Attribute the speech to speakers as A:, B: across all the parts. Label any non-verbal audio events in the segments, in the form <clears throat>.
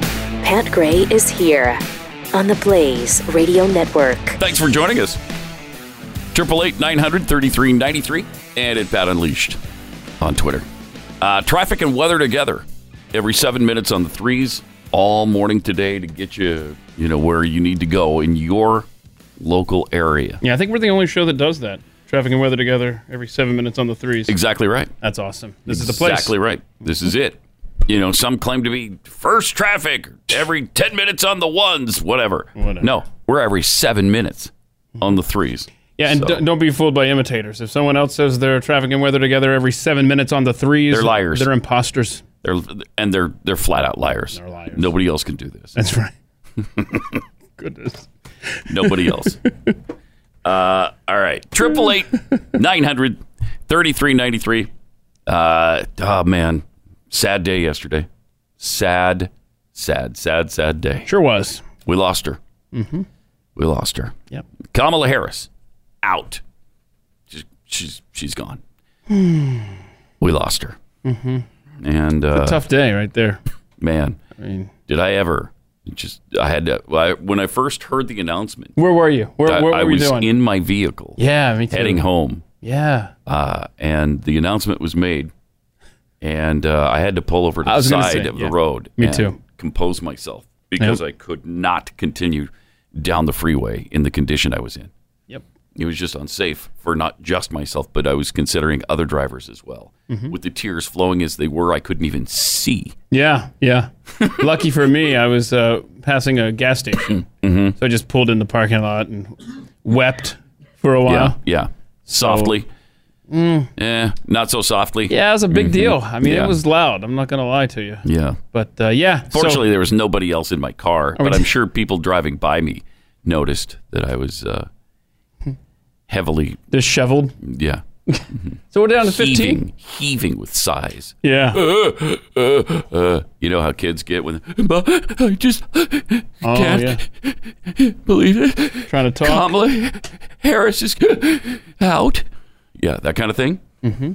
A: Matt Gray is here on the Blaze Radio Network.
B: Thanks for joining us. Triple eight nine hundred thirty three ninety three and at Pat Unleashed on Twitter. Uh, traffic and weather together every seven minutes on the threes all morning today to get you you know where you need to go in your local area.
C: Yeah, I think we're the only show that does that. Traffic and weather together every seven minutes on the threes.
B: Exactly right.
C: That's awesome. This is the place.
B: Exactly right. This is it. You know, some claim to be first traffic every 10 minutes on the ones, whatever.
C: Whatever.
B: No, we're every seven minutes on the threes.
C: Yeah, and
B: So,
C: d- don't be fooled by imitators. If someone else says they're traffic and weather together every seven minutes on the threes,
B: They're liars.
C: They're imposters. <laughs>
B: they're and they're they're flat out liars.
C: They're liars.
B: Nobody else can do this. <laughs>
C: That's right. Goodness.
B: Nobody else. uh, all right. Triple eight nine hundred thirty three ninety three. Uh oh man. Sad day yesterday. Sad, sad, sad, sad day.
C: Sure was.
B: We lost her. Mm-hmm. We lost her.
C: Yep.
B: Kamala Harris out. She's she's, she's gone. we lost her. Mm-hmm. And uh,
C: Tough day right there.
B: man,
C: I mean,
B: did I ever? Just I had to I, when I first heard the announcement.
C: where were you? Where,
B: I,
C: what were
B: I
C: you
B: was
C: doing?
B: in my vehicle
C: yeah, me too.
B: heading home,
C: Yeah.
B: uh, and the announcement was made, and uh, I had to pull over to
C: I
B: the
C: was gonna
B: side
C: say,
B: of
C: yeah.
B: the road.
C: Me
B: and
C: too.
B: Compose myself because I could not continue down the freeway in the condition I was in.
C: Yep.
B: It was just unsafe for not just myself, but I was considering other drivers as well.
C: Mm-hmm.
B: With the tears flowing as they were, I couldn't even see.
C: Yeah,
B: <laughs>
C: yeah. Lucky for me, I was uh, passing a gas station,
B: Mm-hmm.
C: so I just pulled in the parking lot and wept for a
B: Yeah,
C: while.
B: yeah. Softly. Eh, not so softly.
C: mm.
B: Mm-hmm.
C: Yeah, it was a big deal. I mean,
B: Yeah.
C: it was loud. I'm not gonna lie to you,
B: Yeah.
C: but uh, yeah. so-
B: Fortunately, there was nobody else in my car,
C: we
B: but I'm
C: did-
B: sure people driving by me noticed that I was uh,
C: Hmm.
B: heavily,
C: disheveled.
B: yeah,
C: So we're down to 15.
B: heaving, heaving with sighs.
C: Yeah,
B: Uh, you know how kids get when, "Ma, I just
C: Oh,
B: can't believe it.
C: trying to talk.
B: Kamala Harris is out. Yeah, that kind of thing. Mm-hmm.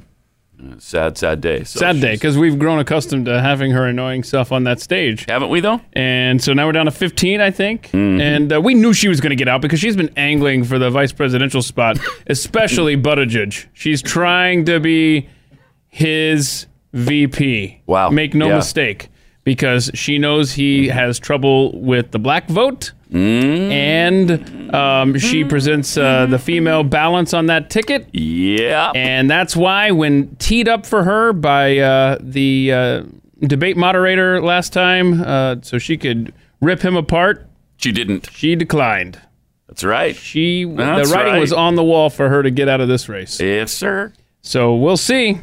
B: Sad, sad day. So
C: Sad day
B: she's-
C: because we've grown accustomed to having her annoying self on that stage.
B: Haven't we, though?
C: And so now we're down to 15, I think.
B: Mm-hmm.
C: And uh, we knew she was going to get out because she's been angling for the vice presidential
B: <laughs>
C: spot, especially Buttigieg. She's trying to be his VP.
B: Wow.
C: Make no
B: Yeah. Mm-hmm.
C: mistake, because she knows he has trouble with the black vote. And um, she presents uh, the female balance on that ticket.
B: Yeah.
C: And that's why, when teed up for her by uh, the uh, debate moderator last time, uh, so she could rip him apart,
B: she didn't.
C: she declined.
B: That's right.
C: She,
B: That's
C: the writing
B: right.
C: was on the wall for her to get out of this race.
B: Yes, sir.
C: So we'll see.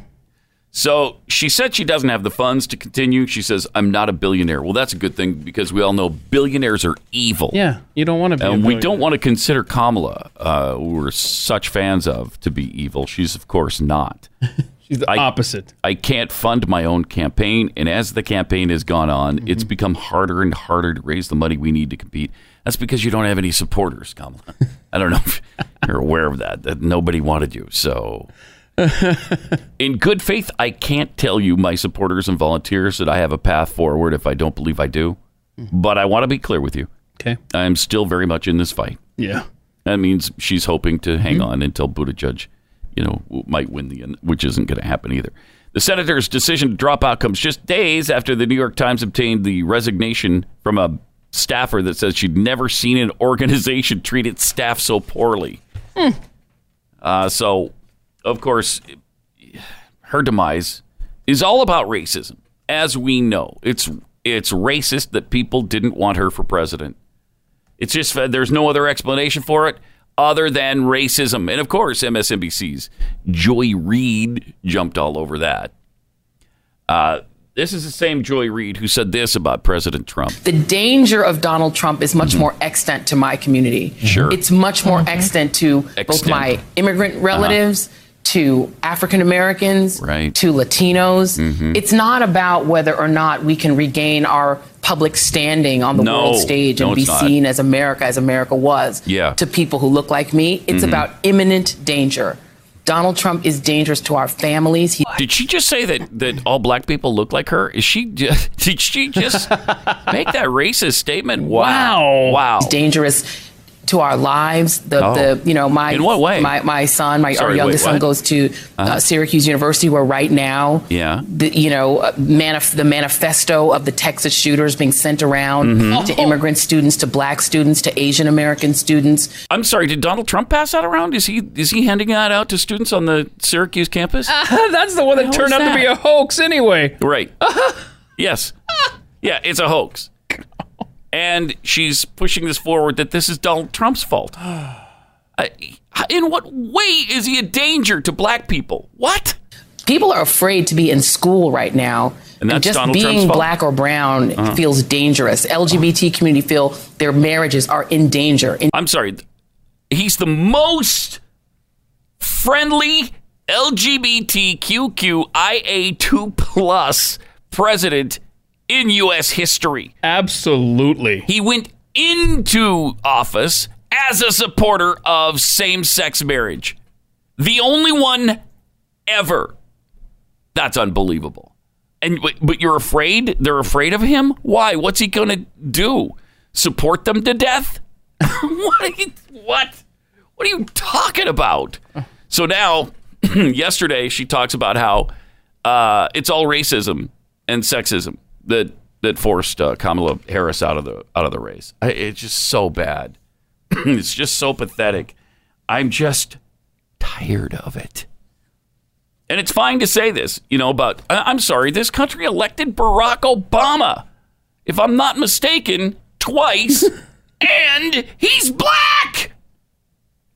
B: So she said she doesn't have the funds to continue. She says, I'm not a billionaire. Well, that's a good thing because we all know billionaires are evil.
C: Yeah, you don't want to be. a
B: And we
C: billionaire.
B: don't want to consider Kamala, uh, who we're such fans of, to be evil. She's, of course, not.
C: She's the
B: I-
C: opposite.
B: I can't fund my own campaign. And as the campaign has gone on, it's become harder and harder to raise the money we need to compete. That's because you don't have any supporters, Kamala. I don't know if you're aware of that, that nobody wanted you. So, in good faith, I can't tell you, my supporters and volunteers, that I have a path forward if I don't believe I do. But I want to be clear with you.
C: Okay.
B: I am still very much in this fight.
C: Yeah.
B: That means she's hoping to hang on until Buttigieg, you know, w- might win the end, which isn't going to happen either. The senator's decision to drop out comes just days after the New York Times obtained the resignation from a staffer that says she'd never seen an <laughs> organization treat its staff so poorly. Uh, so, of course, her demise is all about racism, as we know. It's it's racist that people didn't want her for president. It's just uh, there's no other explanation for it other than racism. And of course, MSNBC's Joy Reid jumped all over that. Uh, this is the same Joy Reid who said this about President Trump.
D: the danger of Donald Trump is much more extant to my community.
B: Mm-hmm. Sure. Uh-huh.
D: It's much more extant to both
B: Extant.
D: my immigrant relatives, to African Americans,
B: Right. Mm-hmm.
D: to Latinos. It's not about whether or not we can regain our public standing on the
B: No.
D: world stage and
B: No,
D: be
B: it's not.
D: seen as America as America was
B: Yeah. Mm-hmm.
D: to people who look like me. It's about imminent danger. Donald Trump is dangerous to our families. He
B: Did she just say that, that all black people look like her? Is she just, <laughs> did she just make that racist statement? Wow. Wow.
D: dangerous to our lives. The,
B: Oh.
D: the you know my
B: In what way?
D: my my son, my
B: Sorry,
D: our youngest
B: wait, what? Uh-huh.
D: son goes to uh Syracuse University, where right now,
B: Yeah.
D: the, you know, uh, manif- the manifesto of the Texas shooters being sent around
B: Mm-hmm.
D: to immigrant students, to black students, to Asian American students.
B: I'm sorry, did Donald Trump pass that around? Is he is he handing that out to students on the Syracuse campus?
C: <laughs> That's the one that turned out to be a hoax anyway.
B: Right. <laughs> yes. Yeah, it's a hoax. And she's pushing this forward that this is Donald Trump's fault. I- in what way is he a danger to black people? What?
D: People are afraid to be in school right now.
B: And that's
D: just
B: Donald
D: being
B: Trump's fault? Uh-huh.
D: black or brown feels dangerous. LGBT community feel their marriages are in danger. In
B: I'm sorry. He's the most friendly LGBTQIA2 plus president in U.S. history.
C: Absolutely.
B: He went into office as a supporter of same sex marriage. The only one ever. That's unbelievable. And but- but you're afraid? They're afraid of him? Why? What's he going to do? Support them to death? <laughs> what, are you, what? What are you talking about? So now, <clears throat> yesterday, she talks about how uh, it's all racism and sexism that that forced uh, Kamala Harris out of the out of the race. I, it's just so bad. <clears throat> it's just so pathetic. I'm just tired of it. And it's fine to say this, you know, about I- I'm sorry, this country elected Barack Obama, if I'm not mistaken, twice, and he's black,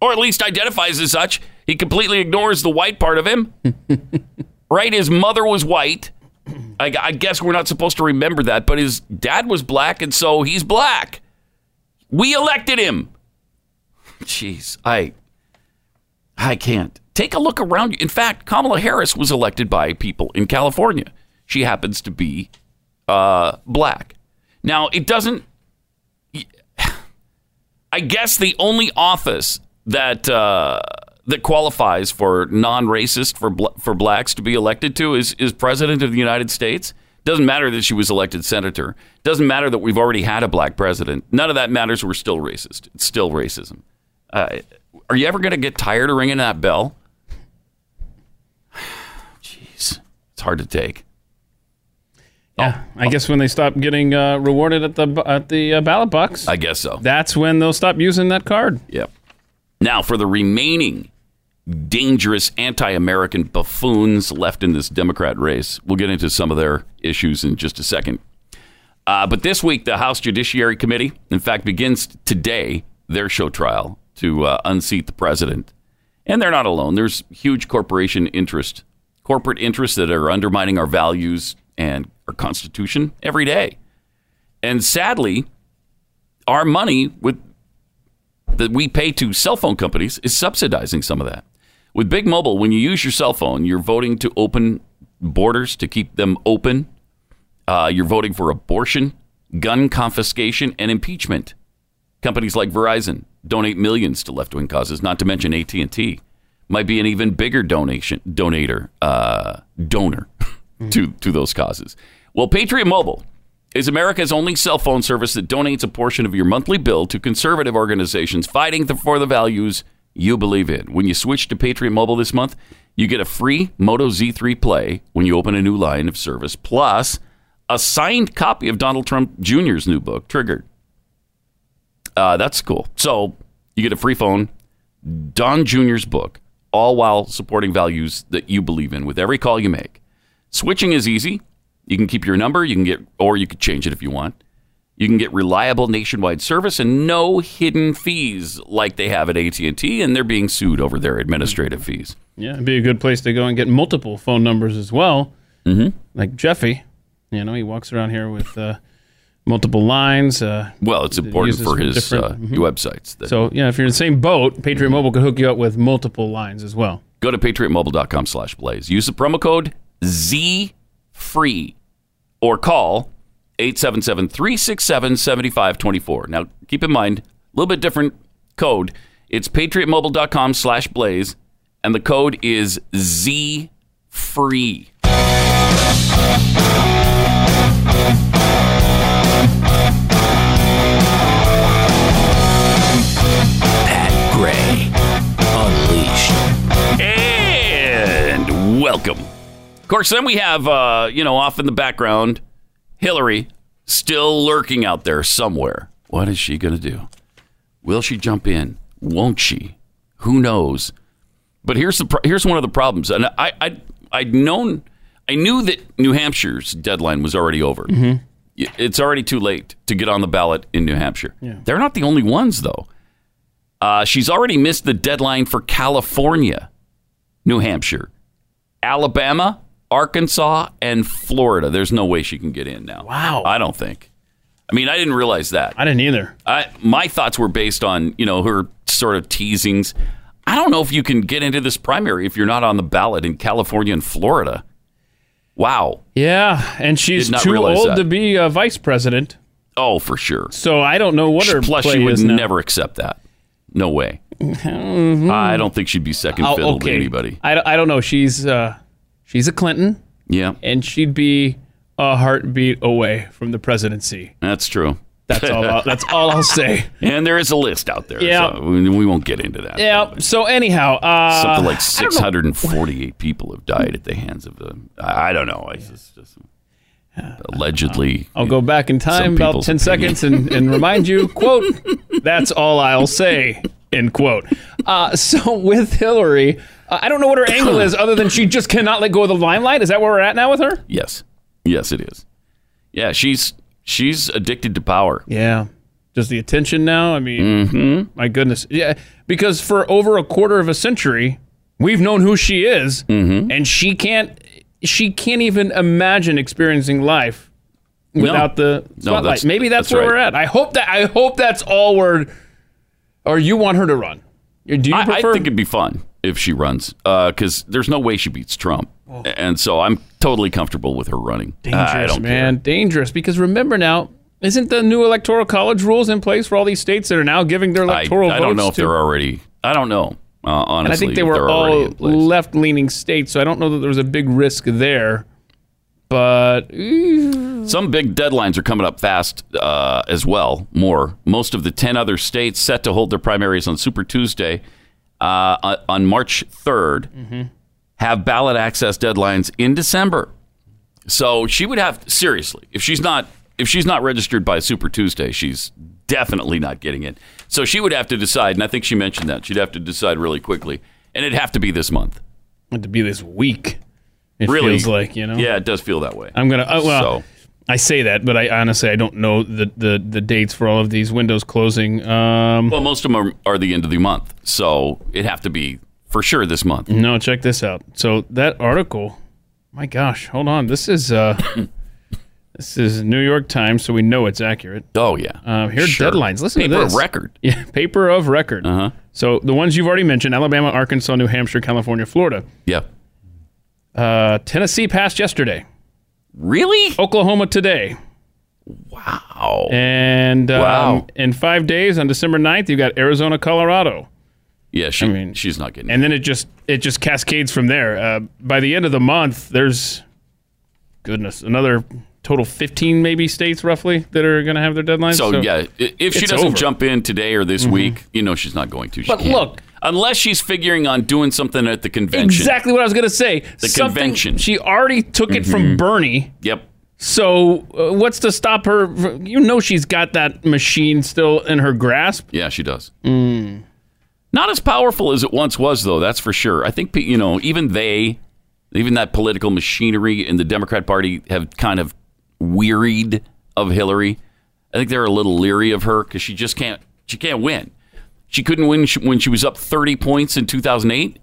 B: or at least identifies as such. He completely ignores the white part of him, right? His mother was white. I, I guess we're not supposed to remember that, but his dad was black, and so he's black. We elected him. Jeez, I I can't. Take a look around you. In fact, Kamala Harris was elected by people in California. She happens to be uh, black. Now, it doesn't. I guess the only office that uh, that qualifies for non-racist for bl- for blacks to be elected to is is president of the United States. Doesn't matter that she was elected senator. Doesn't matter that we've already had a black president. None of that matters. We're still racist. It's still racism. Uh, are you ever going to get tired of ringing that bell? <sighs> Jeez, it's hard to take.
C: Yeah. I guess when they stop getting uh, rewarded at the at the uh, ballot box,
B: I guess so.
C: that's when they'll stop using that card.
B: Yep. Now, for the remaining dangerous anti American buffoons left in this Democrat race, we'll get into some of their issues in just a second. Uh, but this week, the House Judiciary Committee, in fact, begins today their show trial to uh, unseat the president. And they're not alone. There's huge corporation interest, corporate interests that are undermining our values and our Constitution every day. And sadly, our money with that we pay to cell phone companies is subsidizing some of that. With Big Mobile, when you use your cell phone, you're voting to open borders to keep them open. Uh, you're voting for abortion, gun confiscation, and impeachment. Companies like Verizon donate millions to left-wing causes, not to mention AT&T might be an even bigger donation donator uh, donor <laughs> to to those causes. Well, Patriot Mobile is America's only cell phone service that donates a portion of your monthly bill to conservative organizations fighting the, for the values you believe in. When you switch to Patriot Mobile this month, you get a free Moto Z3 Play when you open a new line of service, plus a signed copy of Donald Trump Jr.'s new book, Triggered. Uh, that's cool. So you get a free phone, Don Jr.'s book, all while supporting values that you believe in with every call you make. Switching is easy. You can keep your number, you can get, or you could change it if you want. You can get reliable nationwide service and no hidden fees like they have at AT&T, and they're being sued over their administrative fees.
C: Yeah, it'd be a good place to go and get multiple phone numbers as well. Mm-hmm. Like Jeffy, you know, he walks around here with uh, multiple lines. Uh,
B: Well, it's important
C: uses
B: for his uh,
C: different- mm-hmm.
B: websites. That,
C: so yeah, if you're in the same boat,
B: Mm-hmm.
C: Patriot Mobile could hook you up with multiple lines as well.
B: Go to patriotmobile.com slash blaze. Use the promo code ZFREE or call 877 367 7524. Now, keep in mind, a little bit different code. It's patriotmobile.com slash blaze and the code is Z free.
E: Pat Gray Unleashed.
B: And welcome. Of course, then we have, uh, you know, off in the background, Hillary still lurking out there somewhere. What is she going to do? Will she jump in? Won't she? Who knows? But here's the pro- here's one of the problems, and I I I'd known I knew that New Hampshire's deadline was already over. Y- It's already too late to get on the ballot in New Hampshire. They're not the only ones though. Uh, she's already missed the deadline for California, New Hampshire, Alabama, Arkansas, and Florida. There's no way she can get in now.
C: Wow.
B: I don't think. I mean, I didn't realize that.
C: I didn't either.
B: I, my thoughts were based on you know her sort of teasings. I don't know if you can get into this primary if you're not on the ballot in California and Florida. Wow.
C: Yeah, and she's
B: Did not
C: too
B: realize
C: old
B: that.
C: to be uh, vice president,
B: Oh, for sure.
C: so I don't know what her
B: Plus,
C: play
B: she would
C: is now. Mm-hmm.
B: never accept that. No way. I don't think she'd be second
C: Oh,
B: fiddle
C: okay.
B: to anybody.
C: I, don't- I don't know. She's uh, she's a Clinton,
B: Yeah,
C: and she'd be a heartbeat away from the presidency.
B: that's true.
C: That's all. I'll, that's all I'll say.
B: And there is a list out there.
C: Yeah.
B: so we we won't get into that.
C: Yeah. So anyhow, uh,
B: Something like
C: I don't know
B: 648 people have died at the hands of the. I I don't know. It's just, just
C: Uh,
B: allegedly.
C: I'll go back in time
B: Some
C: about
B: people's
C: 10
B: opinion.
C: seconds and, and remind you, quote, that's all I'll say, end quote. Uh, so with Hillary, uh, I don't know what her angle is other than she just cannot let go of the limelight. Is that where we're at now with her?
B: Yes. Yes, it is. Yeah, she's she's addicted to power.
C: Yeah. Just the attention now? I mean,
B: Mm-hmm.
C: my goodness. Yeah. Because for over a quarter of a century, we've known who she is,
B: Mm-hmm.
C: and she can't. She can't even imagine experiencing life without the spotlight.
B: that's-
C: Maybe that's,
B: that's
C: where
B: right.
C: we're at. I hope that I hope that's all we're. Or you want her to run? Or Do you
B: I, I
C: prefer?
B: think it'd be fun if she runs, because there's no way she beats Trump, and so I'm totally comfortable with her running. I
C: Oh. dangerous,
B: don't
C: man. Dangerous because remember now, isn't the new electoral college rules in place for all these states that are now giving their
B: I,
C: electoral
B: I
C: votes
B: don't know if
C: to?
B: they're already. I don't know. Uh, honestly,
C: and I think they
B: if
C: were
B: they're already
C: all
B: in place.
C: left-leaning states, so I don't know that there was a big risk there. But
B: Some big deadlines are coming up fast uh, as well. More, most of the ten other states set to hold their primaries on Super Tuesday uh, on- on March 3rd have ballot access deadlines in December. So she would have seriously, if she's not if she's not registered by Super Tuesday, she's definitely not getting in. So she would have to decide, and I think she mentioned that she'd have to decide really quickly, and it'd have to be this month.
C: it to be this week, it
B: Really,
C: feels like you know.
B: yeah, it does feel that way.
C: I'm gonna. Oh, well,
B: So.
C: I say that, but I honestly I don't know the the, the dates for all of these windows closing. Um,
B: Well, most of them are, are the end of the month, so it'd have to be for sure this month.
C: no, check this out. So that article, my gosh, hold on. This is
B: <laughs>
C: uh, this is New York Times, so we know it's accurate. <laughs>
B: Oh yeah.
C: Um, here are deadlines. Listen to
B: Paper
C: this.
B: record.
C: Yeah, paper of record. Uh-huh. So the ones you've already mentioned: Alabama, Arkansas, New Hampshire, California, Florida.
B: Yeah.
C: Uh, Tennessee passed yesterday.
B: Really?
C: Oklahoma today.
B: Wow.
C: And um,
B: Wow.
C: in five days, on December 9th, you've got Arizona, Colorado.
B: yeah. She,
C: mean-
B: she's not getting.
C: And then it just it just cascades from there. Uh, by the end of the month, there's goodness another total 15 maybe states roughly that are going to have their deadlines.
B: so, yeah, i- if she
C: It's
B: doesn't
C: over. Mm-hmm.
B: jump in today or this week, you know she's not going to. She
C: But
B: can't.
C: look-
B: unless she's figuring on doing something at the convention.
C: exactly what I was going to say. The
B: convention. Mm-hmm.
C: She already took it from Bernie.
B: Yep.
C: So uh, what's to stop her? from- You know she's got that machine still in her grasp.
B: Yeah, she does. Not as powerful as it once was, though. That's for sure. I think pe- you know, even they, even that political machinery in the Democrat Party have kind of wearied of Hillary. I think they're a little leery of her because she just can't. She can't win. She couldn't win sh- when she was up thirty points in two thousand eight.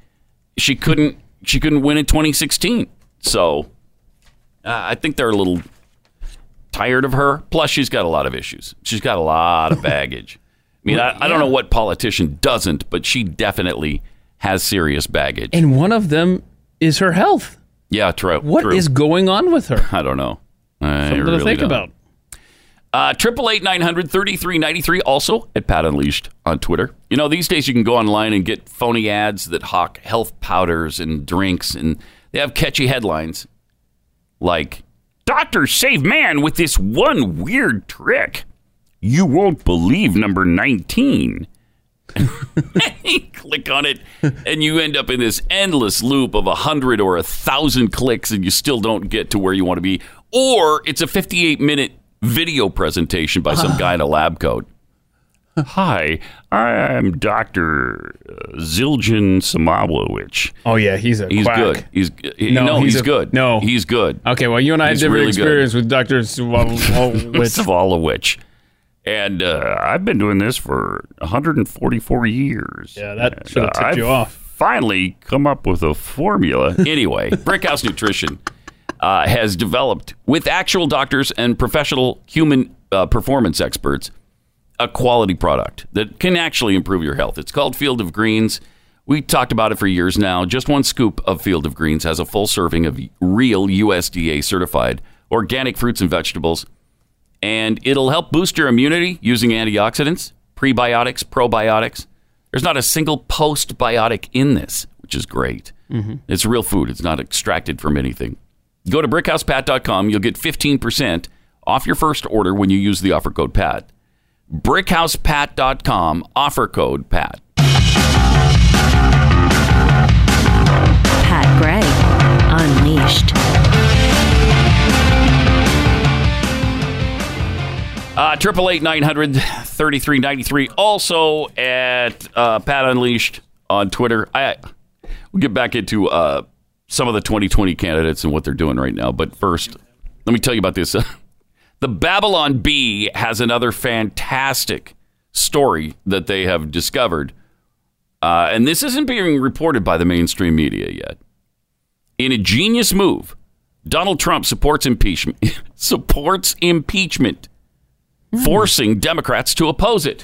B: She couldn't. She couldn't win in twenty sixteen. So, uh, I think they're a little tired of her. Plus, she's got a lot of issues. She's got a lot of
C: <laughs>
B: baggage. I mean, I, I don't know what politician doesn't, but she definitely has serious baggage.
C: And one of them is her health.
B: yeah, true.
C: What is
B: true.
C: going on with her?
B: I don't know. I
C: Something
B: really
C: to think
B: don't.
C: about.
B: Uh, Triple eight nine hundred thirty three ninety three. Also at Pat Unleashed on Twitter. You know, these days you can go online and get phony ads that hawk health powders and drinks, and they have catchy headlines like "Doctors save man with this one weird trick." You won't believe number nineteen. <laughs> click on it, and you end up in this endless loop of a hundred or a thousand clicks, and you still don't get to where you want to be. Or it's a 58 minute video presentation by
C: <sighs>
B: some guy in a lab coat. Hi, I'm Doctor uh, Zildjian Samawowicz.
C: Oh yeah, he's a
B: He's
C: quack.
B: good. He's he-
C: No,
B: no, he's,
C: he's a-
B: good.
C: no.
B: he's good.
C: Okay, well, you and I had
B: He's
C: different
B: really good.
C: experience with
B: <laughs>
C: Doctor Swallowwitz.
B: Swallowwich. And uh, I've been doing this for 144 years.
C: Yeah, that should have tipped
B: Uh, I've
C: you off.
B: Finally, come up with a formula. <laughs> Anyway, Brickhouse Nutrition uh, has developed, with actual doctors and professional human uh, performance experts, a quality product that can actually improve your health. It's called Field of Greens. We talked about it for years now. Just one scoop of Field of Greens has a full serving of real USDA certified organic fruits and vegetables and it'll help boost your immunity using antioxidants, prebiotics, probiotics. There's not a single postbiotic in this, which is great. It's real food, it's not extracted from anything. Go to brickhousepat.com. You'll get 15% off your first order when you use the offer code PAT. Brickhousepat.com, offer code PAT.
A: Pat Gray Unleashed.
B: Uh, Triple eight nine hundred thirty three ninety three. Also at uh, Pat Unleashed on Twitter. I we'll get back into uh, some of the twenty twenty candidates and what they're doing right now. But first, let me tell you about this. <laughs> the Babylon Bee has another fantastic story that they have discovered, uh, and this isn't being reported by the mainstream media yet. In a genius move, Donald Trump supports impeachment. <laughs> supports impeachment forcing Democrats to oppose it.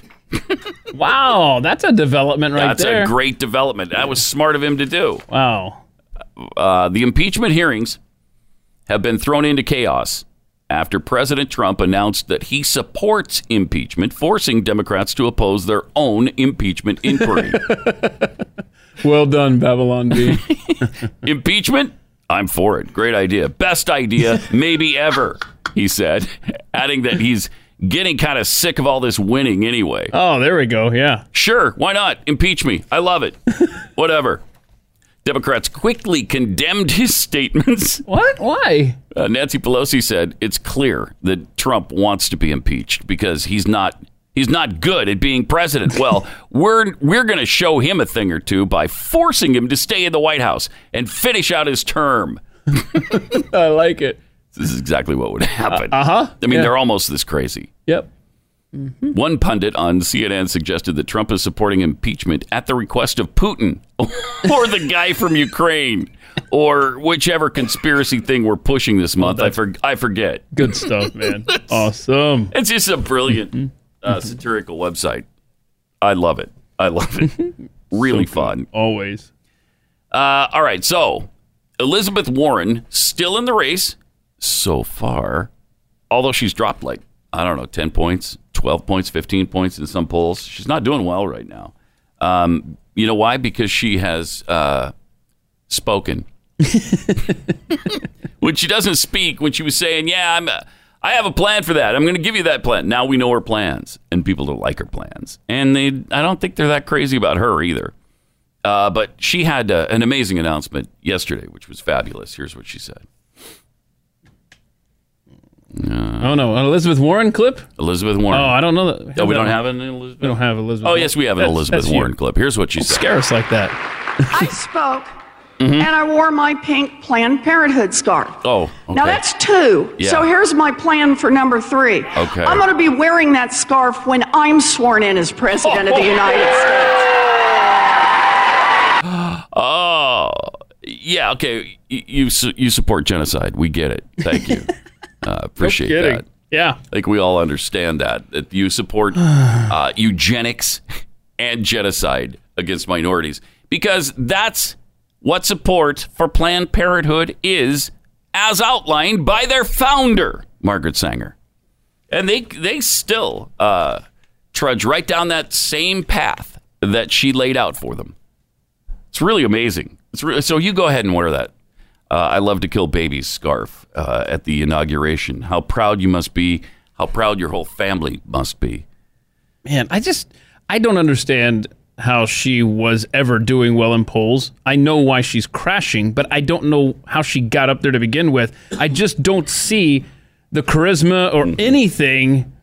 C: Wow, that's a development right
B: That's
C: there.
B: a great development. That was smart of him to do.
C: wow.
B: Uh, the impeachment hearings have been thrown into chaos after President Trump announced that he supports impeachment, forcing Democrats to oppose their own impeachment inquiry.
C: Well done, Babylon
B: <laughs>
C: B.
B: impeachment? I'm for it. Great idea. Best idea maybe ever, he said, adding that he's getting kind of sick of all this winning anyway.
C: oh, there we go. Yeah.
B: Sure, why not? Impeach me. I love it. <laughs> Whatever. Democrats quickly condemned his <laughs> statements.
C: What? Why?
B: Uh, Nancy Pelosi said it's clear that Trump wants to be impeached because he's not he's not good at being president. Well, we're we're going to show him a thing or two by forcing him to stay in the White House and finish out his term.
C: I like it.
B: This is exactly what would happen. Uh huh. I mean,
C: Yeah.
B: they're almost this crazy.
C: Yep.
B: One pundit on CNN suggested that Trump is supporting impeachment at the request of Putin <laughs> or the guy from Ukraine or whichever conspiracy thing we're pushing this month. I, for, I forget.
C: Good
B: <laughs>
C: stuff, man. awesome.
B: It's just a brilliant uh, satirical website. I love it. I love it. Really fun.
C: Always.
B: Uh, all right. So, Elizabeth Warren still in the race so far, although she's dropped like, I don't know, 10 points, 12 points, 15 points in some polls. She's not doing well right now. Um, you know why? Because she has uh, spoken. <laughs> when she doesn't speak, when she was saying, Yeah, I'm. Uh, I have a plan for that. I'm going to give you that plan. Now we know her plans, and people don't like her plans. And they, I don't think they're that crazy about her either. Uh, but she had uh, an amazing announcement yesterday, which was fabulous. Here's what she said
C: Oh no, an Elizabeth Warren clip?
B: Elizabeth Warren.
C: Oh, I don't know that.
B: Oh, we don't have an Elizabeth?
C: We don't have Elizabeth.
B: Oh, yes, we have an
C: That's-
B: Elizabeth
C: that's you.
B: Warren clip. Here's what she said.
C: Scare us like that.
F: I
B: <laughs>
F: spoke and I wore my pink Planned Parenthood scarf.
B: Mm-hmm. Oh, okay.
F: Now that's two.
B: Yeah.
F: So here's my plan for number three.
B: Okay.
F: I'm going to be wearing that scarf when I'm sworn in as President of
B: <laughs>
F: the United States.
B: Oh, yeah. Okay, Y- you su- you support genocide. We get it. Thank you. uh, appreciate
C: Kidding.
B: that.
C: Yeah.
B: I think we all understand that that you support uh, eugenics and genocide against minorities because that's what support for Planned Parenthood is, as outlined by their founder, Margaret Sanger. and they they still uh, trudge right down that same path that she laid out for them. It's really amazing. It's re- so you go ahead and wear that. Uh, I love to kill babies scarf uh, at the inauguration. How proud you must be. How proud your whole family must be.
C: Man, I just I don't understand how she was ever doing well in polls. I know why she's crashing, but I don't know how she got up there to begin with. I just don't see the charisma or anything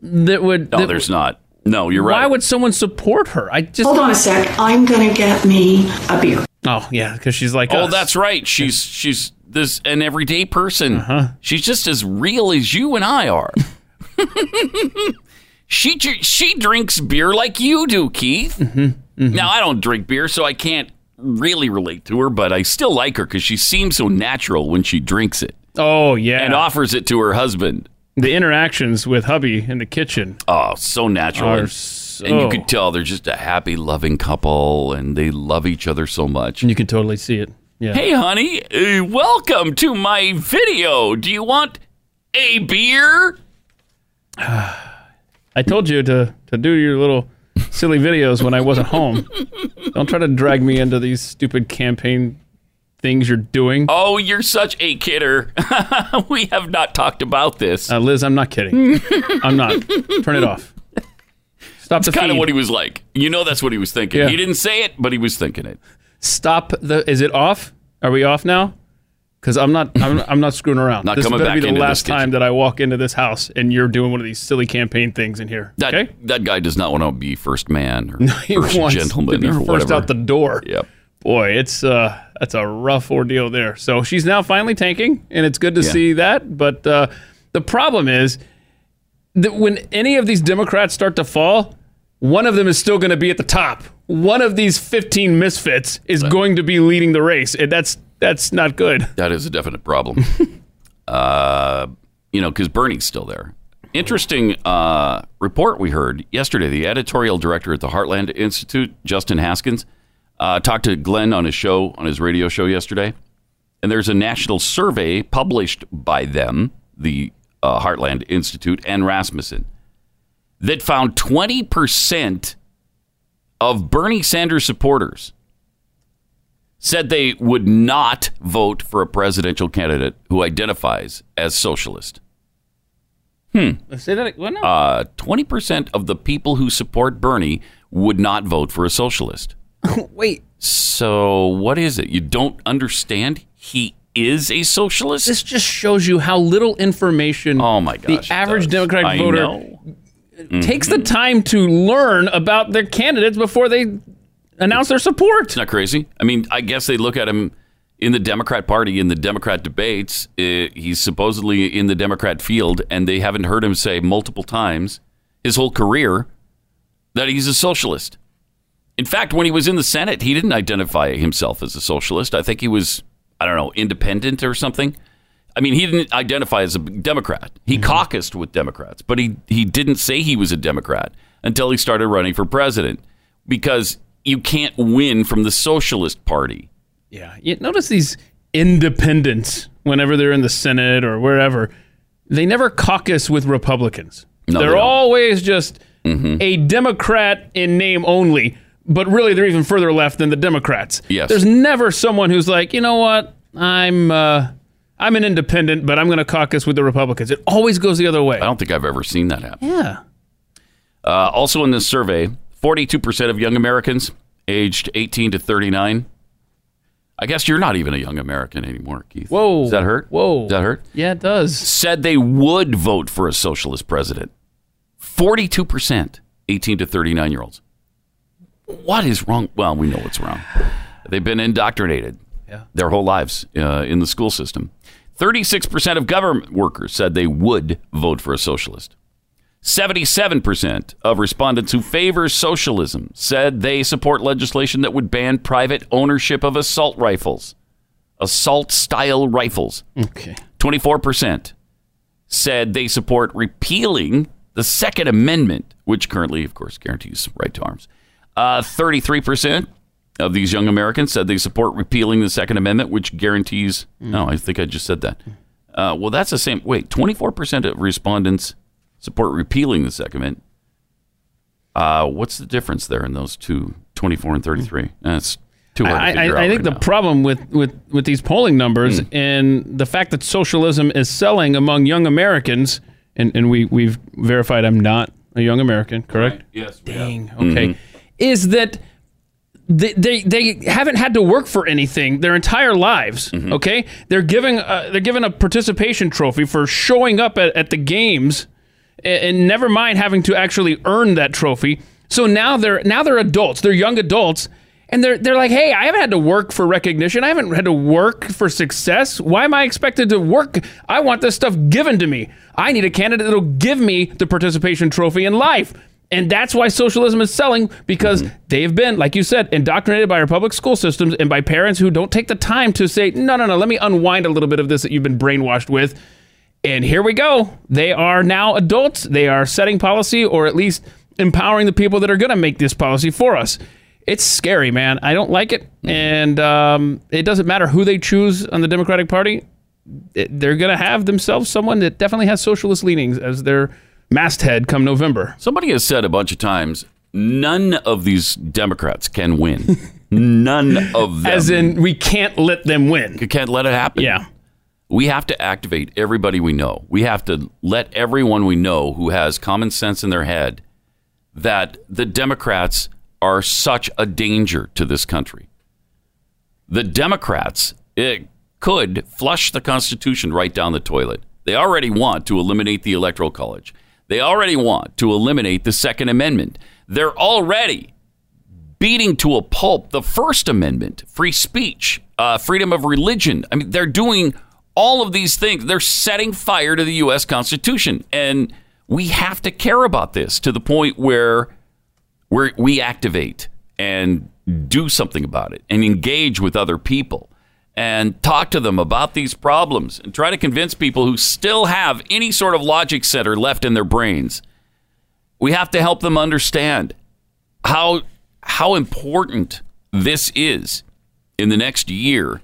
C: that would.
B: Mm-hmm. No,
C: that-
B: there's not. No, you're right.
C: Why would someone support her? I just
G: Hold on a sec. I'm gonna get me a beer.
C: oh yeah, because she's like
B: Oh,
C: us.
B: that's right. She's she's this an everyday person.
C: Uh-huh.
B: She's just as real as you and I
C: <laughs>
B: are. she dr- she drinks beer like you do, Keith.
C: Mm-hmm,
B: Now I don't drink beer, so I can't really relate to her, but I still like her because she seems so natural when she drinks it
C: oh yeah,
B: and offers it to her husband.
C: the interactions with hubby in the kitchen
B: Oh, so natural.
C: are
B: and,
C: so.
B: and you could tell they're just a happy, loving couple, and they love each other so much.
C: you can totally see it. Yeah.
B: Hey, honey, uh, welcome to my video. Do you want a beer?
C: I told you to to do your little silly videos when I wasn't home. Don't try to drag me into these stupid campaign things you're doing.
B: Oh, you're such a kidder. <laughs> we have not talked about this.
C: Uh, Liz, I'm
B: <laughs>
C: not kidding. I'm not. Turn it off. Stop the
B: kind
C: feed.
B: of what he was like. You know, that's what he was thinking.
C: Yeah.
B: He didn't say it, but he was thinking it.
C: Stop the. Is it off? Are we off now? Because I'm not. I'm, I'm not screwing around.
B: Not
C: this
B: coming
C: better
B: back
C: be the
B: into
C: last
B: this kitchen.
C: time that I walk into this house and you're doing one of these silly campaign things in here.
B: That,
C: okay.
B: that guy does not want to be first man
C: <laughs>
B: or
C: He
B: first
C: wants to
B: gentleman
C: be
B: or
C: first
B: whatever.
C: out the door.
B: Yep.
C: boy, it's uh, that's a rough ordeal there. So she's now finally tanking, and it's good to
B: Yeah.
C: see that. But uh, the problem is that when any of these Democrats start to fall, one of them is still going to be at the top. One of these 15 misfits is going to be leading the race, and that's that's not good.
B: That is a definite problem. uh, you know, because Bernie's still there. Interesting uh, report we heard yesterday. The editorial director at the Heartland Institute, Justin Haskins, uh, talked to Glenn on his show, on his radio show yesterday. And there's a national survey published by them, the uh, Heartland Institute and Rasmussen, that found 20% of Bernie Sanders supporters said they would not vote for a presidential candidate who identifies as socialist. Hmm.
C: Say that again.
B: Uh, 20% of the people who support Bernie would not vote for a socialist.
C: Wait,
B: So, what is it? You don't understand? He is a socialist?
C: this just shows you how little information.
B: oh, my gosh. it
C: The average
B: does.
C: Democratic
B: I
C: voter
B: know. Mm-hmm.
C: takes the time to learn about their candidates before they announce their support.
B: It's not crazy. I mean, I guess they look at him in the Democrat Party, in the Democrat debates. Uh, he's supposedly in the Democrat field, and they haven't heard him say multiple times his whole career that he's a socialist. In fact, when he was in the Senate, he didn't identify himself as a socialist. I think he was, I don't know, independent or something. I mean, he didn't identify as a Democrat. He
C: Mm-hmm.
B: caucused with Democrats, but he, he didn't say he was a Democrat until he started running for president because you can't win from the Socialist Party.
C: Yeah. You notice these independents whenever they're in the Senate or wherever, they never caucus with Republicans.
B: No,
C: they're
B: they don't. Mm-hmm.
C: always just a Democrat in name only, but really they're even further left than the Democrats.
B: Yes.
C: There's never someone who's like, you know what, I'm uh, I'm an independent, but I'm going to caucus with the Republicans. It always goes the other way.
B: I don't think I've ever seen that happen.
C: Yeah.
B: Uh, also, in this survey, 42% of young Americans aged 18 to 39. I guess you're not even a young American anymore, Keith.
C: Whoa.
B: Does that hurt?
C: Whoa.
B: Does that hurt?
C: Yeah, it does.
B: said they would vote for a socialist president. 42%, 18 to 39 year olds. What is wrong? Well, we know what's wrong. They've been indoctrinated their whole lives uh, in the school system. 36% of government workers said they would vote for a socialist. 77% of respondents who favor socialism said they support legislation that would ban private ownership of assault rifles, assault style rifles.
C: Okay.
B: 24% said they support repealing the Second Amendment, which currently, of course, guarantees right to arms. Uh, 33% of these young Americans said they support repealing the Second Amendment, which guarantees.
C: Mm.
B: oh, No, I think I just said that. Uh, well, that's the same. Wait, 24% of respondents support repealing the Second Amendment. Uh, what's the difference there in those two, 24 and 33? That's too hard to
C: Mm. I, I,
B: figure out
C: I think
B: right
C: the
B: now. Hmm.
C: problem with, with, with these polling numbers and the fact that socialism is selling among young Americans, and, and we, we've verified I'm not a young American, correct?
B: Yes, we have.
C: Dang. Okay.
B: Mm-hmm.
C: Is that they, they they haven't had to work for anything their entire lives.
B: Mm-hmm.
C: Okay. They're giving a, they're given a participation trophy for showing up at, at the games, a- and, never mind having to actually earn that trophy. So now they're now they're adults. They're young adults. And they're, they're like, hey, I haven't had to work for recognition. I haven't had to work for success. Why am I expected to work? I want this stuff given to me. I need a candidate that'll give me the participation trophy in life. And that's why socialism is selling because they've been, like you said, indoctrinated by our public school systems and by parents who don't take the time to say, no, no, no, let me unwind a little bit of this that you've been brainwashed with. And here we go. They are now adults. They are setting policy or at least empowering the people that are going to make this policy for us. It's scary, man. I don't like it. And um, it doesn't matter who they choose on the Democratic Party it- they're going to have themselves someone that definitely has socialist leanings as their masthead come November.
B: Somebody has said a bunch of times, none of these Democrats can win. <laughs> none of them.
C: As in, we can't let them win.
B: you can't let it happen.
C: Yeah.
B: we have to activate everybody we know. We have to let everyone we know who has common sense in their head that the Democrats are such a danger to this country. The Democrats it could flush the Constitution right down the toilet. They already want to eliminate the Electoral College. They already want to eliminate the Second Amendment. They're already beating to a pulp the First Amendment, free speech, uh, freedom of religion. I mean, they're doing all of these things. They're setting fire to the U.S. Constitution. And we have to care about this to the point where where we activate and do something about it and engage with other people and talk to them about these problems and try to convince people who still have any sort of logic center left in their brains. We have to help them understand how how important this is in the next year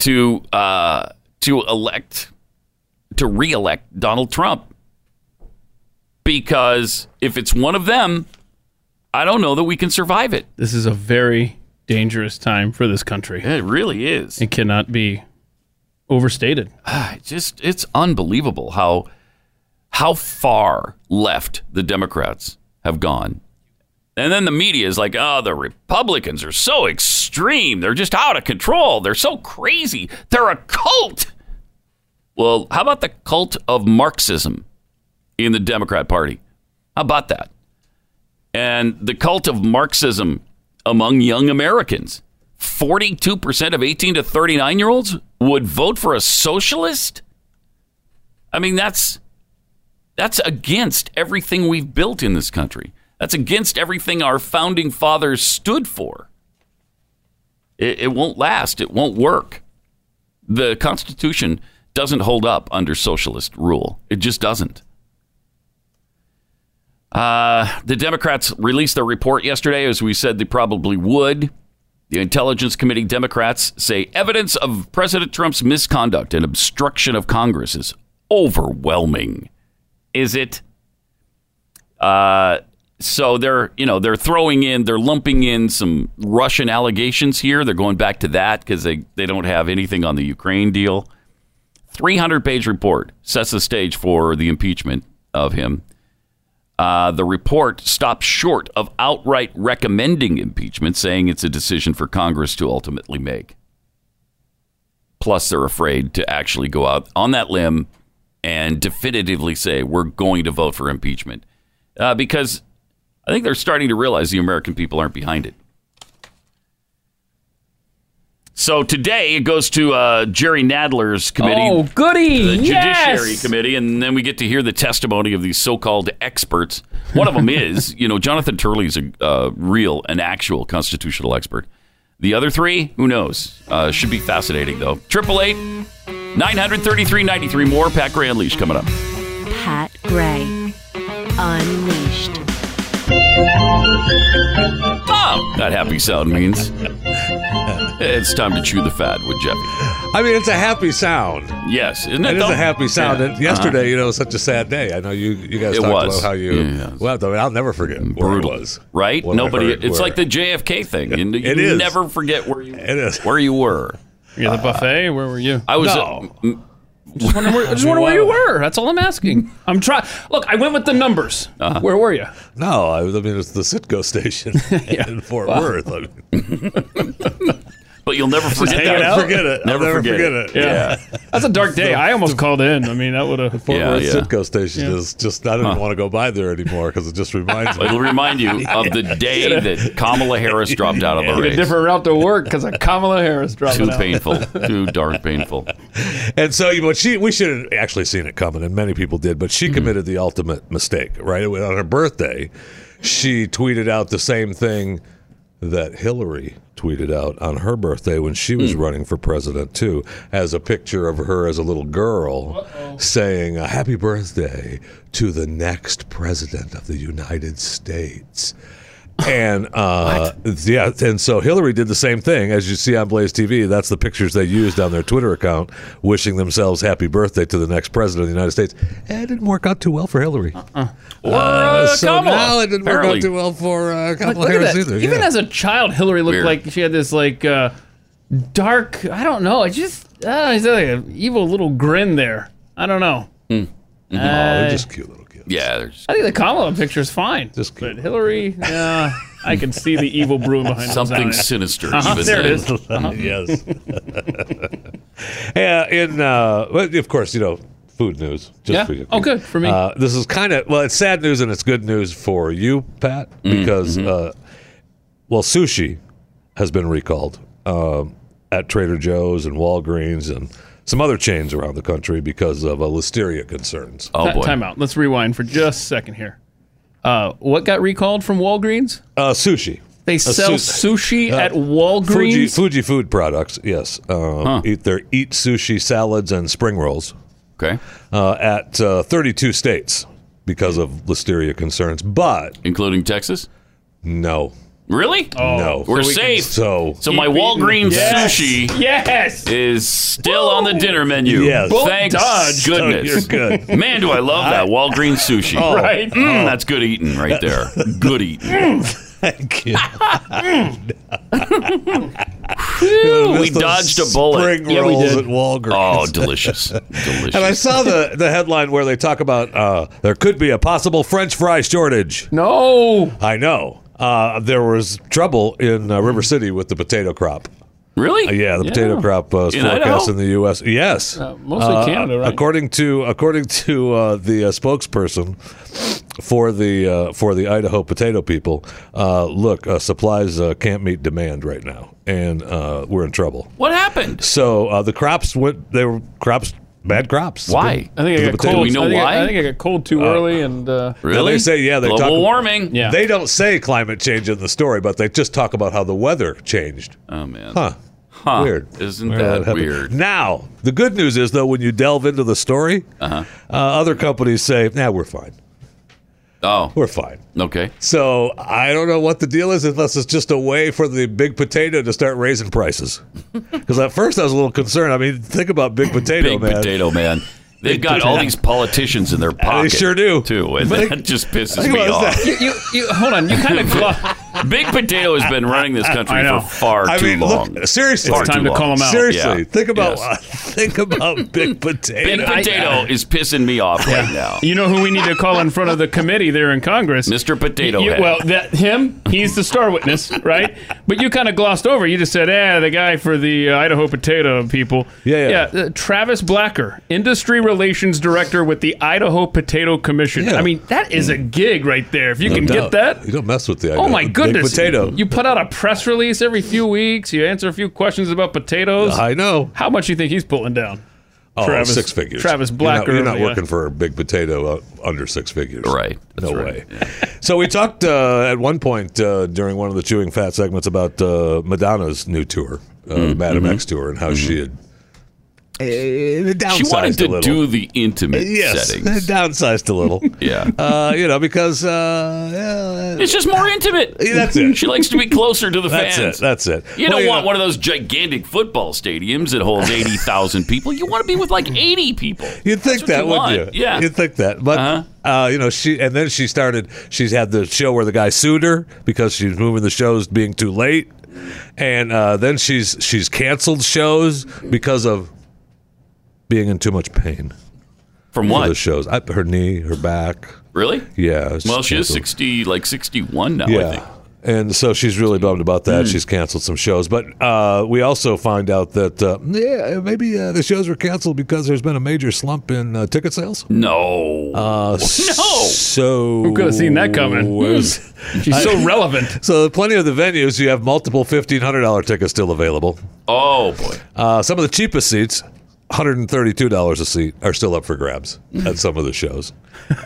B: to uh, to elect to reelect Donald Trump because if it's one of them, I don't know that we can survive it.
C: This is a very dangerous time for this country.
B: It really is.
C: It cannot be overstated.
B: It's just it's unbelievable how how far left the Democrats have gone. And then the media is like, oh, the Republicans are so extreme. They're just out of control. They're so crazy. They're a cult. Well, how about the cult of Marxism in the Democrat Party? How about that? And the cult of Marxism among young Americans. 42% of 18 to 39 year olds would vote for a socialist? I mean, that's that's against everything we've built in this country. That's against everything our founding fathers stood for. It, it won't last. It won't work. The Constitution doesn't hold up under socialist rule. It just doesn't. Uh, the Democrats released their report yesterday, as we said they probably would. The Intelligence Committee Democrats say evidence of President Trump's misconduct and obstruction of Congress is overwhelming. Is it? Uh, so they're you know they're throwing in they're lumping in some Russian allegations here. They're going back to that because they they don't have anything on the Ukraine deal. Three hundred page report sets the stage for the impeachment of him. Uh, the report stops short of outright recommending impeachment, saying it's a decision for Congress to ultimately make. Plus, they're afraid to actually go out on that limb and definitively say, we're going to vote for impeachment. Uh, because I think they're starting to realize the American people aren't behind it. So today it goes to uh, Jerry Nadler's committee
C: Oh, goody!
B: the Judiciary
C: yes!
B: Committee, and then we get to hear the testimony of these so-called experts. One of them is, you know, Jonathan Turley's a uh, real, an actual constitutional expert. The other three, who knows? Uh, should be fascinating though. Triple eight. 933-93 more Pat Gray Unleashed coming up.
A: Pat Gray. Unleashed.
B: Oh, that happy sound means <laughs> It's time to chew the fat with Jeffy.
H: I mean, it's a happy sound.
B: Yes, isn't it?
H: It is
B: though?
H: a happy sound.
B: Yeah. Uh-huh.
H: And yesterday, you know, it was such a sad day. I know you, you guys
B: It
H: talked
B: was.
H: about how you
B: Yeah, yeah.
H: left. I mean, I'll never forget where it
B: Brutal,
H: was.
B: right?
H: What I
B: Nobody.
H: heard,
B: It's
H: where-
B: like the JFK
H: <laughs>
B: thing. You, you
H: It is.
B: never forget where you
H: It is.
B: where you were.
C: You're the buffet. Where were you?
B: Uh, I was.
H: No.
B: uh, m-
C: just wonder where, I just wonder where you were. That's all I'm asking. I'm trying. Look, I went with the numbers.
B: Uh-huh.
C: Where were you?
H: No, I, was- I mean, it's the
B: <laughs>
H: Sitco station in Fort Worth. I mean,
B: but you'll <laughs> never forget
H: I'll
B: that.
H: never forget it. I'll
B: Never forget it.
H: Yeah.
B: Yeah.
C: That's a dark day. I <laughs> almost called in. I mean, that would have.
H: Fort
B: Yeah,
H: Worth
B: yeah.
H: Sitco station is just, I didn't want to go by there anymore because it just
B: <laughs>
H: reminds me.
B: It'll remind
C: <laughs>
B: you of the day that Kamala Harris dropped out of the race.
C: A different route to work because of Kamala Harris dropping
B: Too
C: out.
B: painful.
C: <laughs>
B: Too dark painful.
H: And so, but she, we should have actually seen it coming, and many people did. But she
B: Mm-hmm.
H: committed the ultimate mistake, right? On her birthday, she tweeted out the same thing that Hillary tweeted out on her birthday when she
C: Hmm.
H: was running for president too, as a picture of her as a little girl saying a happy birthday to the next president of the United States. And uh, yeah, and so Hillary did the same thing as you see on Blaze TV. That's the pictures they used on their Twitter account, wishing themselves happy birthday to the next president of the United States. Eh, It didn't work out too well for Hillary.
C: Uh-uh.
B: Or
H: Uh,
B: uh,
H: so
B: Kamala.
H: now it didn't work
B: apparently.
H: out too well for uh,
C: Like,
H: Kamala
C: look at
H: Harris
C: that.
H: either.
C: Even
H: yeah.
C: as a child, Hillary looked
B: Weird.
C: like she had this like uh, dark. I don't know. I just. Uh, she's like an evil little grin there. I don't know.
H: oh, they're just cute little kids.
B: Yeah, there's
C: I think the Kamala picture is fine.
H: Just keep-
C: but Hillary, yeah, I can see the evil broom behind it. Uh-huh.
B: something sinister. even
C: there it
B: then.
C: is.
H: <laughs> yes. yeah, in uh, well, of course, you know, food news. Just
C: Yeah.
H: for you.
C: Oh, good, for me.
H: Uh, this is kind of well, it's sad news and it's good news for you, Pat,
C: Mm,
H: because
C: mm-hmm.
H: uh, well, sushi has been recalled um, at Trader Joe's and Walgreens and some other chains around the country because of uh, listeria concerns.
B: Oh
C: Ti-
B: boy.
C: Time out. Let's rewind for just a second here. Uh, what got recalled from Walgreens?
H: Uh, sushi.
C: They sell
H: su-
C: sushi
H: uh,
C: at
H: Fuji,
C: Walgreens.
H: Fuji food products, yes. Um, Eat their eat sushi salads and spring rolls.
B: Okay.
H: uh, at uh, 32 states because of listeria concerns. But
B: Including Texas.
H: no,
B: Really?
H: no,
B: Oh. We're
C: Oh. So we can-
B: safe.
H: so
B: So my
C: Keep eating.
B: Walgreens
C: Yes.
B: sushi
C: Yes.
B: is still on the dinner menu.
H: Yes. Boom,
B: Thank
C: dodge.
H: so
B: goodness.
H: you're good.
B: Man, do I love that Walgreens sushi.
C: Right.
B: Mm, that's good eating right there.
C: <laughs>
B: Good eating.
H: <laughs> Thank you.
B: <laughs> we dodged a bullet.
H: Spring
B: Yeah, we
H: rolls
B: did.
H: at Walgreens.
B: Oh, delicious.
H: <laughs> and I
B: Delicious.
H: saw the, the headline where they talk about uh, there could be a possible French fry shortage.
C: No.
H: I know. Uh, there was trouble in uh, River City with the potato crop.
B: Really?
H: Uh, yeah, the potato crop uh, is
B: In
H: forecast
B: Idaho? Oh.
H: in the U.S. Yes,
C: mostly Canada, right?
H: Uh, According to according to uh, the uh, spokesperson for the uh, for the Idaho potato people, uh, look, uh, supplies uh, can't meet demand right now, and uh, we're in trouble.
B: What happened?
H: So uh, the crops went. They were crops, bad crops.
B: Why?
C: I think I
H: The
C: got
H: potato-
C: cold.
B: We know
C: I think I-
B: why?
C: I, think I got cold too early, and uh,
B: Really?
H: They say, yeah, they
B: Global
H: talk-
B: warming.
C: Yeah.
H: They don't say climate change in the story, but they just talk about how the weather changed.
B: Oh man.
H: Huh.
B: Huh.
H: Weird.
B: Isn't
H: Weird
B: that
H: happened.
B: weird?
H: Now, the good news is, though, when you delve into the story,
B: Uh-huh.
H: uh other companies say, nah, we're fine.
B: Oh.
H: We're fine.
B: Okay.
H: So I don't know what the deal is unless it's just a way for the big potato to start raising
C: <laughs>
H: prices. Because at first I was a little concerned. I mean, think about big potato,
B: Big
H: man.
B: potato
H: <laughs>
B: man. They've got all these politicians in their pocket.
H: sure do.
B: Too, and
H: Think-
B: that just pisses
H: think
B: me
H: about
B: off.
H: that.
C: you, you, you hold on. You kind of
B: Big Potato has been running this country
C: <laughs> I
B: for
C: know.
B: far
H: I
B: too
H: mean, look-
B: long.
H: seriously.
B: Far
H: It's
C: time
B: too
C: to
B: long.
C: call 'em out.
H: Seriously,
B: Yeah.
H: think about
B: Yes.
H: <laughs> think about big potato.
B: Big Potato is pissing me off right now.
C: You know who we need to call in front of the committee there in Congress?
B: Mr. Potato
C: You-
B: Head.
C: Well, that him, he's the star witness, right? But you kind of glossed over. You just said, "Eh, the guy for the uh, Idaho potato people."
H: Yeah, yeah.
C: uh, Travis Blacker, industry relations director with the Idaho Potato Commission.
H: Yeah.
C: I mean, that is a gig right there. If you
H: No
C: can
H: doubt.
C: get that.
H: You don't mess with the idea.
C: Oh my
H: Big
C: goodness!
H: potato.
C: You put out a press release every few weeks. You answer a few questions about potatoes.
H: I know.
C: How much you think he's pulling down?
H: Oh,
C: Travis-
H: six figures.
C: Travis
H: You're not-
C: Blacker,
H: You're not,
C: yeah.
H: working for a big potato uh, under six figures.
B: Right. That's
H: no
B: right.
H: way. so we talked uh, at one point uh, during one of the chewing fat
B: Mm-hmm.
H: segments about uh, Madonna's new tour, uh, the Madam X tour, and how she had Uh, the downsized
B: She wanted
H: a
B: to
H: little.
B: do the intimate
H: yes, <laughs>
B: settings.
H: downsized a little.
B: <laughs> Yeah.
H: uh, you know because uh, yeah,
B: It's just
H: <laughs>
B: more intimate.
H: Yeah, that's it.
B: She likes to be closer to the
H: that's
B: fans.
H: it. That's it.
B: You don't
H: Well,
B: want
H: know,
B: one of those gigantic football stadiums that holds
H: <laughs>
B: 80,000 people. You want to be with like 80 people.
H: You'd think
B: That's
H: that,
B: what you
H: wouldn't
B: want.
H: you?
B: Yeah.
H: You'd think that. But,
B: Uh-huh.
H: uh you know, she, and then she started, she's had the show where the guy sued her because she was moving the shows being too late. And uh, then she's, she's canceled shows because of being in too much pain
B: From
H: for the
B: what?
H: shows. I, her knee, her back.
B: Really?
H: Yeah. it's
B: Well, she is
H: canceled.
B: 60, like 61 now, I think. Hmm.
H: Yeah. And so she's really bummed about that. She's canceled some shows. But uh, we also find out that, uh, yeah, maybe uh, the shows were canceled because there's been a major slump in uh, ticket sales.
B: <laughs> No.
H: Uh, no. So
C: Who could have seen that coming?
H: was-
C: <laughs> She's so relevant.
H: <laughs> so plenty of the venues you have multiple fifteen hundred dollar tickets still available.
B: oh, boy.
H: Uh, some of the cheapest seats, one hundred and thirty two dollars a seat, are still up for grabs at some of
B: <laughs>
H: the shows,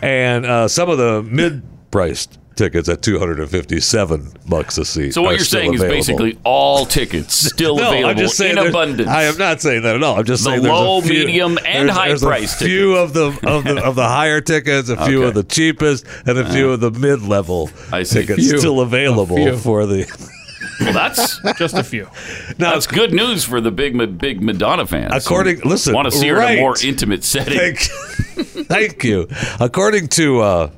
H: and uh, some of the mid priced tickets at two hundred and fifty seven bucks a seat.
B: So what
H: are
B: you're
H: still
B: saying is
H: available.
B: basically all
H: <laughs>
B: tickets still
H: No,
B: available
H: I'm just saying
B: in
H: there's-
B: abundance.
H: I am not saying that at all. I'm just
B: The
H: saying there's
B: low,
H: a few,
B: medium, and
H: there's-
B: high
H: there's
B: price
H: A few of the of the of the higher tickets, a few
B: Okay. Uh-huh.
H: of the cheapest, and a few of the mid level
B: I see.
H: tickets
C: Few.
H: still
C: A few.
H: available for the.
B: Well,
H: <laughs>
B: that's
C: Just a few.
H: Now,
B: that's good news for the big Ma- big Madonna fans.
H: According- listen,
B: want to see her in
H: right.
B: a more intimate setting.
H: <laughs> Thank, thank you. <laughs> According to uh,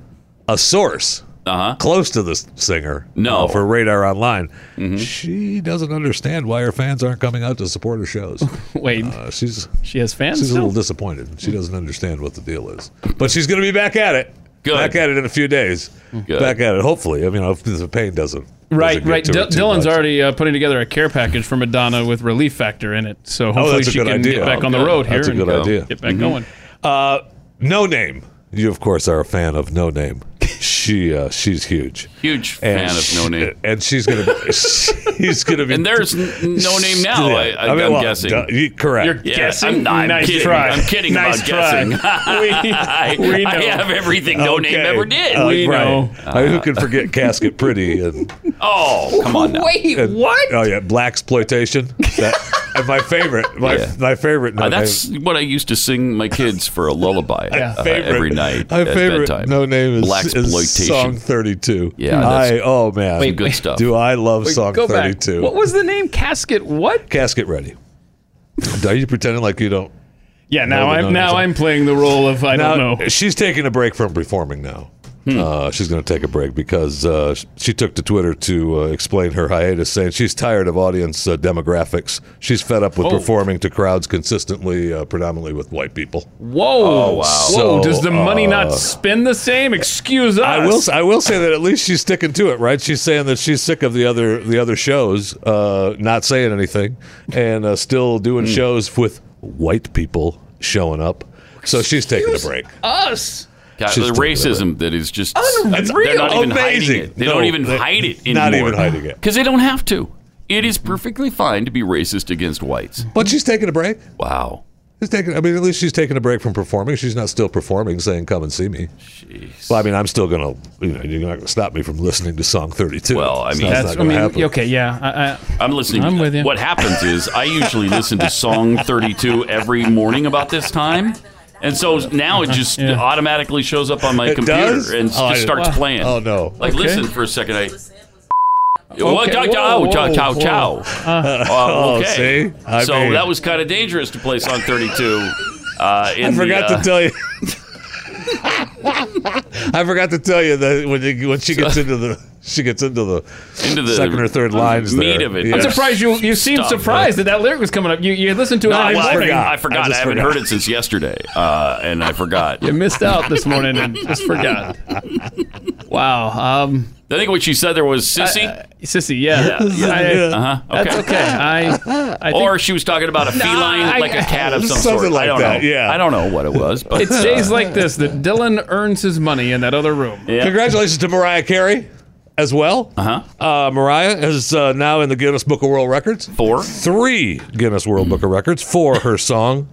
H: a source
B: Uh-huh.
H: close to the s- singer,
B: No. Mm-hmm.
H: uh, for Radar Online, she doesn't understand why her fans aren't coming out to support her
B: <laughs>
H: shows.
C: <laughs> Wait,
H: Uh, she's
C: she has fans.
H: she's a
C: still?
H: little disappointed. She doesn't understand what the deal is, but she's going to be back at it.
B: Good.
H: Back at it in a few days.
B: Good.
H: Back at it. Hopefully, I mean, if the pain doesn't.
C: Right,
H: doesn't get
C: right.
H: to
C: Dil
H: her too
C: Dylan's
H: much.
C: already uh, putting together a care package for Madonna with Relief Factor in it. So hopefully
H: that's a
C: she
H: good
C: can
H: idea.
C: get back
B: Oh,
C: on the
B: good.
C: road here
H: That's a
C: and
H: good
C: go-
H: idea.
C: get back going.
H: Uh, no name. You of course are a fan of No Name. She uh, she's huge.
B: Huge fan
H: And
B: of No
H: she-
B: Name.
H: And she's gonna
B: <laughs>
H: be, she's gonna be.
B: And there's n-
H: <laughs>
B: No Name now, I- I- I'm guessing.
H: duh, you- correct.
C: You're
B: Yeah,
C: guessing.
B: I'm, I'm
C: nice
B: kidding.
C: try.
B: I'm kidding about
C: nice <laughs> try.
B: guessing.
H: <laughs>
B: I,
C: we, we know.
B: I have everything No Name
H: Okay.
B: ever did.
H: Uh,
C: We
H: right.
C: know.
H: I mean, who can forget Casket Pretty and,
B: oh, come on now.
D: Wait,
H: and-
D: what?
H: Oh yeah, Black Exploitation. and my favorite, my
B: Yeah.
H: my favorite. No
B: Uh,
H: Name-
B: that's what I used to sing my kids for a
H: <laughs>
B: lullaby uh,
H: favorite-
B: every night
H: My
B: at
H: favorite
B: bedtime.
H: No Name is,
B: black
H: is song
B: exploitation.
H: thirty-two.
B: Yeah, that's-
H: I oh man,
B: Wait, good wait. stuff.
H: Do I love
C: Wait,
H: song
C: go back.
H: thirty-two?
C: What was the name? Casket. What?
H: Casket Ready? Are you pretending like you don't?
C: Yeah. Now
H: No,
C: I'm
H: no,
C: now
H: no.
C: I'm playing the role of I
H: Now,
C: don't know. Hmm.
H: she's taking a break from performing now. Uh, she's going to take a break because uh, sh- she took to Twitter to uh, explain her hiatus, saying she's tired of audience uh, demographics. She's fed up with
C: Oh.
H: performing to crowds consistently, uh, predominantly with white people.
C: Whoa. wow. Whoa.
H: So,
C: Does the money not
H: uh,
C: spin the same? Excuse us.
H: I will. I will say that at least she's sticking to it, right? She's saying that she's sick of the other the other shows, uh, not saying anything, and uh, still doing
C: Hmm.
H: shows with white people showing up. So she's taking a break.
C: uh us.
B: God,
H: She's
B: the
H: doing it
B: racism that is just They're not even hiding
H: Amazing.
B: it. They
H: No,
B: don't even
H: they-
B: hide it anymore.
H: not even hiding it.
B: Because they don't have to. It is perfectly fine to be racist against whites.
H: But she's taking a break.
B: Wow.
H: She's taking. I mean, at least she's taking a break from performing. She's not still performing, saying, "Come and see me." Well, I mean, I'm still gonna. You know, you're not gonna stop me from listening to song 32.
B: Well, I
H: It's
B: mean-
H: not- it's
C: That's.
H: not
C: I
H: gonna
C: mean.
H: happen.
C: Okay. Yeah. I, I,
B: I'm listening.
C: I'm with you.
B: What happens is I usually listen to Song
H: <laughs>
B: 32 every morning about this time. And so now it just
C: Yeah.
B: automatically shows up on my
H: It
B: computer
H: does?
B: and
H: Oh,
B: just
H: I-
B: starts
H: wow.
B: playing.
H: Oh, no.
B: Like,
C: Okay.
B: listen for a second. I. Well,
C: Okay.
B: chow,
C: Whoa,
B: chow,
C: whoa,
B: chow,
C: whoa.
B: chow. Uh,
H: <laughs> Oh,
B: okay.
H: see? I
B: so
H: mean-
B: that was kind of dangerous to play Song 32. Uh, in
H: I forgot
B: the, uh,
H: to tell you. <laughs> I forgot to tell you that when you, when she gets into the she gets into the
B: into the
H: second or third lines
B: meat
H: there.
B: of it.
H: Yeah.
C: I'm surprised you. You seemed
B: Stop,
C: surprised that that lyric was coming up. You you listened to it.
B: No, Uh,
C: every
B: well, I
C: morning.
B: forgot. I
H: I
B: forgot. I,
H: just
B: haven't
H: forgot.
B: heard it since yesterday, uh, and I
H: <laughs>
B: forgot.
C: You missed out this morning and just forgot. Wow. Um,
B: I think what she said there was sissy,
C: sissy,
H: <laughs>
C: yeah. I-
B: uh-huh. okay.
C: That's okay. I, I think
B: or she was talking about a feline,
C: I-
B: like a cat of some
H: Something
B: sort. I
H: like
B: don't
H: that,
B: know.
H: yeah.
B: I don't know what it was, but uh,
C: it's days like this that Dylan earns his money in that other room.
B: Yeah.
H: Congratulations to Mariah Carey as well. Uh-huh. Mariah is uh, now in the Guinness Book of World Records.
B: four.
H: Three Guinness World Book of Records for her song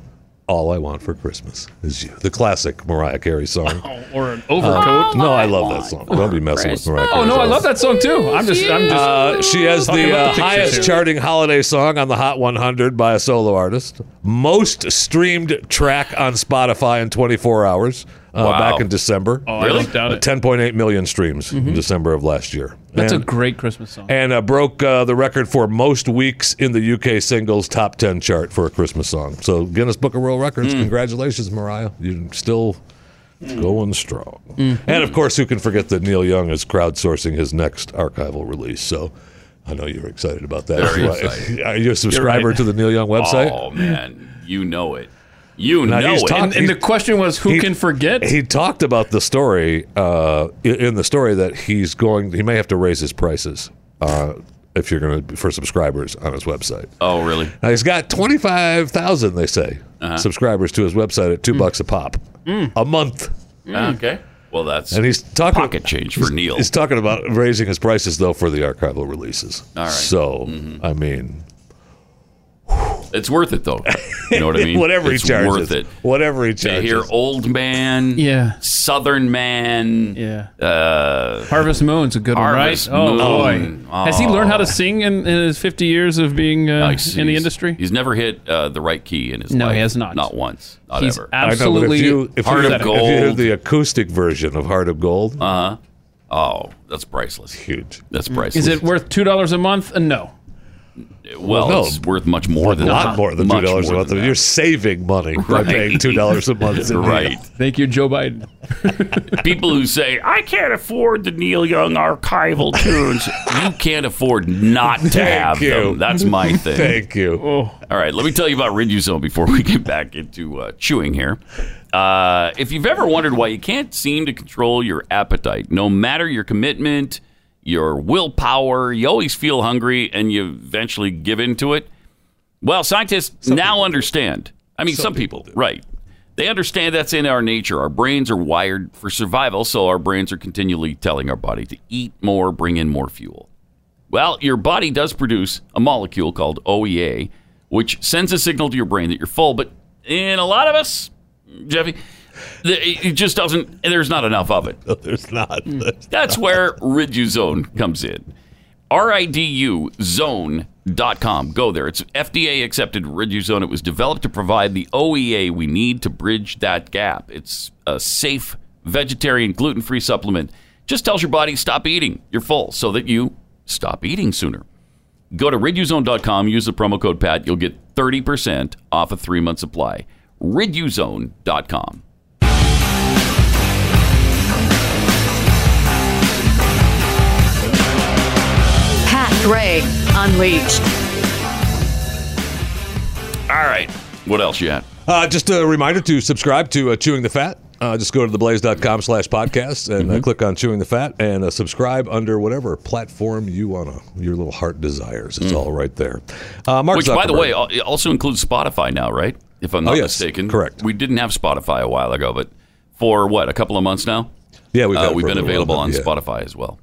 H: "All I Want for Christmas Is You," the classic Mariah Carey song.
C: Or an overcoat.
H: Oh, no, I love that song. Don't be messing with Mariah.
C: oh
H: Carey
C: no, I
H: songs.
C: love that song too. I'm just I'm just
H: Uh, she has
C: Talking
H: the
C: about
H: uh,
C: the pictures
H: highest
C: here.
H: charting holiday song on the Hot 100 by a solo artist. most streamed track on Spotify in 24 hours uh,
B: Wow.
H: back in December.
C: Oh, I
B: Really?
C: looked down
H: Uh,
C: it. Mm-hmm.
H: 10.8 million streams in December of last year.
C: That's
H: And-
C: a great Christmas song.
H: and uh, broke uh, the record for most weeks in the UK singles top 10 chart for a Christmas song. So, Guinness Book of World Records,
C: Hmm.
H: congratulations, Mariah. You're still going strong.
C: Hmm.
H: And of course, who can forget that Neil Young is crowdsourcing his next archival release? So, I know you're excited about that.
B: Very
H: That's why-
B: excited.
H: Are you a subscriber
C: right.
H: to the Neil Young website?
B: Oh man, you know it. You
H: Now,
B: know
H: he's
B: it.
H: talking-
C: and, and the question was, who
H: he-
C: can forget?
H: He talked about the story uh, i- in the story that he's going. He may have to raise his prices uh, if you're going to for subscribers on his website.
B: oh really?
H: Now, he's got 25,000, they say,
B: Uh-huh.
H: subscribers to his website at two
B: Mm.
H: bucks a pop a month.
B: Okay. Ah, Well, that's
H: And he's talking
B: pocket change for Neil.
H: He's talking about raising his prices though for the archival releases. All
B: right. Mm-hmm.
H: So, I mean,
B: It's worth it though. You
H: <laughs>
B: know what I mean?
H: whatever
B: it's
H: he charges,
B: worth it.
H: whatever he
B: To
H: charges.
B: hear old man,
C: Yeah.
B: Southern man,
C: yeah.
B: uh,
C: Harvest Moon's a good
B: Harvest
C: one, right?
B: Moon.
C: Oh boy, has he learned how to sing in, in his 50 years of being uh,
B: he's-
C: in the industry?
B: He's never hit uh, the right key in his
C: No,
B: life.
C: he has not.
B: Not once. Not
C: He's
B: ever.
H: I know, but
C: absolutely.
H: if you, if
B: Heart
H: you,
B: of
H: if you hear
B: Gold. Uh,
H: the acoustic version of Heart of Gold,
B: oh, that's priceless.
H: huge.
B: That's priceless.
C: Mm. is it worth two dollars a month? Uh, no.
B: Well,
H: No.
B: it's worth much more
H: A
B: than
H: lot
B: that.
H: more than two
B: Much
H: dollars a
B: more
H: month.
B: than
H: You're
B: that.
H: saving money by
B: Right.
H: paying two dollars
B: <laughs>
H: a month. in
B: right.
C: Thank you, Joe Biden.
B: People who say I can't afford the Neil Young archival tunes, you can't afford not to have
H: you.
B: them. That's
H: <laughs>
B: my thing.
H: Thank you.
B: All right, let me tell you about Riduzone before <laughs> we get back into uh, chewing here. Uh, if you've ever wondered why you can't seem to control your appetite, no matter your commitment, your willpower, you always feel hungry and you eventually give in to it. Well, scientists now understand. I mean, some, people, right. They understand that's in our nature. Our brains are wired for survival, so our brains are continually telling our body to eat more, bring in more fuel. Well, your body does produce a molecule called OEA, which sends a signal to your brain that you're full. But in a lot of us, Jeffy, the, it just doesn't. There's not enough of it.
H: No, there's not.
B: Mm. That's where Riduzone comes in. RIDUZone.com. Go there. It's FDA accepted Riduzone. It was developed to provide the OEA we need to bridge that gap. It's a safe vegetarian gluten free supplement. Just tells your body stop eating. You're full so that you stop eating sooner. Go to riduzone.com, use the promo code PAT. You'll get 30% off a three month supply. Riduzone.com.
I: Pat Gray Unleashed.
B: All right. What else you got?
H: Uh, just a reminder to subscribe to uh, Chewing the Fat. Uh, just go to theblaze.com slash podcast and
B: Mm-hmm.
H: uh, click on Chewing the Fat and uh, subscribe under whatever platform you want to, your little heart desires. It's all right there. Uh, Mark
B: Mm. Which, by the
H: Zuckerberg.
B: way, al- it also includes Spotify now, right? If I'm not
H: Oh, yes,
B: mistaken.
H: correct.
B: We didn't have Spotify a while ago, but for what, a couple of months now?
H: yeah, we've,
B: Uh,
H: had it
B: we've
H: for a
B: been
H: little
B: available
H: while,
B: on
H: yeah. Uh,
B: Spotify as well.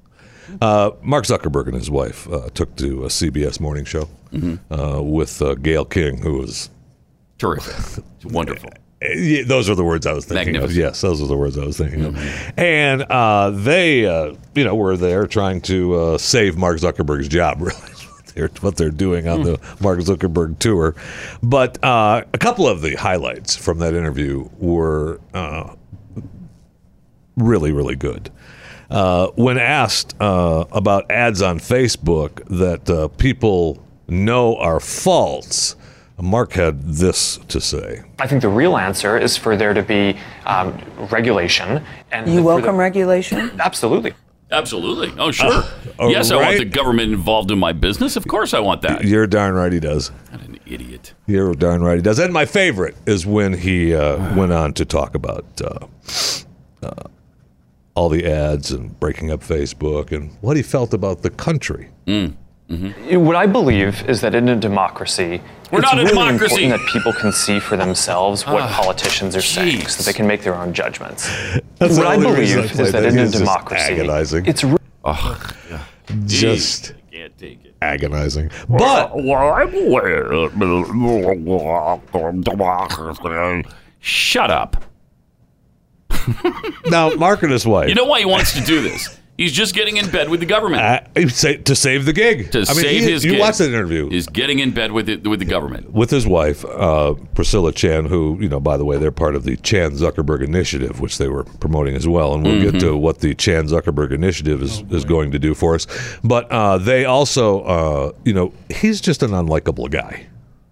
H: Mark Zuckerberg and his wife uh, took to a CBS morning show
B: Mm-hmm.
H: uh, with uh, Gail King, who was <laughs>
B: Terrific. It's wonderful.
H: Yeah, those are the words I was thinking of.
B: Magnificent.
H: Yes, those are the words I was thinking of. And uh, they, uh, you know, were there trying to uh, save Mark Zuckerberg's job. <laughs> Really, is what they're what they're doing on the Mark Zuckerberg tour. But uh, a couple of the highlights from that interview were uh, really, really good. Uh, when asked uh, about ads on Facebook that uh, people know are false, Mark had this to say.
J: I think the real answer is for there to be um, regulation. And
I: You
J: for
I: welcome
J: the-
I: regulation?
J: Absolutely.
B: Absolutely. Oh, sure.
H: Uh, all
B: yes, I want
H: right.
B: the government involved in my business. Of course I want that.
H: You're darn right he does.
B: What an idiot.
H: You're darn right he does. And my favorite is when he uh, went on to talk about uh, uh, all the ads and breaking up Facebook and what he felt about the country.
J: What I believe is that in a democracy,
B: We're
J: it's
B: not a
J: really
B: democracy. Ah,
J: important that people can see for themselves what politicians are saying
B: jeez.
J: so they can make their own judgments.
H: That's
J: what
H: the
J: I
H: only
J: believe
H: reason I played
J: is that
H: that.
J: in a
H: It's just
J: democracy,
H: agonizing.
J: it's re-
H: Just
B: Jeez, I can't take it.
H: agonizing. But
B: Shut up.
H: now, Mark and his wife. <laughs>
B: You know why he wants to do this? He's just getting in bed with the government.
H: Uh, say- to save the gig.
B: to
H: I mean,
B: save
H: he-
B: his
H: you
B: gig
H: watch that interview.
B: Is getting in bed with it, with the government.
H: with his wife uh, Priscilla Chan, who you know, by the way, they're part of the Chan Zuckerberg Initiative, which they were promoting as well, and we'll
B: Mhm.
H: get to what the Chan Zuckerberg Initiative is, is going to do for us. But uh, they also, uh, you know, he's just an unlikable guy.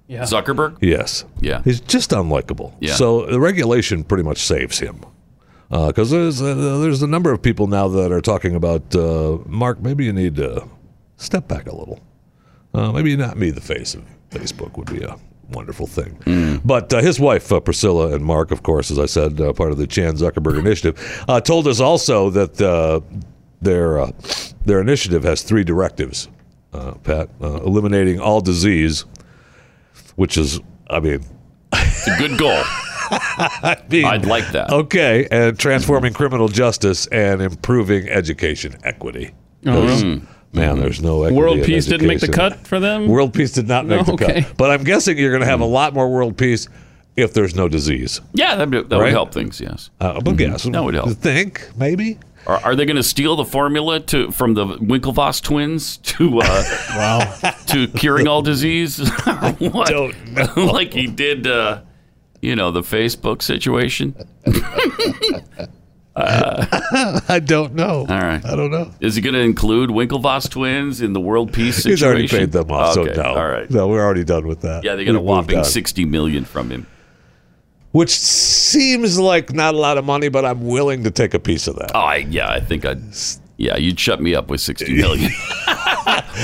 B: Zuckerberg.
H: Yes.
B: Yeah.
H: He's just unlikable.
B: Yeah.
H: So the regulation pretty much saves him. Because there's uh, there's a number of people now that are talking about uh, Mark. Maybe you need to step back a little. Uh, maybe not be the face of Facebook would be a wonderful thing. But uh, his wife uh, Priscilla and Mark, of course, as I said, uh, part of the Chan Zuckerberg Initiative, uh, told us also that uh, their uh, their initiative has three directives. Uh, Pat, uh, eliminating all disease, which is, I mean,
B: It's a good goal.
H: I mean,
B: I'd like that.
H: Okay, and transforming criminal justice and improving education equity.
C: Oh,
H: Those-
C: really?
H: Man, there's no equity
C: World
H: in
C: peace didn't make the
H: education.
C: cut for them?
H: World peace did not make
C: No,
H: the
C: okay.
H: cut. But I'm guessing you're going to have a lot more world peace if there's no disease.
B: Yeah, that, that would
H: Right?
B: help things. Yes,
H: Uh, but guess
B: that would help.
H: Think maybe. <laughs>
B: Are, are they going to steal the formula to from the Winklevoss twins to uh, wow to curing all disease? <laughs> I
H: don't
B: know. <laughs> like he did, uh, you know, the Facebook situation.
H: I don't know.
B: All right,
H: I don't know.
B: Is he going to include Winklevoss twins in the world peace situation?
H: He's already paid them off,
B: Okay,
H: so no.
B: All right.
H: No, we're already done with that.
B: Yeah, they got a
H: We've moved
B: whopping
H: on.
B: sixty million from him.
H: Which seems like not a lot of money, but I'm willing to take a piece of that.
B: Oh, I, yeah, I think I'd. Yeah, you'd shut me up with sixty million.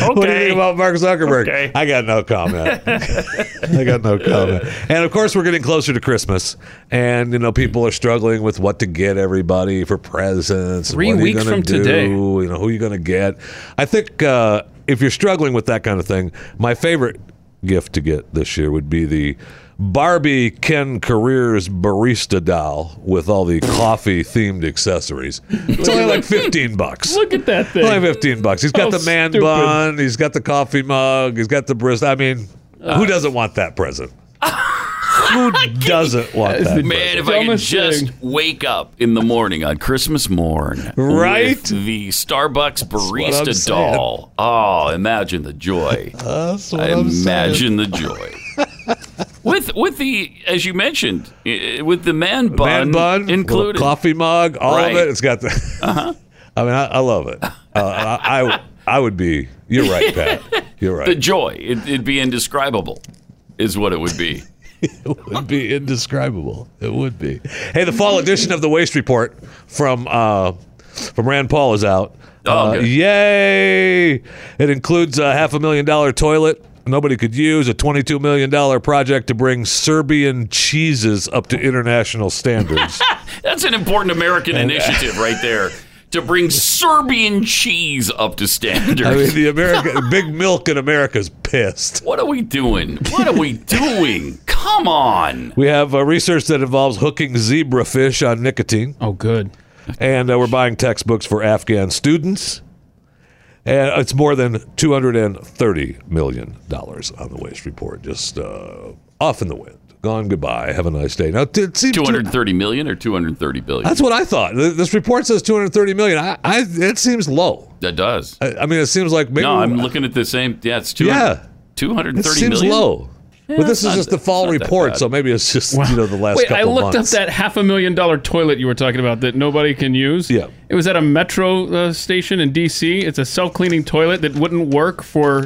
H: What do you think about Mark Zuckerberg? I got no comment. I got no comment. And of course, we're getting closer to Christmas, and you know people are struggling with what to get everybody for presents. and
C: Three
H: what are you
C: weeks
H: gonna
C: from
H: do,
C: today.
H: You know who you're going to get. I think uh, if you're struggling with that kind of thing, my favorite gift to get this year would be the. Barbie Ken Careers barista doll with all the coffee themed accessories. It's only like 15 bucks.
C: Look at that thing.
H: Only fifteen bucks. He's got
C: How
H: the man
C: stupid.
H: bun. He's got the coffee mug. He's got the bris. I mean,
B: Uh,
H: who doesn't want
B: <laughs>
H: that present? who doesn't want that?
B: Man, if I could
C: Dumbest
B: just
C: thing.
B: wake up in the morning on Christmas morn,
H: Right?
B: with the Starbucks
H: what I'm
B: barista
H: saying.
B: doll. Oh, imagine the joy!
H: <laughs> That's what I'm saying.
B: imagine the joy. <laughs> with with the as you mentioned, i- with the man bun,
H: man bun,
B: included.
H: little coffee mug, all
B: Right. Uh-huh.
H: of it. It's got the. <laughs> I mean, I, I love it. Uh, I, I I would be. You're
B: <laughs>
H: right, Pat. You're right.
B: The joy, it, it'd be indescribable, is what it would be.
H: <laughs> would be indescribable. It would be. Hey, the fall edition of the Waste Report from uh, from Rand Paul is out.
B: Oh,
H: Uh,
B: good.
H: yay! It includes a half a million dollar toilet nobody could use, a twenty two million dollar project to bring Serbian cheeses up to
B: <laughs>
H: international standards.
B: That's an important American
H: uh,
B: initiative right there to bring Serbian cheese up to standards.
H: <laughs> I mean, the America, big milk in America's pissed.
B: What are we doing? What are
H: <laughs>
B: we doing? Come on.
H: We have uh, research that involves hooking zebrafish on nicotine.
C: Oh, good.
H: and uh, we're buying textbooks for Afghan students. And it's more than two hundred and thirty million dollars on the waste report. Just uh, off in the wind, gone goodbye. Have a nice day. Now, it seems
B: Two hundred thirty million or two hundred thirty billion?
H: that's what I thought. Th- This report says two hundred thirty million. I, I, it seems low.
B: that does.
H: I, I mean, it seems like maybe
B: No, I'm looking at the same. Yeah, it's two.
H: Yeah.
B: two hundred
H: it
B: thirty
H: seems
B: million.
H: low. but this is
B: not-
H: just the
B: it's
H: fall
B: not that
H: report,
B: bad.
H: so maybe it's just you know the last
C: Wait, I
H: couple
C: looked
H: months.
C: up that half a million dollar toilet you were talking about that nobody can use.
H: Yeah.
C: It was at a metro uh, station in D.C. It's a self cleaning toilet that wouldn't work for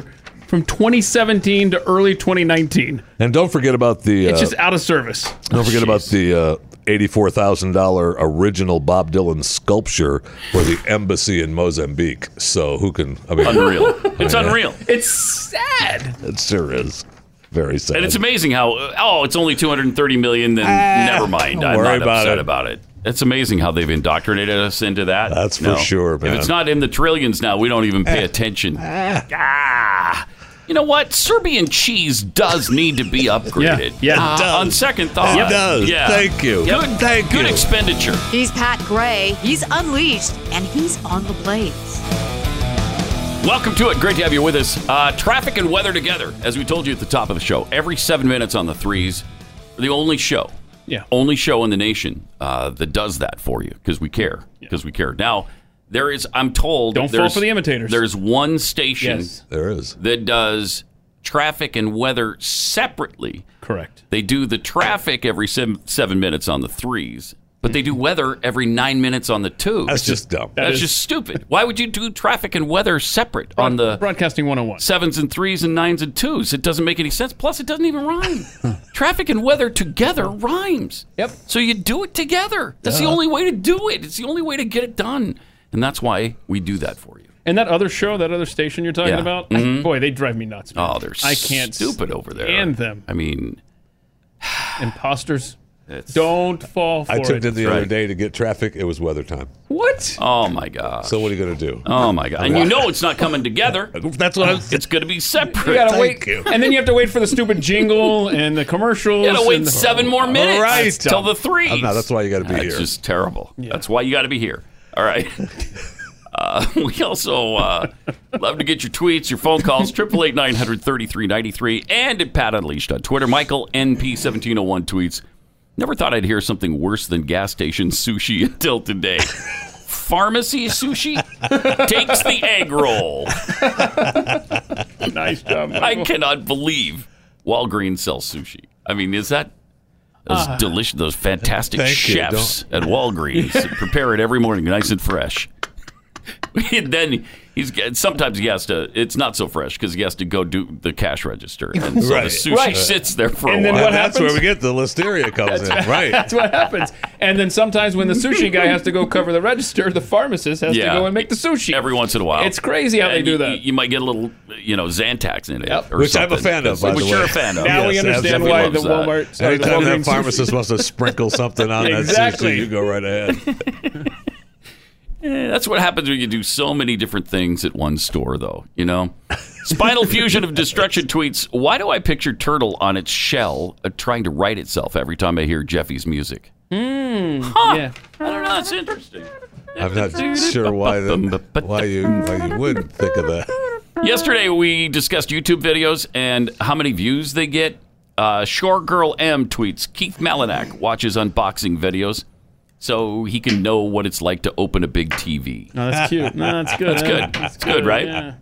C: from 2017 to early 2019.
H: And don't forget about the
C: It's
H: uh,
C: just out of service.
H: Don't forget about the uh, eighty-four thousand dollar original Bob Dylan sculpture for the embassy in Mozambique. So who can? I mean,
B: Unreal. It's unreal,
C: It's sad.
H: <laughs> It sure is very sad.
B: and it's amazing how. uh, Oh, it's only two hundred thirty million. Then never mind.
H: Ah, don't
B: I'm
H: worry
B: not
H: about
B: upset
H: it.
B: about it. It's amazing how they've indoctrinated us into that.
H: That's for sure, man. Ah.
B: If it's not in the trillions now, we don't even pay attention. Ah. You know what? Serbian cheese does need to
H: <laughs>
B: be upgraded.
C: Yeah, yeah, it
B: Uh, on second thought,
H: It does.
B: Yeah.
H: Thank you.
B: Good,
H: Thank
B: good
H: you.
B: expenditure.
I: He's Pat Gray. He's unleashed, and he's on the blades.
B: Welcome to it. Great to have you with us. Uh, traffic and weather together, as we told you at the top of the show. Every seven minutes on the threes, the only show,
C: Yeah.
B: only show in the nation uh, that does that for you because we care, because we care. Now There is, I'm told,
C: Don't fall
B: there's-
C: for the imitators.
B: There's one station
C: Yes.
H: there is
B: that does traffic and weather separately.
C: Correct.
B: They do the traffic every seven, seven minutes on the threes, but they do weather every nine minutes on the twos.
H: That's just dumb.
C: That
B: That's
C: is-
B: just stupid. Why would you do traffic and weather separate on the
C: Broadcasting 101.
B: sevens and threes and nines and twos. It doesn't make any sense. Plus, it doesn't even
C: <laughs>
B: rhyme. Traffic and weather together rhymes.
C: Yep.
B: So you do it together. That's the only way to do it. It's the only way to get it done. And that's why we do that for you.
C: And that other show, that other station you're talking
B: Yeah. Mm-hmm.
C: about, I, boy, they drive me nuts. man.
B: Oh, they're
C: I can't
B: stupid over there.
C: stand them.
B: I mean,
C: Imposters.
B: it's,
C: Don't fall for
H: I
C: it.
H: took it the other
B: Right.
H: day to get traffic. It was weather time.
C: what?
B: oh my god.
H: So what are you going to do?
B: Oh my god. And you know it's not coming
C: <laughs>
B: together.
H: That's what I'm.
B: It's going to be separate.
C: You gotta wait,
H: Thank you.
C: and then you have to wait for the stupid jingle and the commercials.
B: <laughs> You gotta wait
C: and the-
B: seven more minutes
H: right.
B: till the threes.
H: I'm not- that's why you gotta be
B: that's
H: here.
B: just terrible. That's why you got to be here. All
H: <laughs>
B: right. Uh, <laughs> we also uh, love to get your tweets, your phone calls, <laughs> triple eight nine hundred thirty three ninety three, and at Pat Unleashed on Twitter. Michael NP seventeen oh one tweets. Never thought I'd hear something worse than gas station sushi <laughs> until today. Pharmacy sushi takes the egg roll.
C: <laughs> Nice job.
B: I cannot believe Walgreens sells sushi. I mean, is that those delicious, those fantastic
H: Thank you.
B: chefs at Walgreens
C: <laughs>
B: that prepare it every morning, nice and fresh. <laughs> And then he's sometimes he has to. It's not so fresh because he has to go do the cash register, and so
H: Right.
B: the sushi
C: Right.
B: sits there for
C: And
B: a
C: then
B: while.
C: what
H: that's
C: happens?
H: where we get the listeria comes in, right?
C: That's what happens. And then sometimes when the sushi guy has to go cover the register, the pharmacist has
B: Yeah.
C: to go and make the sushi.
B: Every once in a while,
C: It's crazy how
B: And
C: they do
B: you-
C: that.
B: You, might get a little, you know, Xanax in it,
C: Yep.
B: or
H: Which I'm a
B: something.
H: fan of, by
B: which
H: the
B: you're
H: way.
B: a fan of.
H: Yeah.
C: now we
H: Yes,
C: understand
H: absolutely
C: why the
B: loves that.
C: Walmart. sorry, the
H: Anytime that
C: Walgreens
H: pharmacist wants to sprinkle something on
C: Exactly.
H: that sushi, you go right ahead.
B: Eh, That's what happens when you do so many different things at one store, though. You know, Spinal Fusion of Destruction tweets: Why do I picture turtle on its shell uh, trying to right itself every time I hear Jeffy's music?
C: sushi. Yeah.
B: I don't know. That's interesting.
H: I'm not sure why the, why you why you would think of that.
B: Yesterday we discussed YouTube videos and how many views they get. Uh, Shore Girl M tweets: Keith Malinak watches unboxing videos so he can know what it's like to open a big TV.
C: No, that's cute. No,
B: <laughs>
C: that's good. That's
B: good. It's good, right?
C: Yeah.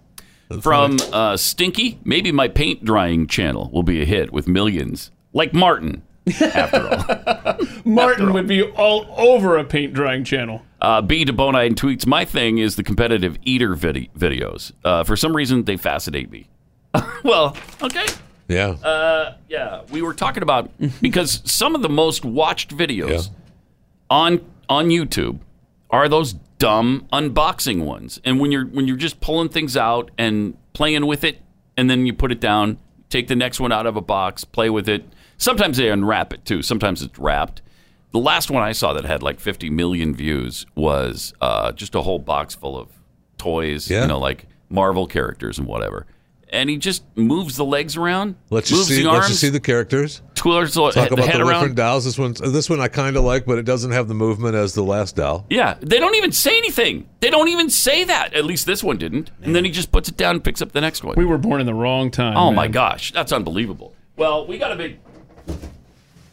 B: from uh, Stinky. Maybe my paint drying channel will be a hit with millions, like Martin. After all,
C: Martin would be all over a paint drying channel.
B: uh, B Debonine tweets: My thing is the competitive eater vid- videos. Uh, for some reason, they fascinate me. <laughs> well, okay,
H: Yeah.
B: yeah, we were talking about because some of the most watched videos
H: Mm-hmm. Yeah.
B: on on YouTube are those dumb unboxing ones. And when you're when you're just pulling things out and playing with it, and then you put it down, take the next one out of a box, play with it. Sometimes they unwrap it too. Sometimes it's wrapped. The last one I saw that had like 50 million views was uh, just a whole box full of toys,
H: Yeah.
B: you know, like Marvel characters and whatever. And he just moves the legs around.
H: let you
B: moves
H: see.
B: The
H: Let you
B: arms,
H: see the characters.
B: twirls the,
H: Talk
B: the
H: about the
B: head
H: different
B: around.
H: dowels. This one, this one, I kind of like, but it doesn't have the movement as the last dowel.
B: Yeah, they don't even say anything. They don't even say that. At least this one didn't. And then he just puts it down and picks up the next one.
C: We were born in the wrong time.
B: oh
C: man.
B: my gosh, that's unbelievable. Well, we got a big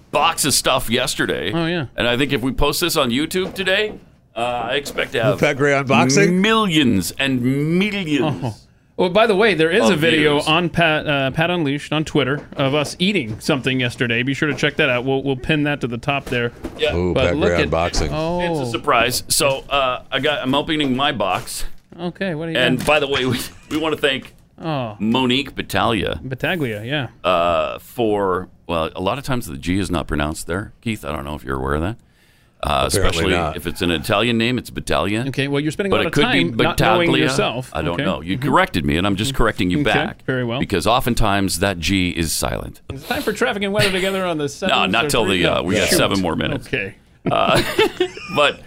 B: box of stuff yesterday.
C: Oh, yeah.
B: And I think if we post this on YouTube today, uh, I expect to have
H: Pat Gray unboxing.
B: millions and millions.
C: Well, Oh, by the way, there is
B: Of
C: a video
B: views.
C: on Pat uh, Pat Unleashed on Twitter of us eating something yesterday. Be sure to check that out. We'll we'll pin that to the top there.
B: Yeah.
H: Ooh,
C: But
H: Pat
C: look
H: Gray
C: at-
H: unboxing.
B: It's a
C: Oh,
B: surprise. So uh, I got. I'm opening my box.
C: okay. What do you
B: And
C: and
B: by the way, <laughs> we, we want to thank
C: Oh.
B: Monique Battaglia.
C: Battaglia? Yeah.
B: Uh, for well, a lot of times the G is not pronounced there, Keith. I don't know if you're aware of that. Uh, especially
H: not.
B: if it's an Italian name, it's Battaglia.
C: okay. Well, you're spending a
B: But
C: lot
B: it
C: of
B: could be
C: time not knowing
B: Battaglia.
C: yourself.
B: I don't
C: Okay. Mm-hmm.
B: know. You corrected me, and I'm just correcting you
C: Okay,
B: back.
C: very well.
B: Because oftentimes that G is silent.
C: It's time for traffic and weather together on the
B: <laughs>
C: seven.
B: No, not till the, uh, we got seven more minutes.
C: Okay.
B: But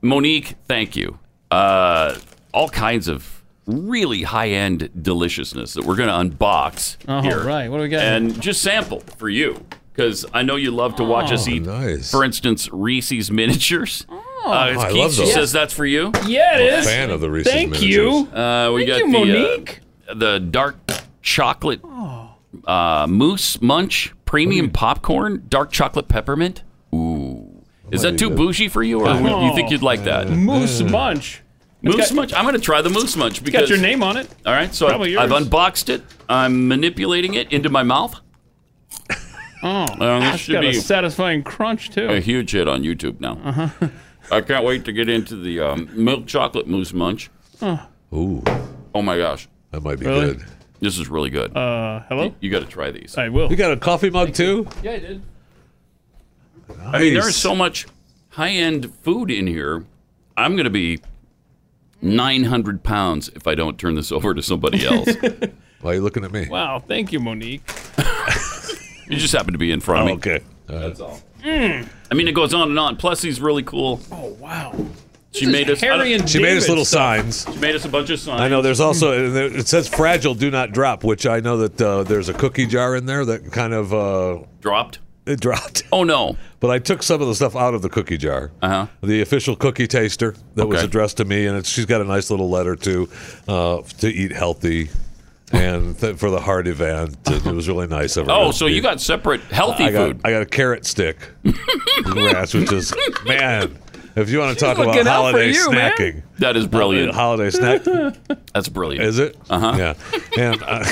B: Monique, thank you. Uh, all kinds of really high-end deliciousness that we're going to unbox
C: Oh,
B: here.
C: right. What do we got?
B: and just sample for you because I know you love to watch us eat.
H: Oh, nice.
B: For instance, Reese's miniatures. Oh,
H: <laughs> I love
B: She
H: those.
B: says that's for you.
C: yeah, it is.
H: Fan of the Reese's
C: Thank
H: miniatures.
C: you.
B: Uh, we
C: Thank
B: got
C: you,
B: the uh,
C: Monique.
B: the dark chocolate uh, moose munch premium popcorn dark chocolate peppermint.
H: <laughs>
B: Ooh, is that too bougie for you, or would you think you'd like that?
C: Moose Munch.
B: Moose smudge. I'm going to try the moose smudge because
C: your name on it.
B: All right, so
C: Probably
B: I, I've
C: yours.
B: unboxed it. I'm manipulating it into my mouth.
C: Oh,
B: Uh, this
C: that's
B: should
C: got a
B: be-
C: satisfying crunch too.
B: A huge hit on YouTube now.
C: Uh-huh.
B: I can't wait to get into the um, milk chocolate moose munch.
C: Huh.
B: Ooh. Oh my gosh.
H: That might be
C: Really?
H: good.
B: This is really good.
C: Uh, hello.
B: You got to try these.
C: I will.
H: You got a coffee mug too?
B: Yeah, I did. I mean,
H: Nice.
B: there is so much high-end food in here. I'm going to be 900 pounds if I don't turn this <laughs> over to somebody else.
H: Why are you looking at me?
C: Wow, thank you, Monique.
B: you just happen to be in front of me.
H: Okay.
B: That's all. I mean, it goes on and on. Plus, he's really cool.
C: Oh wow,
B: She made us. I don't-
C: Harry and
H: She made us
C: David
H: little
C: stuff.
H: signs.
B: she made us a bunch of signs.
H: I know there's
B: Hmm.
H: also and there- it says fragile, do not drop, which I know that uh, there's a cookie jar in there that kind of uh,
B: dropped.
H: it dropped.
B: Oh no.
H: But I took some of the stuff out of the cookie jar.
B: Uh-huh.
H: The official cookie taster that was
B: Okay.
H: addressed to me, and it's, she's got a nice little letter too, uh, to eat healthy, and <laughs> th- for the heart event. and it was really nice of her.
B: Oh,
H: to
B: so
H: be-
B: you got separate healthy
H: I got
B: food.
H: I got a carrot
B: <laughs>
H: stick, grass, which is man. If you want to talk about
C: looking out for
H: holiday
C: you, man.
H: snacking,
B: that is brilliant.
H: holiday snack
B: That's brilliant. <laughs>
H: is it? Uh-huh. Yeah, and uh,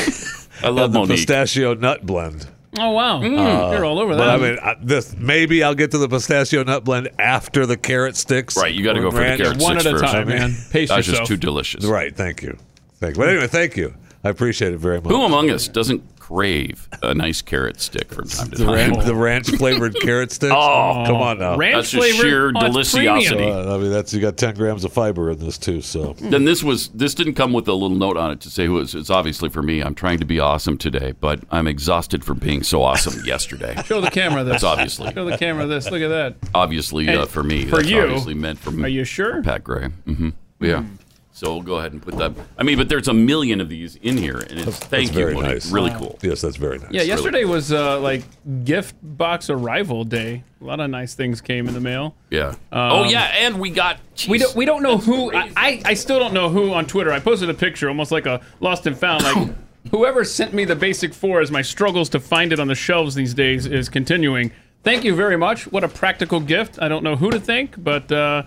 B: I love
H: the
B: Monique.
H: pistachio nut blend.
C: Oh wow, you're all over
H: But I
C: that.
H: mean, I, this maybe I'll get to the pistachio nut blend after the carrot sticks.
B: Right, you got to
H: Or
B: go for the
H: ranch.
B: carrot
C: One
B: sticks
C: at a
B: first.
C: time, man. Pace
B: That's just
C: yourself.
B: too delicious.
H: Right. Thank you. Thank you. But anyway, thank you. I appreciate it very much.
B: Who among us doesn't crave a nice carrot stick from time to
H: The
B: time? <laughs>
H: ranch, the ranch flavored carrot sticks.
B: Oh.
H: come on now.
C: Ranch
B: That's just
C: flavor,
B: sheer
C: oh, it's premium.
B: deliciosity.
H: Uh, I mean, that's you got 10 grams of fiber in this too. So
B: Then this was this didn't come with a little note on it to say who it was. It's obviously for me. I'm trying to be awesome today, but I'm exhausted from being so awesome <laughs> yesterday.
C: Show the camera this.
B: That's obviously
C: Show the camera this. Look at that.
B: obviously uh,
C: And
B: for me.
C: for
B: that's
C: you,
B: obviously meant for me.
C: Are you sure?
B: Pat Gray. Mm-hmm. Yeah. So we'll go ahead and put that. I mean, but there's a million of these in here, and it's thank you,
H: very
B: Woody.
H: nice.
B: Really cool.
H: yes, that's very nice.
C: Yeah, yesterday was uh, like gift box arrival day. A lot of nice things came in the mail.
B: Yeah. oh yeah, and we got.
C: Um, We
B: jeez.
C: don't we don't know who I, I I still don't know who on Twitter. I posted a picture almost like a lost and found like whoever sent me the basic four as my struggles to find it on the shelves these days is continuing. Thank you very much. What a practical gift. I don't know who to thank, but uh,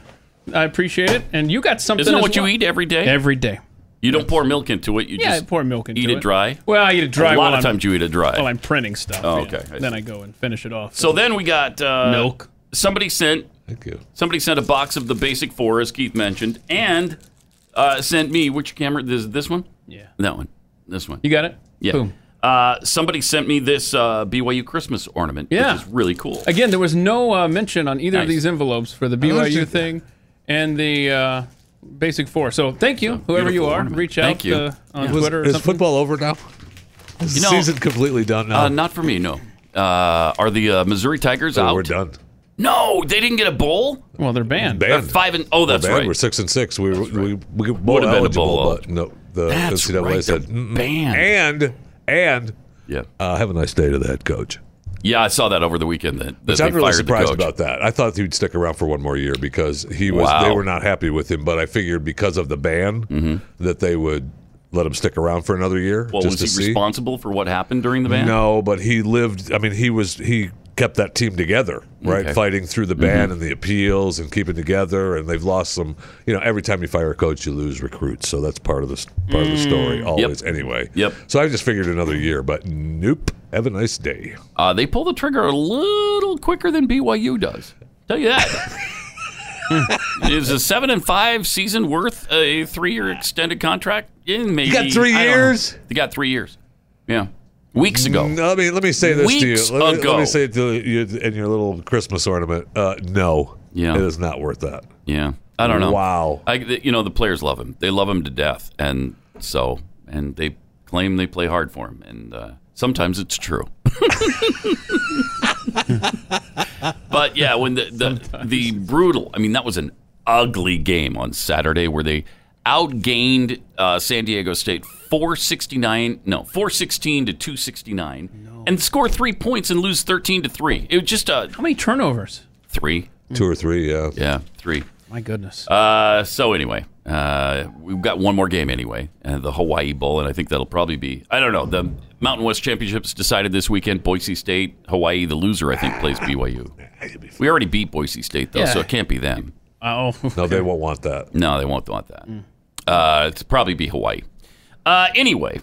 C: I appreciate it. And you got something.
B: Isn't it
C: as
B: what you
C: well.
B: eat every day?
C: every day?
B: you don't pour milk into it. You
C: Yeah,
B: just
C: I pour milk into
B: eat it dry.
C: Well, I eat it dry.
B: a lot
C: while
B: of
C: I'm,
B: times you eat it dry.
C: while I'm printing stuff.
B: Oh,
C: yeah.
B: okay, I
C: then
B: see.
C: I go and finish it off.
B: so then we got uh,
C: Milk.
B: Somebody sent
H: Thank you.
B: somebody sent a box of the basic four, as Keith mentioned, and uh, sent me which camera? This this one?
C: yeah,
B: That one? This one?
C: you got it.
B: Yeah.
C: Boom.
B: Uh, somebody sent me this uh, BYU Christmas ornament,
C: Yeah.
B: which is really cool.
C: Again, there was no uh, mention on either of
B: Nice. Oh,
C: these envelopes for the
H: don't
C: BYU
H: you-
C: thing and the uh, Basic Four. So thank you, whoever you
B: beautiful
C: are.
B: ornament.
C: Reach
B: Thank
C: out
B: you.
C: uh, on
B: Yeah. Was-
C: Twitter or
H: Is
C: something.
H: football over now? Is
B: You
H: the
B: know-
H: season completely done now?
B: Uh, not for me, no. Uh, are the uh, Missouri Tigers
H: Oh,
B: out?
H: we're done.
B: No, they didn't get a bowl.
C: well, they're banned.
B: They're
H: Banned.
B: five and oh, that's
H: Banned.
B: right.
H: We're six and six. We we, we, we bowl
B: Would've been a
H: eligible,
B: bowl.
H: but no, the
B: That's
H: NCAA
B: right,
H: said
B: they're
H: "Mm-mm."
B: banned.
H: And and
B: yeah,
H: uh, have a nice day to that coach.
B: yeah, I saw that over the weekend. That, that they
H: I'm really
B: fired the
H: surprised
B: coach.
H: about that. I thought he'd stick around for one more year because he was.
B: Wow.
H: They were not happy with him, but I figured because of the ban that they would let him stick around for another year.
B: Mm-hmm. Well,
H: just
B: was he
H: to see.
B: responsible for what happened during the ban?
H: No, but he lived. I mean, he was he kept that team together, right?
B: Okay. Mm-hmm.
H: Fighting through the ban and the appeals and keeping together. And they've lost some. You know, every time you fire a coach, you lose recruits. So that's part of the part of the story always. Anyway.
B: Mm, Yep.
H: So I just figured another year, but nope. Have a nice day.
B: Uh, they pull the trigger a little quicker than BYU does. Tell you
H: <laughs>
B: that. Is a seven and five season worth a three year extended contract? In maybe
H: got three
B: I don't know.
H: years?
B: They got three years. Yeah, weeks ago.
H: No, let me let me say this to
B: Weeks
H: you. Let me,
B: ago.
H: let me say it to you in your little Christmas ornament. Uh, no,
B: Yeah.
H: it is not worth that.
B: Yeah, I don't know.
H: Wow.
B: I, you know, the players love him. They love him to death, and so and they claim they play hard for him, and uh, sometimes it's true. <laughs> but yeah, when the the, the brutal, I mean, that was an ugly game on Saturday where they outgained uh, San Diego State four sixty nine, no four sixteen to two sixty nine, and score three points and lose thirteen to three. It was just a
C: How many turnovers?
B: three,
H: Two or three, yeah.
B: yeah, three.
C: My goodness.
B: Uh, so anyway, uh, we've got one more game anyway, uh, the Hawaii Bowl, and I think that'll probably be. I don't know. The Mountain West Championships decided this weekend. Boise State, Hawaii, the loser, I think plays BYU. We already beat Boise State though,
C: Yeah.
B: so it can't be them. <laughs>
C: Oh,
H: No, they won't want that.
B: No, they won't want that. Uh, it's probably be Hawaii. Uh, anyway,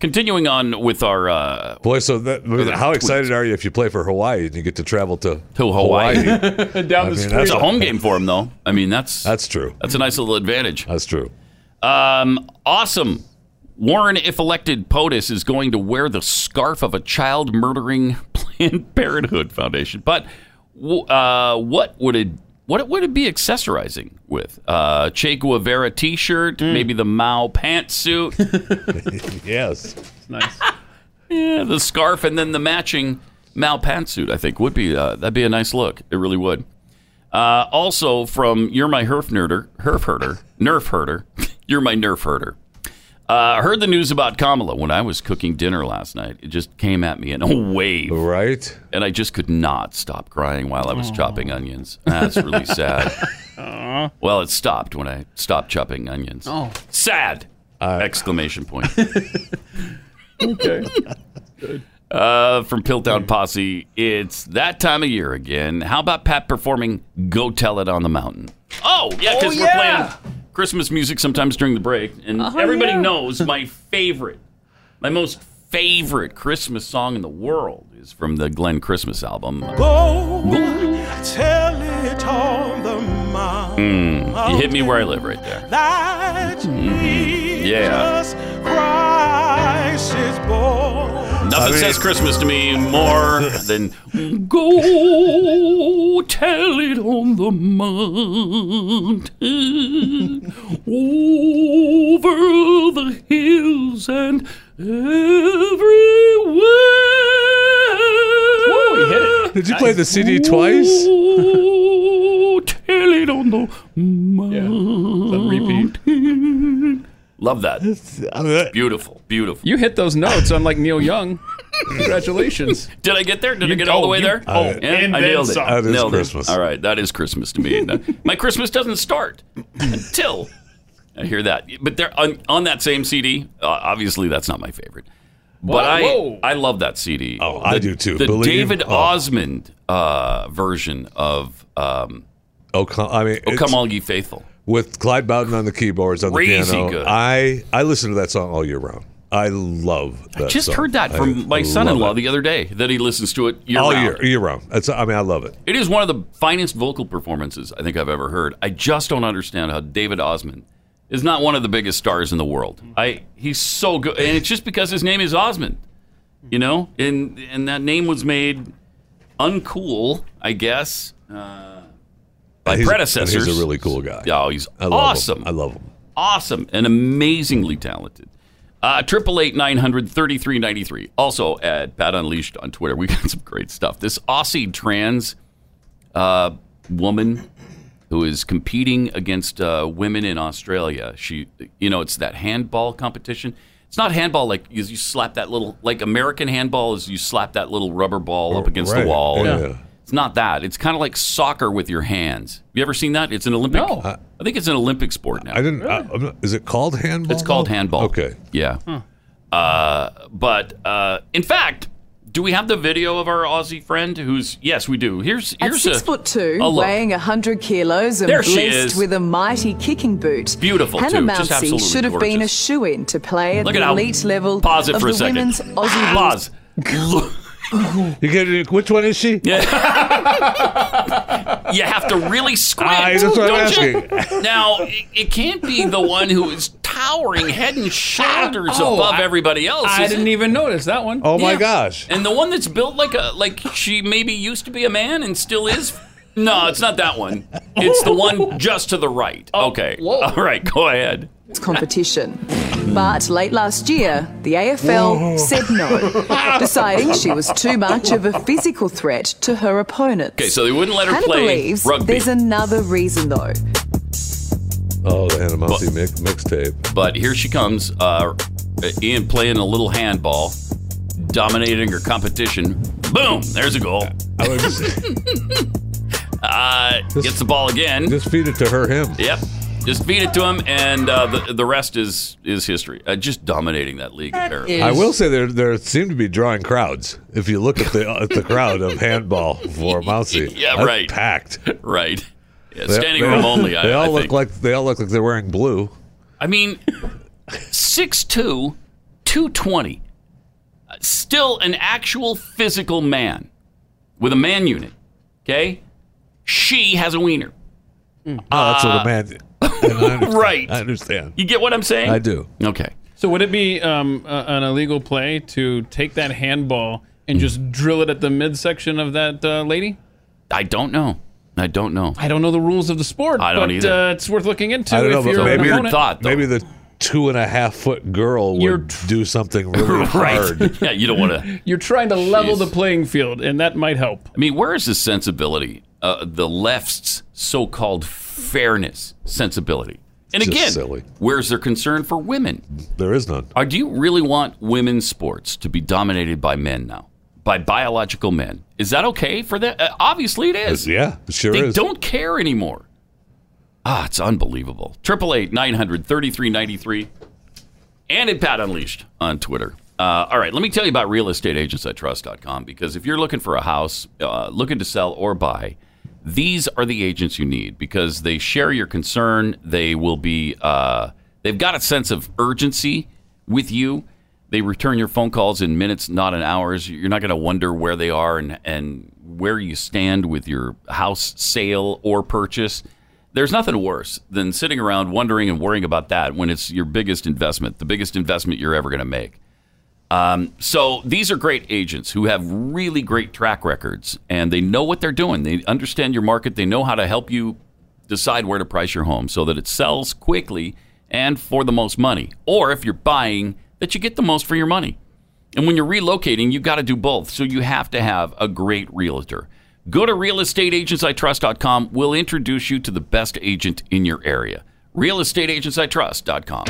B: continuing on with our uh,
H: Boy, so that, how excited are you if you play for Hawaii and you get to travel to,
B: to Hawaii.
C: down the street.
B: That's
H: <laughs>
B: a home game for him, though. I mean, that's
H: That's true.
B: that's a nice little advantage.
H: That's true.
B: Um, awesome. Warren, if elected, POTUS is going to wear the scarf of a child murdering <laughs> Planned Parenthood Foundation. But w- uh, what would it what would it be accessorizing with? Uh, che Guevara T-shirt, maybe the Mao pantsuit,
H: Yes.
C: nice.
B: yeah, the scarf, and then the matching Mao pantsuit. I think would be uh, that'd be a nice look. It really would. Uh, also, from you're my herf nerder, herf herder, nerf herder, <laughs> you're my nerf herder. Uh, heard the news about Kamala when I was cooking dinner last night. It just came at me in a <laughs> wave,
H: Right?
B: and I just could not stop crying while I was chopping onions. That's <laughs> really sad. well, it stopped when I stopped chopping onions. Oh, Uh, sad! Exclamation <laughs> point.
C: Okay.
B: Uh, from Piltdown Posse, it's that time of year again. How about Pat performing "Go Tell It" on the mountain? Oh yeah, Uh-huh, because we're playing Christmas music sometimes during the break, and everybody knows my favorite, my most favorite Christmas song in the world is from the Glenn Christmas album.
E: Tell it on the mountain.
B: You hit me where I live, right there. Mm-hmm. Yeah.
E: Jesus Christ is born.
B: Nothing
H: I mean-
B: says Christmas to me
H: <laughs>
B: more than go tell it on the mountain, over the hills and everywhere.
C: Whoa, he hit it.
H: Did you play the CD twice?
B: Go tell it <laughs> on the
C: Yeah. It's on repeat.
B: mountain. Love that.
H: Oh,
B: Beautiful, beautiful.
C: You hit those notes, unlike Neil Young.
B: <laughs>
C: Congratulations.
B: Did I get there? Did I
C: You-
B: get all the
C: oh,
B: way
C: you-
B: there?
C: oh, and
B: I
C: then
B: nailed it.
C: some.
H: That is
B: Nailed it.
H: Christmas.
B: All right, that is Christmas to
C: <laughs>
B: me. Now, My Christmas doesn't start until I hear that. But there on, on that same CD, uh, obviously that's not my favorite. But I
C: whoa.
B: I love that CD.
H: Oh,
B: the,
H: I do too.
B: The
H: Believe-
B: David
H: oh.
B: Osmond uh, version of um,
H: Oh, come, I mean,
B: "Oh
H: it's-
B: Come All Ye Faithful."
H: with Clyde Bowden on the keyboards on the
B: Crazy
H: piano.
B: good.
H: I I listen to that song all year round. I love that.
B: I just
H: song.
B: heard that
H: I
B: from my
H: love
B: son-in-law
H: it.
B: the other day that he listens to it year
H: all
B: round.
H: year year round. That's I mean I love it.
B: It is one of the finest vocal performances I think I've ever heard. I just don't understand how David Osmond is not one of the biggest stars in the world. I he's so good, and it's just because his name is Osmond, you know, and and that name was made uncool, I guess, uh, by
H: He's-
B: predecessors.
H: He's a really cool guy.
B: Oh, he's
H: I love
B: awesome
H: Him. I love him.
B: awesome and amazingly talented. Uh, Triple eight nine hundred thirty three ninety three. Also at Pat Unleashed on Twitter, we got <laughs> some great stuff. This Aussie trans uh, woman who is competing against uh, women in Australia. She, you know, it's that handball competition. It's not handball like you, you slap that little like American handball is you slap that little rubber ball up against
H: Oh, Right,
B: the wall.
H: yeah.
B: It's not that. It's kind of like soccer with your hands. You ever seen that? It's an Olympic.
C: No.
B: I think it's an Olympic sport now.
H: I didn't. I, I'm not, is it called handball?
B: It's called
H: though?
B: handball.
H: Okay.
B: Yeah. Uh, but uh, in fact, do we have the video of our Aussie friend? Who's yes, we do. Here's
K: At
B: here's
K: six
B: a
K: foot two,
B: a look.
K: weighing 100 kilos and
B: There she
K: blessed
B: is.
K: with a mighty kicking boot,
B: Beautiful,
K: Hannah
B: too. Just
K: Mouncey
B: absolutely
K: should have been a
B: gorgeous.
K: shoe in to play at
B: Look
K: the
B: at how.
K: elite level
B: pause it
K: of
B: for
K: the
B: a second.
K: women's Aussie rules
B: Pause. Look,
H: You get which one is she? Yeah.
B: you have to really squint.
H: I, that's what I'm
B: don't you?
H: asking.
B: Now it, it can't be the one who is towering head
H: <laughs>
B: and shoulders
C: Oh,
B: above
C: I-
B: everybody else.
C: I
B: is it?
C: didn't even notice that one.
H: Oh my
B: Yeah.
H: gosh.
B: And the one that's built like a like she maybe used to be a man and still
H: <laughs>
B: is. No, it's not that one. It's the one just to the right. Okay. All right, go ahead.
K: competition. But late last year, the AFL said
H: <laughs>
K: no, deciding she was too much of a physical threat to her opponents.
B: Okay, so they wouldn't let her
K: Hannah
B: play
K: believes
B: rugby,
K: there's another reason, though.
H: Oh, the animosity mix, mixtape.
B: but here she comes, uh, Ian playing a little handball, dominating her competition. Boom! There's a goal.
H: I would just,
B: Uh, gets the ball again.
H: just feed it to her him.
B: Yep. Just feed it to him, and uh, the the rest is is history. Uh, just dominating that league. Apparently.
H: I will say there there seem to be drawing crowds. If uh, you look at the at the crowd of handball for Mousy,
B: Yeah,
H: that's
B: right.
H: Packed.
B: Right. Yeah, standing room only, I-
H: they all
B: I
H: look
B: think.
H: like they all look like they're wearing blue.
B: I mean, 6'2", 220. Uh, Still an actual physical man with a man unit. Okay? She has a wiener.
H: Oh, that's
B: Uh,
H: what a man. and I understand.
B: Right.
H: I understand.
B: You get what I'm saying?
H: I do.
B: Okay.
C: So would it be um, a, an illegal play to take that handball and just drill it at the midsection of that uh, lady?
B: I don't know. I don't
H: <laughs>
B: know.
C: I don't know the rules of the sport.
B: I don't
C: but,
B: either.
C: Uh, it's worth looking into.
H: I don't know,
C: if you're
H: but maybe
C: an
H: the
C: opponent.
H: maybe the two and a half foot girl would do something
B: <laughs>
H: really hard.
B: yeah, you don't want to.
C: You're trying to level the playing field, and that might help.
B: I mean, where is the sensibility, uh, the left's so-called fairness sensibility? And
H: It's just
B: again,
H: silly.
B: where's their concern for women?
H: There is none.
B: Or do you really want women's sports to be dominated by men now, by biological men? Is that okay for them? Uh, obviously, it is.
H: Yeah, it sure
B: they
H: is.
B: don't care anymore. Ah, it's unbelievable. Triple eight nine hundred thirty three ninety three, and at Pat Unleashed on Twitter. Uh, all right, let me tell you about realestateagentsitrust.com because if you're looking for a house, uh, looking to sell or buy, these are the agents you need because they share your concern. They will be, uh, they've got a sense of urgency with you. They return your phone calls in minutes, not in hours. You're not going to wonder where they are and, and where you stand with your house sale or purchase. There's nothing worse than sitting around wondering and worrying about that when it's your biggest investment, the biggest investment you're ever going to make. Um, so these are great agents who have really great track records and they know what they're doing. They understand your market. They know how to help you decide where to price your home so that it sells quickly and for the most money. Or if you're buying, that you get the most for your money. And when you're relocating, you've got to do both. So you have to have a great realtor. Go to realestateagentsitrust.com. We'll introduce you to the best agent in your area. Realestateagentsitrust.com.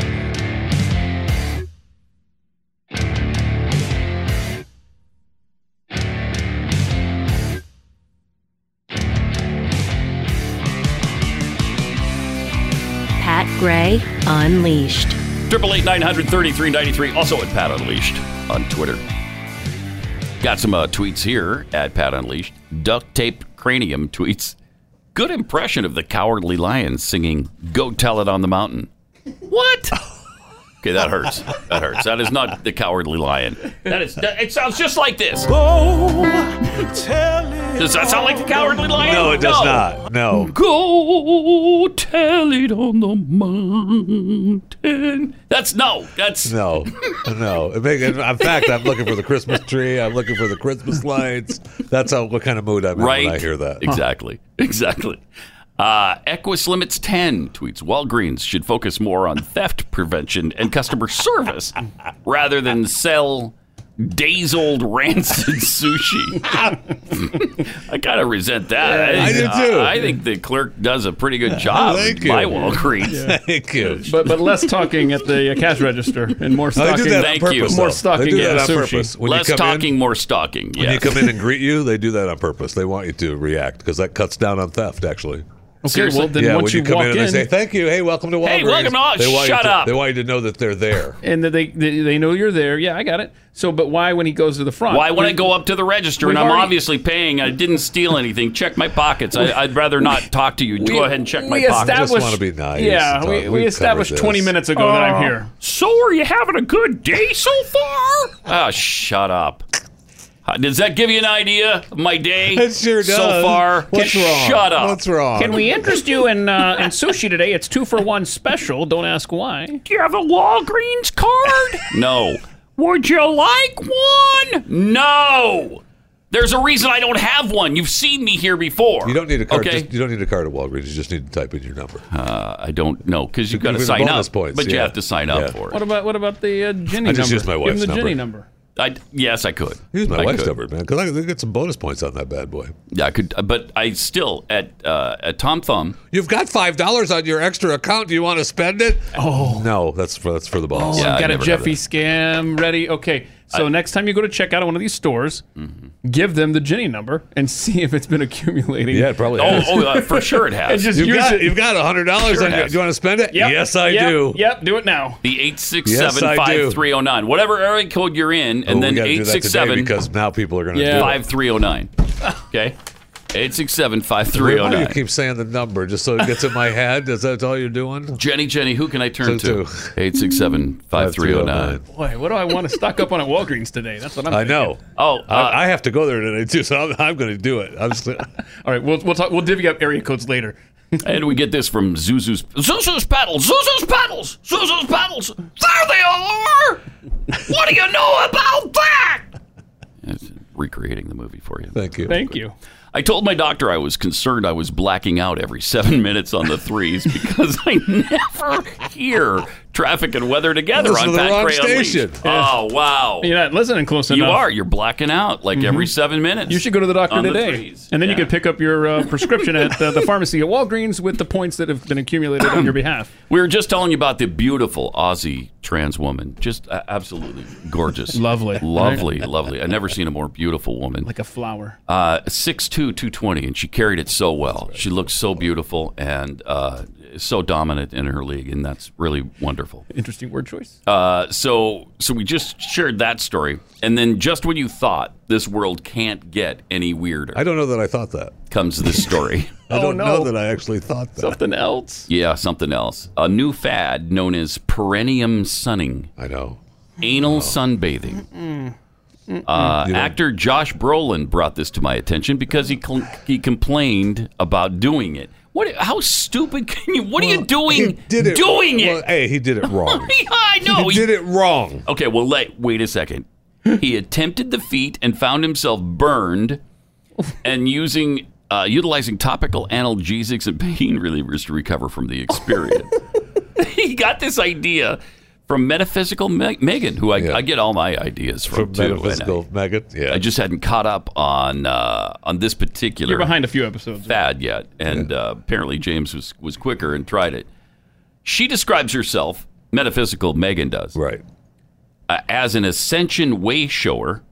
A: Pat Gray Unleashed.
B: Triple eight nine hundred thirty three ninety three. Also at Pat Unleashed on Twitter. Got some uh, tweets here at Pat Unleashed. Duct tape cranium tweets. Good impression of the cowardly lion singing "Go Tell It on the Mountain." What? Okay, that hurts. That hurts. That is not the cowardly lion. That is. That, it sounds just like this. Does that sound like the cowardly lion?
H: No, it does not. No.
B: Go tell it on the mountain. That's no. That's
H: <laughs> No, no. In fact- in fact, I'm looking for the Christmas tree. I'm looking for the Christmas lights. That's how, what kind of mood I'm in when I
B: Right.
H: hear that.
B: Exactly. <laughs> Exactly. Uh, Equus Limits 10 tweets Walgreens should focus more on theft prevention and customer service rather than sell days old rancid <laughs> sushi. I kind of resent that.
H: Yeah, I do too.
B: I, I think the clerk does a pretty good job
H: Thank
B: at
H: you.
B: my Walgreens.
H: <laughs> Thank you.
C: But but less talking at the uh, cash register and more
H: No,
C: stocking.
H: Oh, they do that on
B: Thank
H: purpose.
B: you.
H: though.
C: More
H: They
C: stocking
H: do
C: at
H: that
C: sushi.
H: on purpose. When you
B: Less
H: come in-
B: talking, more stalking.
H: When you
B: Yes.
H: come in and greet you, they do that on purpose. They want you to react because that cuts down on theft, actually.
C: Okay, well, then
H: yeah,
C: once
H: when you,
C: you,
H: come
C: walk
H: in,
C: in,
H: and they say, "Thank you, hey, welcome to Walgreens."
B: Hey, welcome to Wal-
H: They want you
B: shut
H: to-
B: up.
H: They want you to know that they're there.
C: and then they, they they know you're there. Yeah, I got it. So, but why when he goes to the front?
B: Why would I go up to the register and
C: We've
B: I'm
C: already-
B: obviously paying? I didn't steal anything. Check my pockets. I, I'd rather not talk to you. go ahead and check my
C: we
B: pockets.
H: just
C: established-
H: wanna be nice and
C: Yeah,
H: talk.
C: we,
H: We've
C: we established
H: covered
C: 20
H: this.
C: minutes ago that I'm here.
B: So, are you having a good day so far? Ah, shut up. Uh, Does that give you an idea of my day?
H: It sure
B: So
H: does.
B: far,
H: What's
B: Can-
H: wrong?
B: Shut up.
H: What's wrong?
C: we interest you in uh, in sushi today? It's two for one special. Don't ask why.
B: Do you have a Walgreens card? no. Would you like one? No. There's a reason I don't have one. You've seen me here before.
H: You don't need a card.
B: Okay.
H: Just, you don't need a card at Walgreens. You just need to type in your number.
B: Uh, I don't know because you've got to
H: Even
B: sign
H: bonus
B: up.
H: points,
B: but you
H: yeah.
B: have to sign up
H: Yeah.
B: for it.
C: What about what about the uh, Ginny
H: I just
C: number?
H: used my
C: Give him
H: wife's
C: the
H: number.
C: Ginny number.
B: I, yes, I could.
H: Use my
B: I
H: wife's
B: could.
H: number, man, because I could get some bonus points on that bad boy.
B: Yeah, I could. But I still at uh, at Tom Thumb.
H: You've got five dollars on your extra account. Do you want to spend it? Oh no, that's for that's for the boss.
B: Yeah, I
C: got a
B: never have
C: Jeffy
B: that.
C: scam ready. Okay, so next time you go to check out at one of these stores,
H: Mm-hmm.
C: give them the Ginny number and <laughs> see if it's been accumulating.
H: Yeah, it probably.
B: Oh,
H: has.
B: oh uh, for sure
H: <laughs>
B: it
C: And
B: has.
C: just
H: you've
C: use
H: got
C: it.
H: you've got hundred dollars
B: Sure
H: on your.
B: has.
H: Do you want to spend it?
C: Yep,
H: Yes, I
C: yep,
H: do.
C: Yep, do it now.
B: the eight six
H: Yes,
B: seven
H: I do.
B: five three zero nine. Whatever area code you're in, and
H: Oh, we
B: then
H: gotta do
B: eight
H: that
B: six
H: today
B: seven oh
H: because now people are going to
C: Yeah.
H: do it.
B: five oh three zero nine. Okay. 867-5309.
H: Why do you keep saying the number just so it gets in my head? Is that all you're doing?
B: Jenny, Jenny, who can I turn to? 867-5309.
C: Boy, what do I want to stock up on at Walgreens today? That's what I'm.
H: I
C: thinking.
H: know.
B: Oh,
H: I, I have to go there today too, so I'm, I'm going to do it.
B: <laughs>
H: I'm still,
C: All right, we'll we'll talk, we'll divvy up area codes later.
H: oh
B: and we get this from Zuzu's Zuzu's pedals, Zuzu's pedals, Zuzu's pedals. There they are. what do you know about that? recreating the movie for you.
H: Thank you.
C: Thank you.
B: I told my doctor I was concerned I was blacking out every seven <laughs> minutes on the threes because I never hear traffic and weather together
C: Listen
B: on
C: to the
B: Pat
C: wrong
B: Gray Unleashed.
C: station.
B: Oh wow!
C: You're not listening close
B: You
C: enough.
B: are. You're blacking out like every seven minutes.
C: Mm-hmm. You should go to the doctor
B: on
C: today,
B: threes.
C: and then you can pick up your uh, prescription at uh, the pharmacy at Walgreens with the points that have been accumulated on your behalf.
B: We were just telling you about the beautiful Aussie trans woman. Just uh, absolutely gorgeous.
C: Lovely.
B: Lovely, lovely. I've never seen a more beautiful woman.
C: <clears throat> Like a flower.
B: Uh, 6'2", 220, and she carried it so well. She looked so beautiful and uh, so dominant in her league, and that's really wonderful.
C: Interesting word choice.
B: Uh, so, so we just shared that story, and then just when you thought this world can't get any weirder,
H: I don't know that I thought that.
B: comes this story.
H: I don't know that I actually thought that.
C: Something else.
B: Yeah, something else. A new fad known as perennium sunning.
H: I know.
B: Anal sunbathing. Uh,
H: You know-
B: actor Josh Brolin brought this to my attention because he cl- he complained about doing it. What? How stupid can you? What are you doing?
H: Did it,
B: doing it? Oh,
H: well, hey, he
B: <laughs>
H: did it wrong.
B: I know.
H: He did it wrong.
B: Okay, well, let, wait a second. He attempted the feat and found himself burned and using uh, utilizing topical analgesics and pain relievers to recover from the experience. he got this idea from metaphysical Me- Megan, who I, I get all my ideas from,
H: From
B: too. and I-
H: metaphysical Megan. Yeah.
B: I just hadn't caught up on uh, on this
C: You're
B: particular
C: behind a few episodes.
B: fad yet, and uh, apparently James was was quicker and tried it. She describes herself, metaphysical Megan does,
H: right.
B: uh, as an ascension way shower,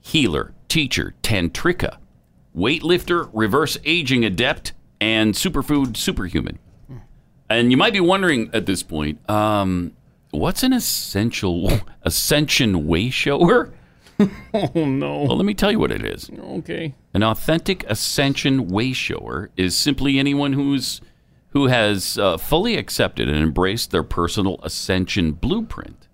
B: healer, teacher, tantrika, weightlifter, reverse aging adept, and superfood superhuman. And you might be wondering at this point, um, what's an essential <laughs> ascension way shower?
C: <laughs> Oh no.
B: Well, let me tell you what it is.
C: Okay.
B: An authentic ascension way shower is simply anyone who's who has uh, fully accepted and embraced their personal ascension blueprint,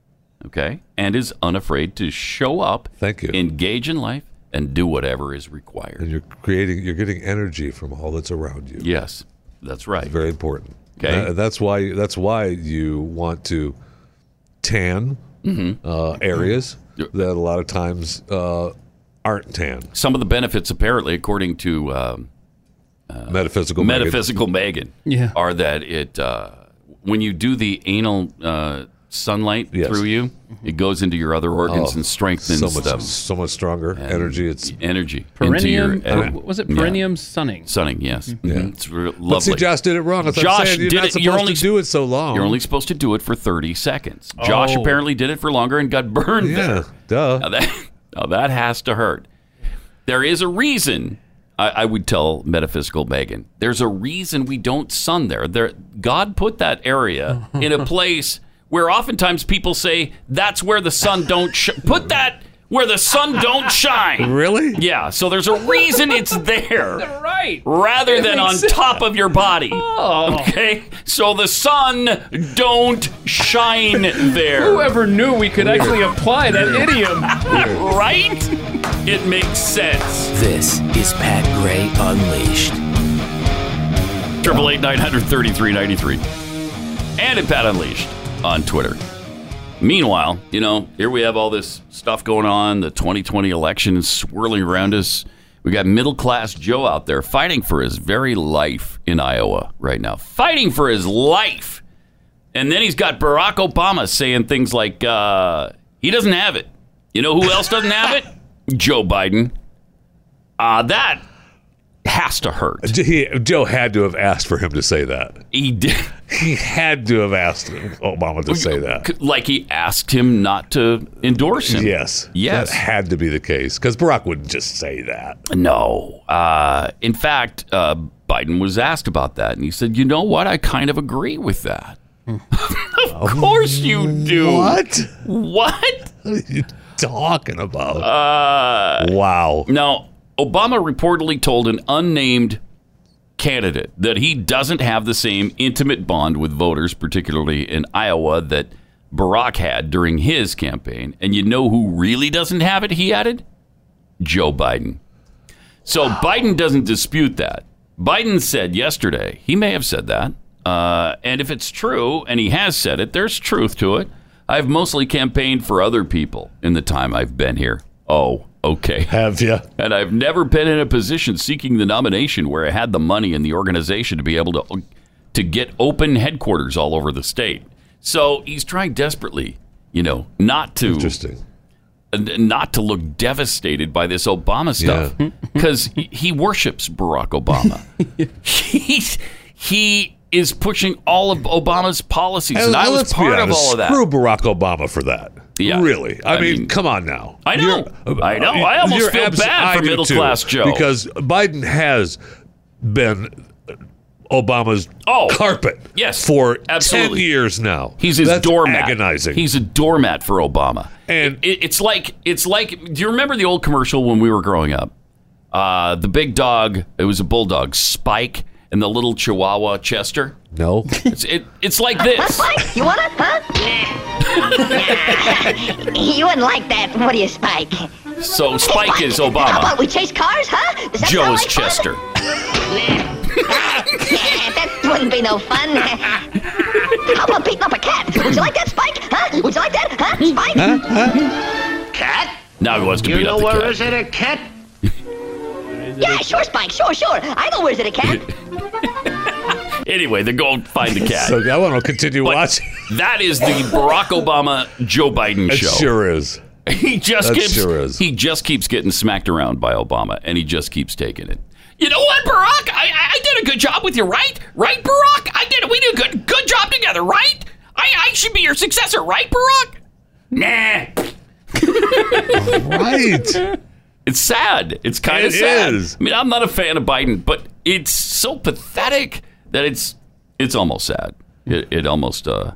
B: okay, and is unafraid to show up,
H: Thank you.
B: engage in life, and do whatever is
H: And
B: required.
H: you're creating, you're getting energy from all that's around you.
B: Yes, that's right.
H: Very important.
B: Okay.
H: That- that's why. That's why you want to tan
B: Mm-hmm.
H: uh, areas that a lot of times uh, aren't tan.
B: Some of the benefits, apparently, according to um,
H: metaphysical. Megan.
B: metaphysical Megan,
C: Yeah.
B: are that it uh, when you do the anal uh, sunlight
H: Yes.
B: through you, it goes into your other organs
H: Oh,
B: and strengthens
H: so much,
B: them.
H: so much stronger energy. It's
B: energy into your
C: Perennium.
B: uh,
C: uh, what was it
B: yeah.
C: perennium sunning?
B: sunning? Yes, Mm-hmm. it's re- lovely.
H: But see, Josh did it wrong. That's what I'm
B: Josh
H: saying. You're
B: did
H: not
B: it. You're
H: supposed
B: only
H: to do it so long.
B: You're only supposed to do it for 30 seconds. Josh
C: Oh.
B: apparently did it for longer and got burned.
H: yeah,
B: There.
H: duh.
B: Now that now that has to hurt. There is a reason. I, I would tell metaphysical Megan. There's a reason we don't sun there. There, God put that area in
C: <laughs>
B: a place where oftentimes people say that's where the sun don't sh- put that where the sun don't shine.
H: Really?
B: Yeah, so there's a reason it's
C: <laughs>
B: there
C: Right.
B: rather than on top of your body. Okay? So the sun don't shine there.
C: Whoever knew we could actually apply that
B: <laughs>
C: idiom?
B: Right? It makes sense.
L: This is Pat Gray Unleashed.
B: Triple eight nine hundred thirty three ninety three, and at Pat Unleashed on Twitter. Meanwhile, you know, here we have all this stuff going on. The 2020 election is swirling around us. We got middle class Joe out there fighting for his very life in Iowa right now, fighting for his life. And then he's got Barack Obama saying things like, uh, he doesn't have it. You know who else doesn't have it? Joe Biden. Uh, that has to hurt.
H: J- He, Joe had to have asked for him to say that.
B: He did.
H: He had to have asked Obama to say that.
B: C- Like he asked him not to endorse him.
H: Yes.
B: Yes.
H: That had to be the case because Barack wouldn't just say that.
B: No. Uh, in fact, uh, Biden was asked about that, and he said, "You know what? I kind of agree with that." <laughs> of course you do.
H: What? <laughs>
B: What? Uh,
H: What are you talking about? wow.
B: Now, Obama reportedly told an unnamed candidate that he doesn't have the same intimate bond with voters, particularly in Iowa, that Barack had during his campaign. And you know who really doesn't have it, he added? Joe Biden. So Biden doesn't dispute that. Biden said yesterday, he may have said that. Uh, and if it's true, and he has said it, there's truth to it. I've mostly campaigned for other people in the time I've been here. Oh, okay. <laughs>
H: Have you?
B: And I've never been in a position seeking the nomination where I had the money and the organization to be able to to get open headquarters all over the state. So he's trying desperately, you know, not to
H: Interesting.
B: n- not to look devastated by this Obama stuff
H: Hmm.
B: <laughs> because he worships Barack
H: <laughs>
B: Obama. He's he is pushing all of Obama's policies, and, I was
H: let's be
B: part of
H: honest,
B: all of that.
H: Screw Barack Obama for that.
B: Yeah.
H: Really? I,
B: I
H: mean,
B: mean-
H: come on now.
B: I know.
H: You're- uh,
B: I know. I
H: you're
B: almost feel bad
H: I
B: for
H: do
B: middle
H: too,
B: class Joe.
H: because Biden has been Obama's carpet
B: Oh. yes,
H: for
B: absolutely.
H: 10 years now.
B: He's his
H: That's
B: doormat.
H: agonizing.
B: He's a doormat for Obama. And it, it's like it's like. Do you remember the old commercial when we were growing up? Uh, the big dog. It was a bulldog, Spike, and the little Chihuahua, Chester. <laughs>
H: No.
B: It's it, it's like this.
M: You want it, huh? Nah. you wouldn't like that, would you, Spike?
B: So Spike is
M: How
B: Obama.
M: about we chase cars, huh? Does that
B: Joe
M: sound
B: is
M: like
B: Chester.
M: fun? that wouldn't be no fun. How about beating up a cat? Would you like that, Spike? Huh? Would you like that, huh, Spike? Cat?
B: Now he wants to
M: You
B: beat
M: know
B: up the
M: where
B: cat.
M: is it, a cat? yeah, sure, Spike, sure, sure. I know where's it, a cat.
B: Anyway, they're going to find the cat.
H: So I want to continue watching.
B: that is the Barack Obama Joe Biden
H: It
B: show.
H: sure is.
B: <laughs> He just
H: That
B: keeps
H: sure is.
B: he just keeps getting smacked around by Obama, and he just keeps taking it. You know what, Barack? I, I I did a good job with you, right? Right, Barack? I did. We did a good good job together, right? I, I should be your successor, right, Barack? Nah.
H: right.
B: It's sad. It's kind of
H: It
B: sad.
H: is.
B: I mean, I'm not a fan of Biden, but it's so pathetic that it's it's almost sad. It, it almost uh,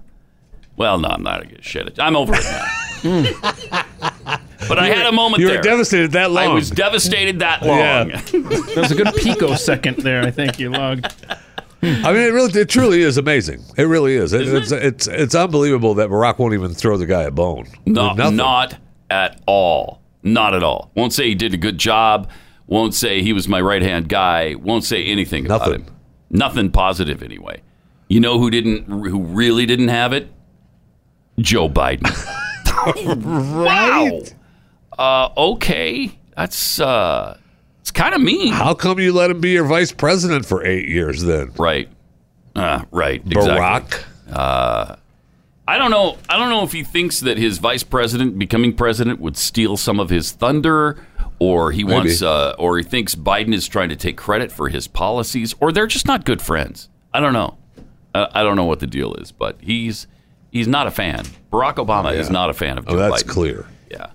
B: well, no, I'm not gonna shit. I'm over it now.
H: <laughs>
B: but I had a moment
H: You were
B: there.
H: devastated that long.
B: I was devastated that long.
H: Yeah.
C: That was a good picosecond there. I think you logged.
H: I mean, it really, it truly is amazing. It really is. It, it's, it's it's unbelievable that Barack won't even throw the guy a bone.
B: <laughs> No,
H: Nothing.
B: not at all. Not at all. Won't say he did a good job. Won't say he was my right hand guy. Won't say anything about him. Nothing positive anyway. You know who didn't? Who really didn't have it? Joe
H: <laughs>
B: Biden.
H: right.
B: Uh, okay, that's uh, it's kind of mean.
H: How come you let him be your vice president for eight years then?
B: Right. Uh, right.
H: Barack.
B: Uh, I don't know. I don't know if he thinks that his vice president becoming president would steal some of his thunder, or he
H: Maybe.
B: wants, uh, or he thinks Biden is trying to take credit for his policies, or they're just not good friends. I don't know. I, I don't know what the deal is, but he's he's not a fan. Barack Obama is not a fan of Joe
H: Oh, that's
B: Biden.
H: clear.
B: Yeah.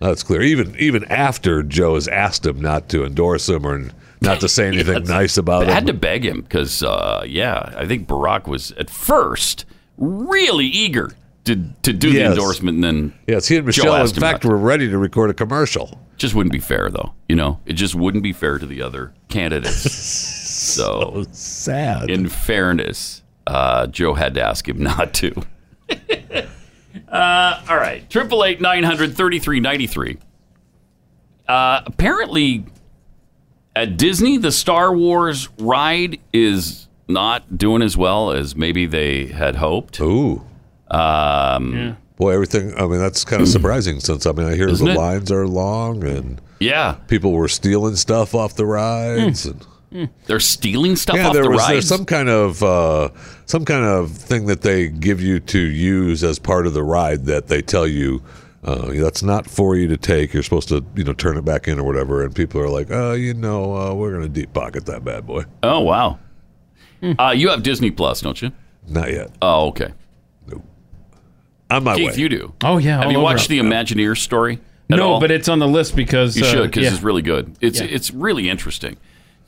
H: That's clear. Even even after Joe has asked him not to endorse him or not
B: <laughs>
H: to say anything nice about
B: I
H: him.
B: had to beg him because, uh, yeah, I think Barack was at first really eager to to do
H: Yes.
B: the endorsement, and then
H: yes, he and
B: Joe
H: Michelle, in
B: asked him
H: fact, were ready to record a commercial.
B: just wouldn't be fair though you know it just wouldn't be fair to the other
H: <laughs>
B: candidates so,
H: sad
B: in fairness uh, joe had to ask him <laughs> not to uh, all right triple eight nine hundred thirty three ninety three uh, apparently at disney the star wars ride is not doing as well as maybe they had hoped
H: ooh
B: um, Hmm.
H: Boy, everything. I mean, that's kind of surprising since I mean, I hear
B: Isn't
H: the
B: it?
H: lines are long and
B: yeah,
H: people were stealing stuff off the rides and.
B: they're stealing stuff
H: yeah,
B: Hmm. off
H: there
B: the
H: was
B: rides.
H: there's some kind of uh, some kind of thing that they give you to use as part of the ride that they tell you uh, that's not for you to take. You're supposed to you know turn it back in or whatever. And people are like, oh, you know, uh, we're gonna deep pocket that bad boy.
B: Oh wow. Uh, you have Disney Plus, don't you?
H: Not yet.
B: Oh, okay.
H: I'm my
B: Keith,
C: way.
B: you do.
C: Oh, yeah,
B: Have
C: all
B: you
C: over
B: watched
C: it.
B: the Imagineer story? at
C: No,
B: all?
C: but it's on the list because
B: you
C: uh,
B: should because
C: yeah.
B: it's really good. It's
C: Yeah.
B: it's really interesting.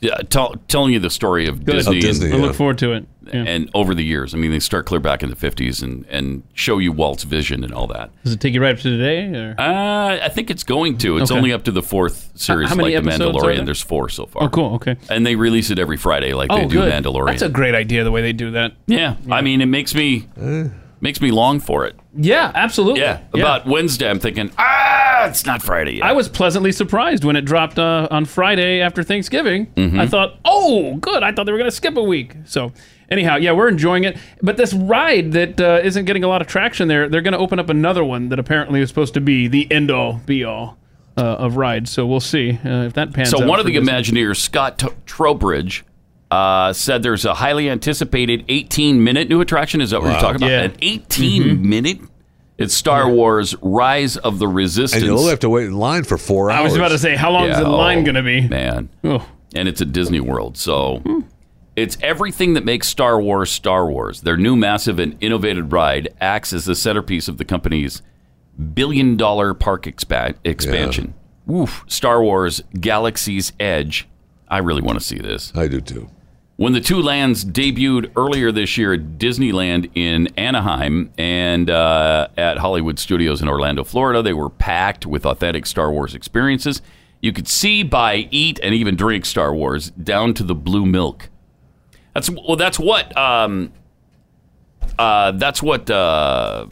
B: uh, tell, telling you the story of
C: Good.
B: Disney.
C: Of Oh, Disney, I look yeah. forward to it.
B: And over the years, I mean, they start clear back in the '50s and and show you Walt's vision and all that.
C: Does it take you right up to today? Or?
B: Uh, I think it's going to. It's
C: Okay.
B: only up to the fourth series,
C: How
B: like
C: many
B: The
C: episodes are
B: Mandalorian.
C: there?
B: There's four so far.
C: Oh, cool. Okay.
B: And they release it every Friday, like they
C: oh,
B: do
C: good.
B: Mandalorian.
C: That's a great idea. The way they do that.
B: yeah. I mean, it makes me
C: Eh.
B: makes me long for it.
C: Yeah, absolutely.
B: Yeah. About Wednesday, I'm thinking, ah, it's not Friday yet.
C: I was pleasantly surprised when it dropped uh, on Friday after Thanksgiving.
B: Mhm.
C: I thought, oh, good. I thought they were going to skip a week. So, anyhow, yeah, we're enjoying it. But this ride that uh, isn't getting a lot of traction there, they're going to open up another one that apparently is supposed to be the end all be all uh, of rides. So we'll see uh, if that pans out.
B: So one
C: for
B: of the
C: Disney.
B: Imagineers, Scott T- Trowbridge, uh, said there's a highly anticipated 18 minute new attraction. Is that what you're
C: Wow.
B: talking about?
C: Yeah.
B: An 18 minute? It's Star Wars Rise of the Resistance.
H: And you'll have to wait in line for four hours.
C: I was about to say, how long is
B: Yeah,
C: the line
B: oh,
C: going to be?
B: Man.
C: Oh.
B: And it's at Disney World. So it's everything that makes Star Wars Star Wars. Their new massive and innovative ride acts as the centerpiece of the company's billion dollar park expa- expansion. Oof. Star Wars Galaxy's Edge. I really want to see this.
H: I do too.
B: When the two lands debuted earlier this year at Disneyland in Anaheim and uh, at Hollywood Studios in Orlando, Florida, they were packed with authentic Star Wars experiences. You could see, buy, eat, and even drink Star Wars down to the blue milk. That's well. That's what. Um, uh, that's what. Uh,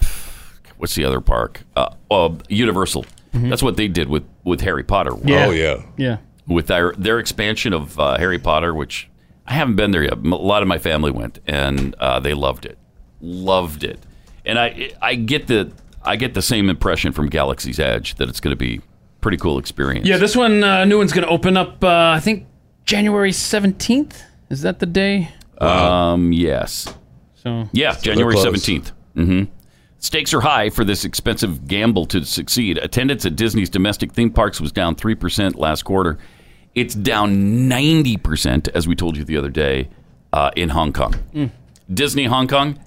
B: what's the other park? Uh, uh, Universal.
C: Mhm.
B: That's what they did with with Harry Potter.
C: Yeah. Oh, yeah. Yeah.
B: With their their expansion of uh, Harry Potter, which I haven't been there yet. M- A lot of my family went, and uh, they loved it. Loved it. And I I get the I get the same impression from Galaxy's Edge that it's going to be pretty cool experience.
C: Yeah, this one, uh, new one's going to open up, uh, I think, January 17th. Is that the day?
B: Um. Yes.
C: So
B: yeah,
C: So they're
B: January
C: close.
B: seventeenth. Mm-hmm. Stakes are high for this expensive gamble to succeed. Attendance at Disney's domestic theme parks was down three percent last quarter. It's down ninety percent, as we told you the other day, uh, in Hong Kong.
C: Mm.
B: Disney Hong Kong,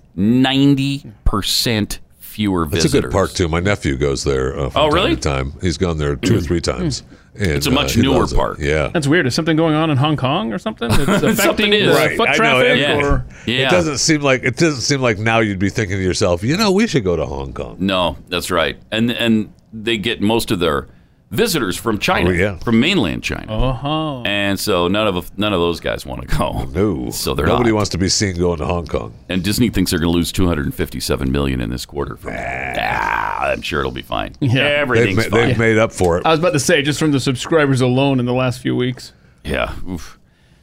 B: ninety percent fewer
H: It's
B: visitors.
H: a good park too. My nephew goes there. Uh, from
B: Oh, really? Hmm.
H: Time, to time. he's gone there two or three times. And,
B: It's a
H: uh,
B: much
H: he
B: newer
H: loves it.
B: park.
H: Yeah,
C: That's weird. Is something going on in Hong Kong or something? <laughs> It's affecting
B: Something
C: the
B: is.
H: Right,
C: foot
H: I know,
C: traffic?
H: yeah.
C: or
B: Yeah.
H: It doesn't seem like it doesn't seem like now you'd be thinking to yourself, you know, we should go to Hong Kong.
B: No, that's right. And and they get most of their visitors from
H: Oh,
B: China, from mainland China.
C: Oh.
B: And so none of none of those guys want to go. No. So they're
H: Nobody
B: not.
H: wants to be seen going to Hong Kong.
B: And Disney thinks they're going to lose 257 million in this quarter. From ah, I'm sure it'll be fine.
C: Yeah.
B: Everything's
H: they've, ma-
B: fine.
H: they've made up for it.
B: Uh,
C: I was about to say, just from the subscribers alone in the last few weeks.
B: Yeah. Oof.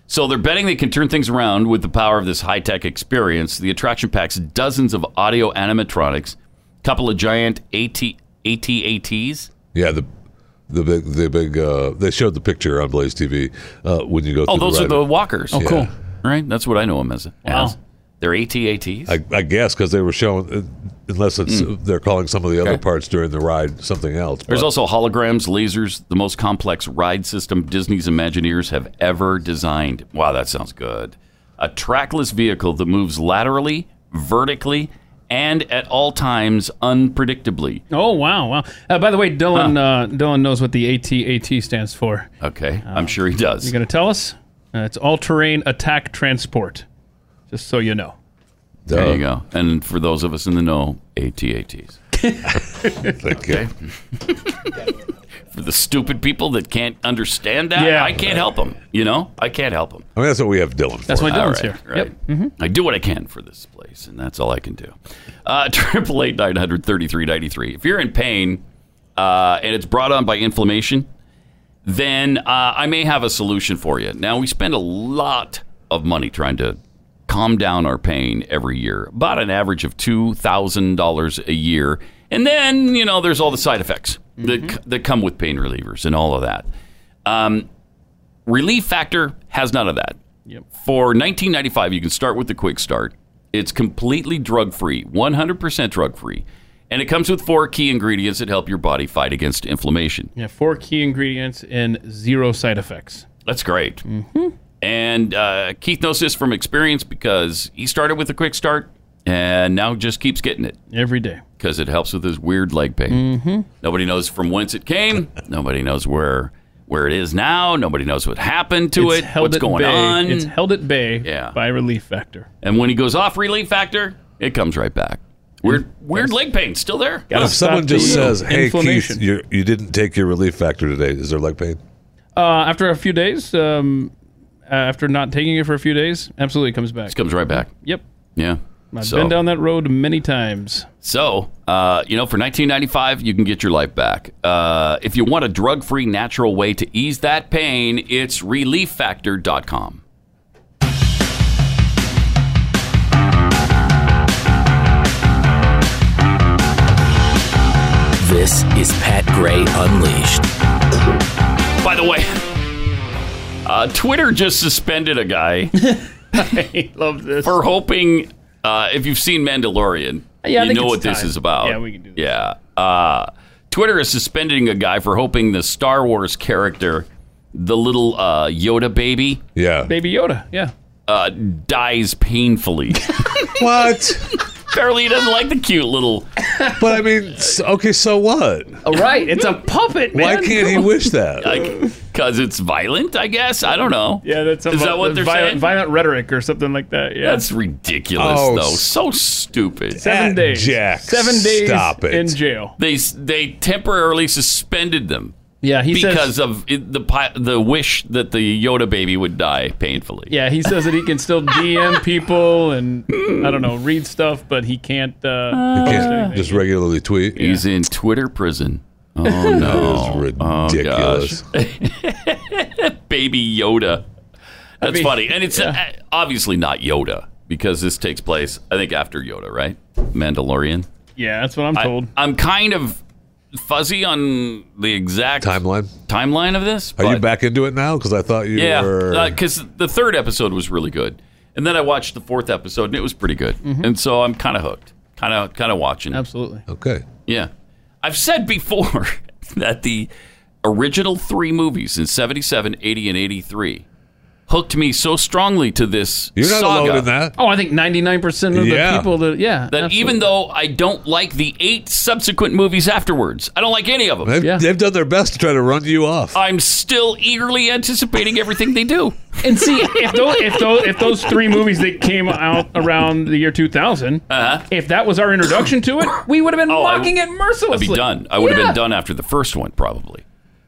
B: So they're betting they can turn things around with the power of this high-tech experience. The attraction packs dozens of audio animatronics, couple of giant AT ATATs.
H: Yeah, the the big the big uh, they showed the picture on Blaze TV uh, when you go.
B: Oh,
H: through
B: those
H: the
B: are the
H: ride.
B: walkers.
H: Oh, cool.
B: Right? That's what I know them as. as. They're ATATs.
H: I, I guess because they were showing, uh, unless it's they're calling some of the other parts during the ride something else.
B: Hmm. There's
H: but-
B: also holograms, lasers, the most complex ride system Disney's Imagineers have ever designed. Wow, that sounds good. A trackless vehicle that moves laterally, vertically, and at all times unpredictably.
C: Oh, wow. Wow. Uh, by the way, Dylan uh, Dylan knows what the ATAT stands for.
B: Okay, I'm sure he does.
C: You going to tell us? Uh, it's all terrain attack transport, just so you know.
B: There you
H: uh,
B: go. And for those of us in the know, ATATs.
H: Thank you.
B: For the stupid people that can't understand that,
C: Yeah.
B: I can't help them. You know, I can't help them.
H: I mean, that's what we have Dylan for.
C: That's why Dylan's
B: All right,
C: here.
B: right.
C: Yep. Mhm.
B: I do what I can for this place, and that's all I can do. Uh, <laughs> Triple eight nine hundred thirty three ninety three. If you're in pain uh, and it's brought on by inflammation, then uh, I may have a solution for you. Now we spend a lot of money trying to calm down our pain every year, about an average of two thousand dollars a year, and then you know there's all the side effects
C: Mm-hmm.
B: that c- that come with pain relievers and all of that. Um, Relief Factor has none of that. For 1995, you can start with the Quick Start. It's completely drug free, 100% drug free, and it comes with four key ingredients that help your body fight against inflammation.
C: Yeah, four key ingredients and zero side effects.
B: That's great.
C: Mm-hmm.
B: And uh, Keith knows this from experience because he started with a Quick Start and now just keeps getting it
C: every day because
B: it helps with his weird leg pain.
C: Mhm.
B: Nobody knows from whence it came. Nobody knows where where it is now. Nobody knows what happened to
C: It's
B: it,
C: held
B: what's
C: at
B: going
C: bay.
B: on.
C: It's held at bay by relief factor.
B: and when he goes off relief factor, it comes right back. Weird, weird leg pain, still there.
H: If someone just says, "Hey, Keith, you you didn't take your relief factor today," is there leg pain?
C: Uh, after a few days, um, uh, after not taking it for a few days, absolutely comes back.
B: It comes right back.
C: Yep.
B: Yeah.
C: I've
B: So-
C: been down that road many <laughs> times.
B: So, uh, you know, for 1995, you can get your life back. Uh, if you want a drug-free, natural way to ease that pain, it's ReliefFactor.com.
L: This is Pat Gray Unleashed.
B: By the way, <laughs> uh, Twitter just suspended a guy
C: I love this.
B: for hoping. Uh, if you've seen Mandalorian,
C: Yeah, I
B: you
C: think
B: know
C: it's
B: what this
C: time.
B: is about.
C: Yeah, we can do
B: this. Yeah. Uh, Twitter is suspending a guy for hoping the Star Wars character, the little uh, Yoda baby,
H: yeah,
C: Baby Yoda. Yeah.
B: uh, dies
C: <laughs>
B: painfully.
H: what?
B: Apparently, he doesn't like the cute little.
H: But I mean, s- okay, so what?
C: All right, it's a puppet,
H: Why
C: man.
H: can't he wish that?
B: Because it's violent, I guess. I don't know.
C: Yeah, that's
B: is that what they're
C: violent,
B: saying?
C: Violent rhetoric or something like that. Yeah.
B: That's ridiculous,
C: Oh,
B: though.
C: s-
B: So stupid.
C: Seven days. Seven days in jail.
B: They s- they temporarily suspended them.
C: Yeah, he says-
B: because of it, the pi- the wish that the Yoda baby would die painfully.
C: Yeah, he says that he can still DM people and I don't know, read stuff, but he can't. Uh,
H: He can't just regularly tweet.
B: He's in Twitter prison.
C: <laughs>
B: Oh no!
H: That is ridiculous.
B: baby Yoda. That's
C: mean,
B: funny, and it's uh, obviously not Yoda because this takes place, I think, after Yoda, right? Mandalorian.
C: yeah, that's what I'm told.
B: I, am kind of fuzzy on the exact
H: timeline
B: timeline of this.
H: Are you back into it now? Because I thought you were.
B: yeah, because the third episode was really good, and then I watched the fourth episode, and it was pretty good, and so I'm kind of hooked, kind of kind of watching.
C: Absolutely.
H: Okay.
B: Yeah, I've said before <laughs> that the original three movies in 77, 80, and 83 hooked me so strongly to this saga
C: Oh, I think 99% of
B: Yeah.
C: the people that yeah.
B: that even though I don't like the eight subsequent movies afterwards, I don't like any of them.
H: They've, they've done their best to try to run you off.
B: I'm still eagerly anticipating everything they do.
C: And see,
B: <laughs>
C: if those, if those if those three movies that came out around the year 2000,
B: Uh-huh.
C: if that was our introduction to it, we would have been mocking it
B: Oh, I'd
C: mercilessly.
B: be done. I would have
C: Yeah.
B: been done after the first one, probably.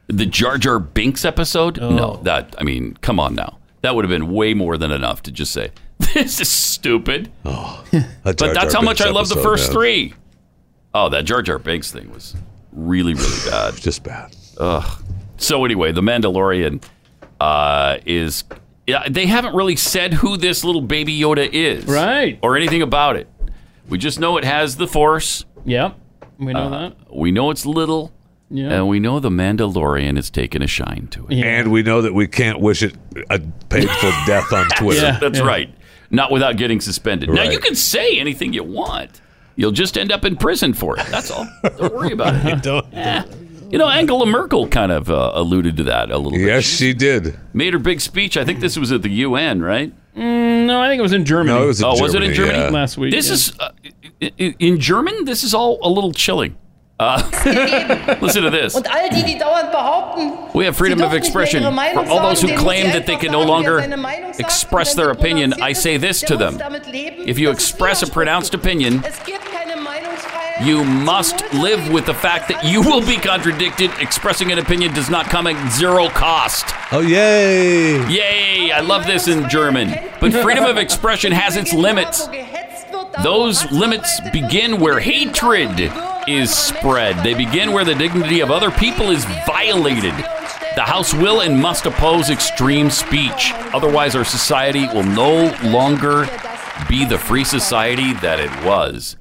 B: The Jar Jar Binks episode? No, that I mean, come on now. That would have been way more than enough to just say <laughs> this is stupid.
H: but
B: but that's how much I love the first three. Oh, that Jar Jar Binks thing was really, really bad.
H: Just bad.
B: Ugh. So anyway, the Mandalorian uh, is. Yeah, they haven't really said who this little baby Yoda is, right, or anything about it. We just know it has the Force.
C: Yep. We know
B: Uh,
C: that.
B: We know it's little,
C: Yeah.
B: and we know the Mandalorian has taken a shine to it.
H: And we know that we can't wish it a
B: <laughs>
H: painful death on Twitter.
B: That's right. Not without getting suspended. Now you can say anything you want. You'll just end up in prison for it. That's all. Don't worry about <laughs> it. Eh. You know, Angela Merkel kind of uh, alluded to that a little bit.
H: Yes, she did.
B: Made her big speech. I think this was at the UN, right?
C: Mm, no, I think it was in Germany.
B: No, it was in Oh, was it in Germany, Germany? yeah.
C: last week?
B: This is, uh, In, in German, this is all a little chilling. Uh, <laughs> listen to this.
N: Und all die, die dauernd behaupten,
B: We have freedom
N: sie
B: of
N: dürfen nicht mehr
B: expression.
N: ihre
B: For
N: Meinung
B: all those
N: sagen,
B: who
N: denen
B: claim
N: muss
B: that they
N: einfach
B: can no
N: sagen, wer
B: longer
N: seine Meinung sagt,
B: express their opinion, I say this to them. If you express a pronounced opinion,
N: Es gibt keine Meinungsfreiheit.
B: you must live with the fact that you will be contradicted. Expressing an opinion does not come at zero cost.
H: Oh, yay.
B: Yay! I love this in German. But freedom of expression has its limits. Those limits begin where hatred is spread, they begin where the dignity of other people is violated. The House will and must oppose extreme speech. Otherwise, our society will no longer be the free society that it was.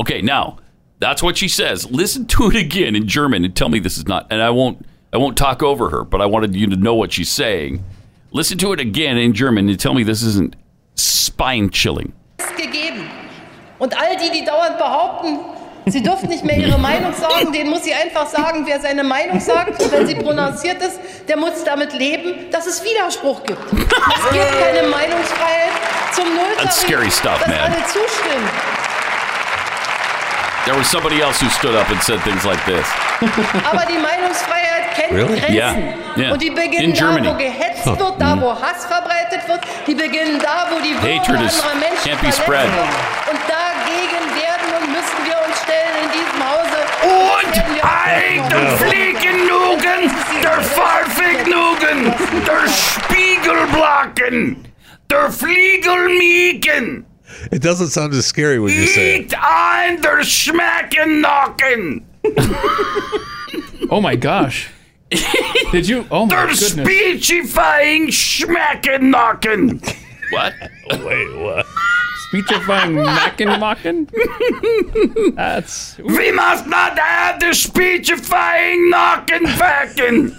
B: Okay, now that's what she says. Listen to it again in German and tell me this is not. And I won't. I won't talk over her, but I wanted you to know what she's saying. Listen to it again in German and tell me this isn't spine chilling.
N: ist gegeben. Und all die, die dauernd behaupten, sie dürfen nicht mehr
B: <laughs>
N: ihre Meinung sagen, denen muss sie einfach sagen, wer seine Meinung sagt. Und wenn sie prononciert ist, der muss damit leben, dass es Widerspruch gibt. Es gibt keine Meinungsfreiheit zum
B: That's scary
N: Nulltarif,
B: stuff,
N: dass
B: man.
N: alle zustimmen.
B: There was somebody else who stood up and said things like this.
N: Aber die Meinungsfreiheit kennt
B: Really?
N: Grenzen.
B: Yeah, yeah.
N: Und die
B: In
N: beginnen da,
B: Germany.
N: wo gehetzt
B: Huh.
N: wird, da,
B: Mhm.
N: wo Hass verbreitet wird. Die beginnen da, wo die Würde
B: Hatred is-
N: anderer Menschen
B: can't be
N: verletzt
B: spread.
N: wird. Und dagegen werden und müssen wir uns stellen in diesem Hause. Und
O: Der Flickennugen, der Farfignugen, der Spiegelblacken, der Fliegelmieken,
H: It doesn't sound as scary when you say
B: <laughs>
H: it.
O: eat ein der Schmeckennocken,
C: Oh
B: <laughs>
C: my gosh. Did you? Oh my
O: der
C: goodness.
O: speechifying Schmeckennocken.
B: What?
H: Wait, what?
C: Speechifying Mackenmachen? That's.
O: We must not have the speechifying Nockenbacken.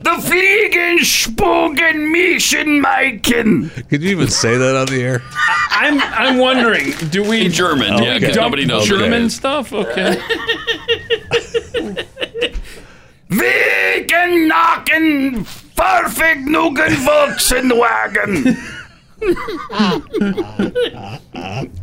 O: The Fliegen Spugen Mischen Meiken.
H: Could you even say that on the air?
C: I'm I'm wondering, do we
B: in German?
H: Oh,
B: yeah,
H: okay.
B: 'cause nobody knows what it
C: German
B: is.
C: stuff? Okay.
O: Wegen Nocken Verfignugen Volkswagen.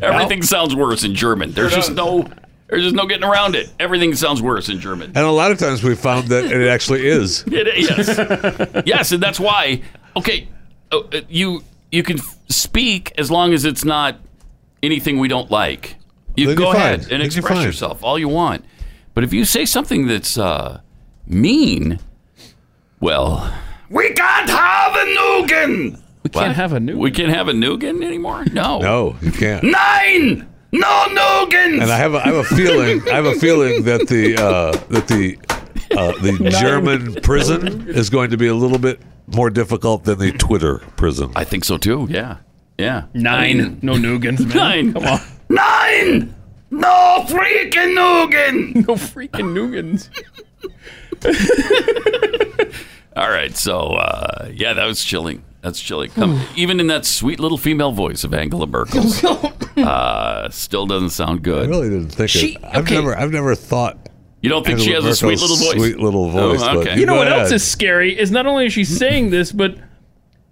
B: <laughs> Everything sounds worse in German. There's just no there's just no getting around it. Everything sounds worse in German.
H: And a lot of times we found that it
C: <laughs>
H: actually is.
B: It is.
H: <laughs>
B: yes. yes, and that's why. Okay, uh, uh, you you can f- speak as long as it's not anything we don't like. You
H: Then
B: go
H: you're fine.
B: ahead
H: Then
B: and
H: you're
B: express
H: fine.
B: yourself all you want. But if you say something that's uh, mean, well,
O: We can't have a Nugen.
B: we can't have a Nugan. We can't have a Nugan
H: <laughs>
B: anymore. No.
H: No, you can't.
O: Nine. No Nugens.
H: And I have a, I have a feeling I have a feeling that the uh, that the uh,
C: <laughs>
H: the German prison is going to be a little bit more difficult than the Twitter prison.
B: I think so too. Yeah. Yeah.
C: Nine. no Nugans, man.
B: Nine.
C: Come on.
O: Nine. No freaking Nugen.
C: No freaking Nugans.
B: All right, so uh, yeah, that was chilling. That's chilling. Come, even in that sweet little female voice of
O: <laughs>
B: Angela Merkel, uh, still doesn't sound
H: I
B: good.
H: really didn't think
B: She-
H: it. I've
B: okay.
H: never I've never thought.
B: You don't think she
H: Angela
B: has a sweet
H: Merkel's
B: little voice?
H: Sweet little
B: Oh,
H: voice.
B: okay.
H: but
C: You know what
H: bad.
C: else is scary is not only is she saying this, but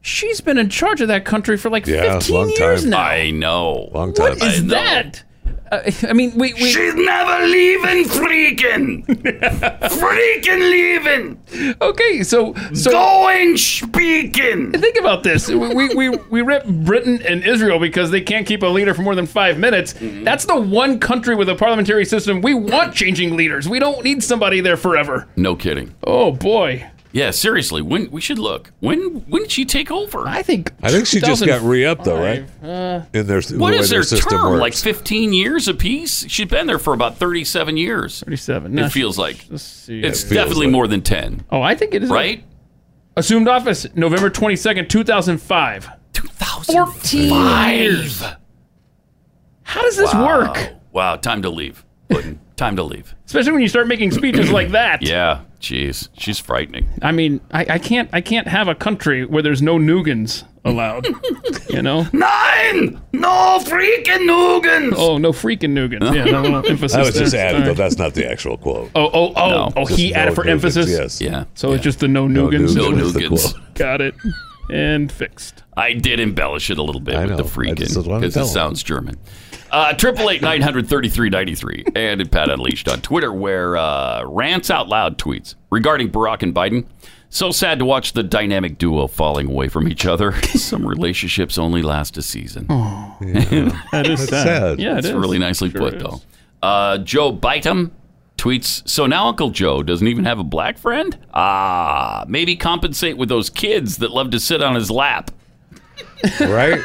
C: she's been in charge of that country for like
H: Yeah,
C: 15
H: long
C: years
H: time.
C: now.
B: I know.
H: Long time.
C: What is that? Uh, I mean, we, we
O: She's never leaving
H: <laughs>
O: freaking. freaking leaving.
C: okay. So so
O: Going speaking.
C: think about this. We, we we we rip Britain and Israel because they can't keep a leader for more than five minutes.
B: Mm-hmm.
C: That's the one country with a parliamentary system we want changing leaders. We don't need somebody there forever.
B: No kidding.
C: Oh boy,
B: Yeah, seriously. When we should look. When when did she take over?
C: I think
H: I think she just got
C: 2005,
H: re-upped though, right?
C: uh,
H: In their the
B: What
H: way
B: is
H: their
B: their
H: system
B: term?
H: works.
B: Like fifteen years apiece? She's been there for about thirty-seven years.
C: Thirty-seven.
B: It feels like
C: Let's see.
B: it's
H: It feels
B: definitely
H: like-
B: more than ten,
C: oh, I think it is
B: right?
C: Assumed office November twenty second, two thousand five.
B: Two thousand years.
C: How does this work?
B: Wow, time to leave. Puddin. time to leave.
C: Especially when you start making speeches like that.
B: Yeah, jeez, she's
H: <laughs>
B: frightening.
C: I mean, I, I can't I can't have a country where there's no Nugans allowed. you
H: <laughs>
C: know?
O: Nine. No freaking Nugens.
C: Oh, no freaking Nugans. Yeah, no, no emphasis.
H: <laughs> that was just
C: there.
H: added,
C: Sorry.
H: though. That's not the actual quote.
C: Oh, oh, oh,
B: No,
C: oh!
H: Just
C: He
H: no
C: added for
H: Nugans,
C: emphasis.
H: Yes.
B: Yeah.
C: So it's just the no Nugans.
B: No
H: Nugans is the
B: Nugans.
H: quote.
C: Got it. And fixed.
B: I did embellish it a little bit
H: I
B: with
H: know.
B: the
H: I
B: freaking
H: just wanted to
B: because
H: tell
B: it
H: him.
B: sounds German. Uh, Triple eight nine hundred thirty three ninety three and at Pat Unleashed on Twitter, where uh, rants out loud tweets regarding Barack and Biden. So sad to watch the dynamic duo falling away from each other. <laughs> Some relationships only last a season.
C: That is
H: That's
C: sad.
H: sad.
C: Yeah,
B: That's
C: Oh, it is.
B: really nicely
C: Sure
B: put,
C: is.
B: though. Uh, Joe Bitem tweets So now Uncle Joe doesn't even have a black friend? Ah, maybe compensate with those kids that love to sit on his lap.
H: right?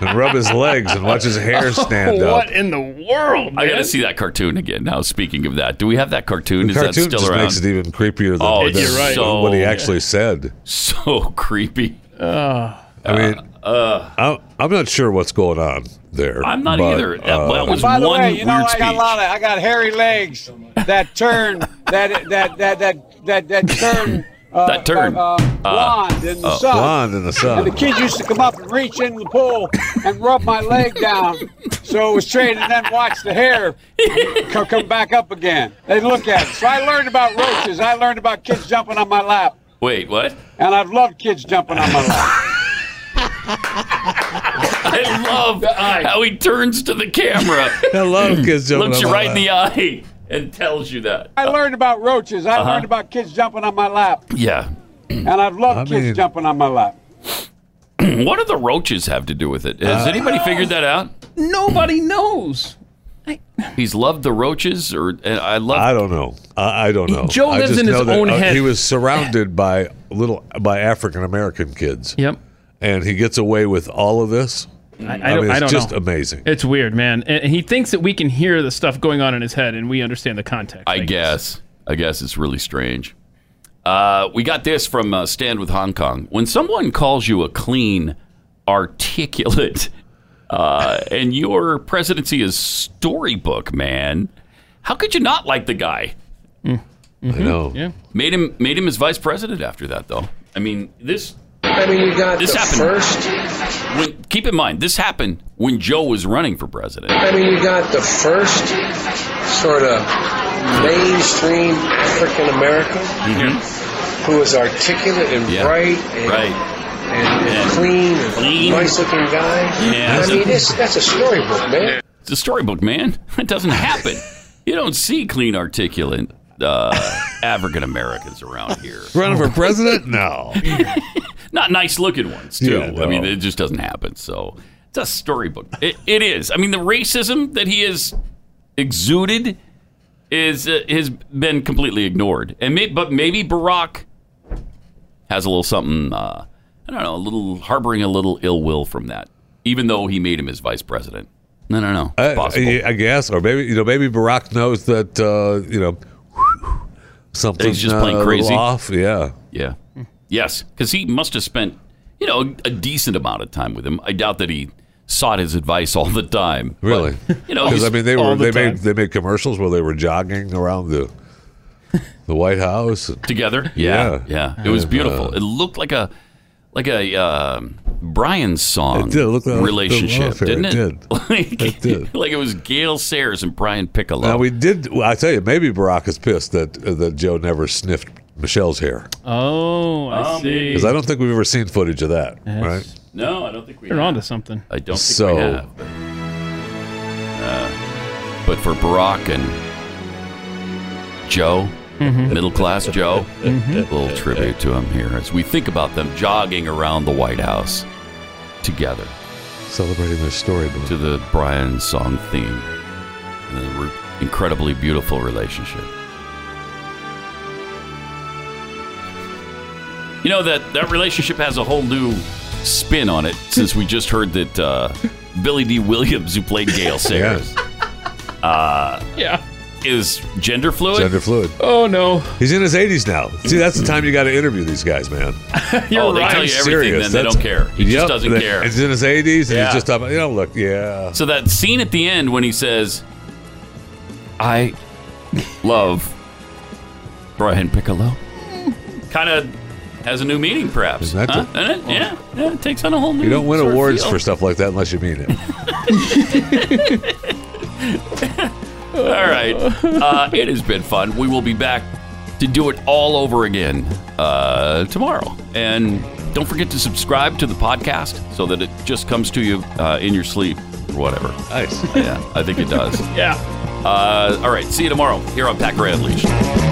H: And rub his legs and watch
C: <laughs>
H: his hair stand up.
C: What in the world? Man?
B: I got to see that cartoon again. Now, speaking of that, do we have that cartoon?
H: The
B: Is that
H: cartoon
B: still
H: just
B: around?
H: makes it e- even creepier than,
B: Oh,
H: than
B: you're right.
H: what he
B: So-
H: actually said.
B: <laughs> so creepy.
H: I mean, I'm, I'm not sure what's going on there.
B: I'm not
H: but,
B: either. That,
H: uh,
B: that was
P: By the
B: one
P: way, you know
B: weird
P: I
B: speech.
P: got a lot of I got hairy legs that turn that that that that that that turn uh,
B: That turn.
P: uh, uh, blonde in the
B: uh,
P: sun.
H: blonde in the sun.
P: And
C: <laughs>
P: the kids used to come up and reach in the pool and rub my leg down so it was straight, and then watch the hair come, come back up again. They look at it. So I learned about roaches. I learned about kids jumping on my lap,
B: Wait, what?
P: and I've loved kids jumping on my
B: <laughs>
P: lap.
B: I love
C: eye.
B: how he turns to the camera,
H: I love kids <laughs> jumping
B: looks you
H: on my
B: right in the eye, and tells you that.
P: I learned about roaches. I
B: Uh-huh.
P: learned about kids jumping on my lap,
B: Yeah.
P: and I love
B: I
P: kids
B: mean-
P: jumping on my lap.
B: what do the roaches have to do with it? Has
C: Uh,
B: anybody figured that out?
C: Nobody knows.
B: He's loved the roaches, or and I love.
H: I don't know. I, I don't know.
C: Joe
H: I
C: lives
H: just
C: in his
H: know that,
C: own
H: uh,
C: head.
H: He was surrounded by little by African American kids.
C: Yep.
H: And he gets away with all of this.
C: I, I don't,
H: mean, it's
C: I don't
H: just
C: know.
H: amazing.
C: It's weird, man. And and he thinks that we can hear the stuff going on in his head, and we understand the context.
B: I guess. I guess it's really strange. Uh, we got this from uh, Stand with Hong Kong. When someone calls you a clean, articulate, <laughs> uh, and your presidency is storybook, man, how could you not like the guy?
H: I know.
C: Mm-hmm. Yeah.
B: Made him made him his vice president after that, though. I mean, this.
Q: I mean, you got
B: this
Q: the
B: happened
Q: first-
B: When, keep in mind, this happened when Joe was running for president.
Q: I mean, you got the first sort of mainstream African American who is articulate and
B: Mm-hmm. Yeah,
Q: bright and,
B: right.
Q: and, and clean, and nice looking guy.
B: Yeah.
Q: I mean, it's, that's a storybook, man.
B: It's a storybook, man. <laughs> It doesn't happen. you don't see clean, articulate uh, African Americans around here.
H: Running
C: <laughs>
H: for president? No.
B: Not nice looking ones, too.
H: Yeah,
B: I mean,
H: no.
B: it just doesn't happen. So it's a storybook. It, it is. I mean, the racism that he has exuded is uh, has been completely ignored. And may, but maybe Barack has a little something. Uh, I don't know, a little harboring a little ill will from that, even though he made him his vice president. No, no, no.
H: I, I guess, or maybe you know, maybe Barack knows that uh, you know something's
B: He's just
H: uh,
B: playing
H: a little
B: crazy.
H: off. Yeah,
B: Yeah. Yes, because he must have spent, you know, a decent amount of time with him. I doubt that he sought his advice all the time. But,
H: really.
B: <laughs> you know,
H: because I mean, they
B: all
H: were
B: the
H: they
B: time.
H: made they made commercials where they were jogging around the the White House
B: together. Yeah, yeah. It was
H: And,
B: beautiful.
H: uh,
B: it looked like a like a um, Brian song
H: It did look like a
B: relationship,
H: love affair.
B: didn't
H: It
B: it?
H: did.
B: <laughs> Like,
H: It did.
B: like it was Gail Sayers and Brian Piccolo.
H: now we did. Well, I tell you, maybe Barack is pissed that that Joe never sniffed Michelle's hair
C: Oh, I
B: Um,
C: see.
H: because I don't think we've ever seen footage of that.
C: Yes.
H: Right?
B: No, I don't think we
C: They're onto something.
B: I don't think
H: So-
B: we have. But, uh, but for Barack and Joe,
C: Mhm.
B: middle class Joe,
C: Mhm.
B: a little tribute to him here as we think about them jogging around the White House together.
H: Celebrating their storybook.
B: To the Brian song theme. And the re- incredibly beautiful relationship. You know that that relationship has a whole new spin on it since we just heard that uh, Billy D. Williams, who played Gail Sayers, uh,
C: yeah,
B: is gender fluid.
H: Gender fluid.
C: Oh <laughs> no.
H: He's in his 80s now. See, that's the time you got to interview these guys, man.
B: You're oh, they tell you everything, then they don't care. He
H: Yep,
B: just doesn't
H: they-
B: care.
H: He's in his 80s, and
B: Yeah.
H: he's just talking. You know, look, yeah.
B: So that scene at the end when he says, "I love Brian Piccolo," kind of has a new meaning, perhaps.
H: Isn't that
B: huh?
H: the-
B: Doesn't it? yeah, yeah, it takes on a whole new.
H: You don't win
B: sort of <laughs>
H: awards
B: feel.
H: for stuff like that unless you mean it.
B: All right, uh, it has been fun. We will be back to do it all over again uh, tomorrow, and don't forget to subscribe to the podcast so that it just comes to you uh, in your sleep or whatever.
H: Nice.
B: Yeah, I think it does.
H: <laughs>
C: Yeah.
B: Uh, all right. See you tomorrow here on Packer Unleashed.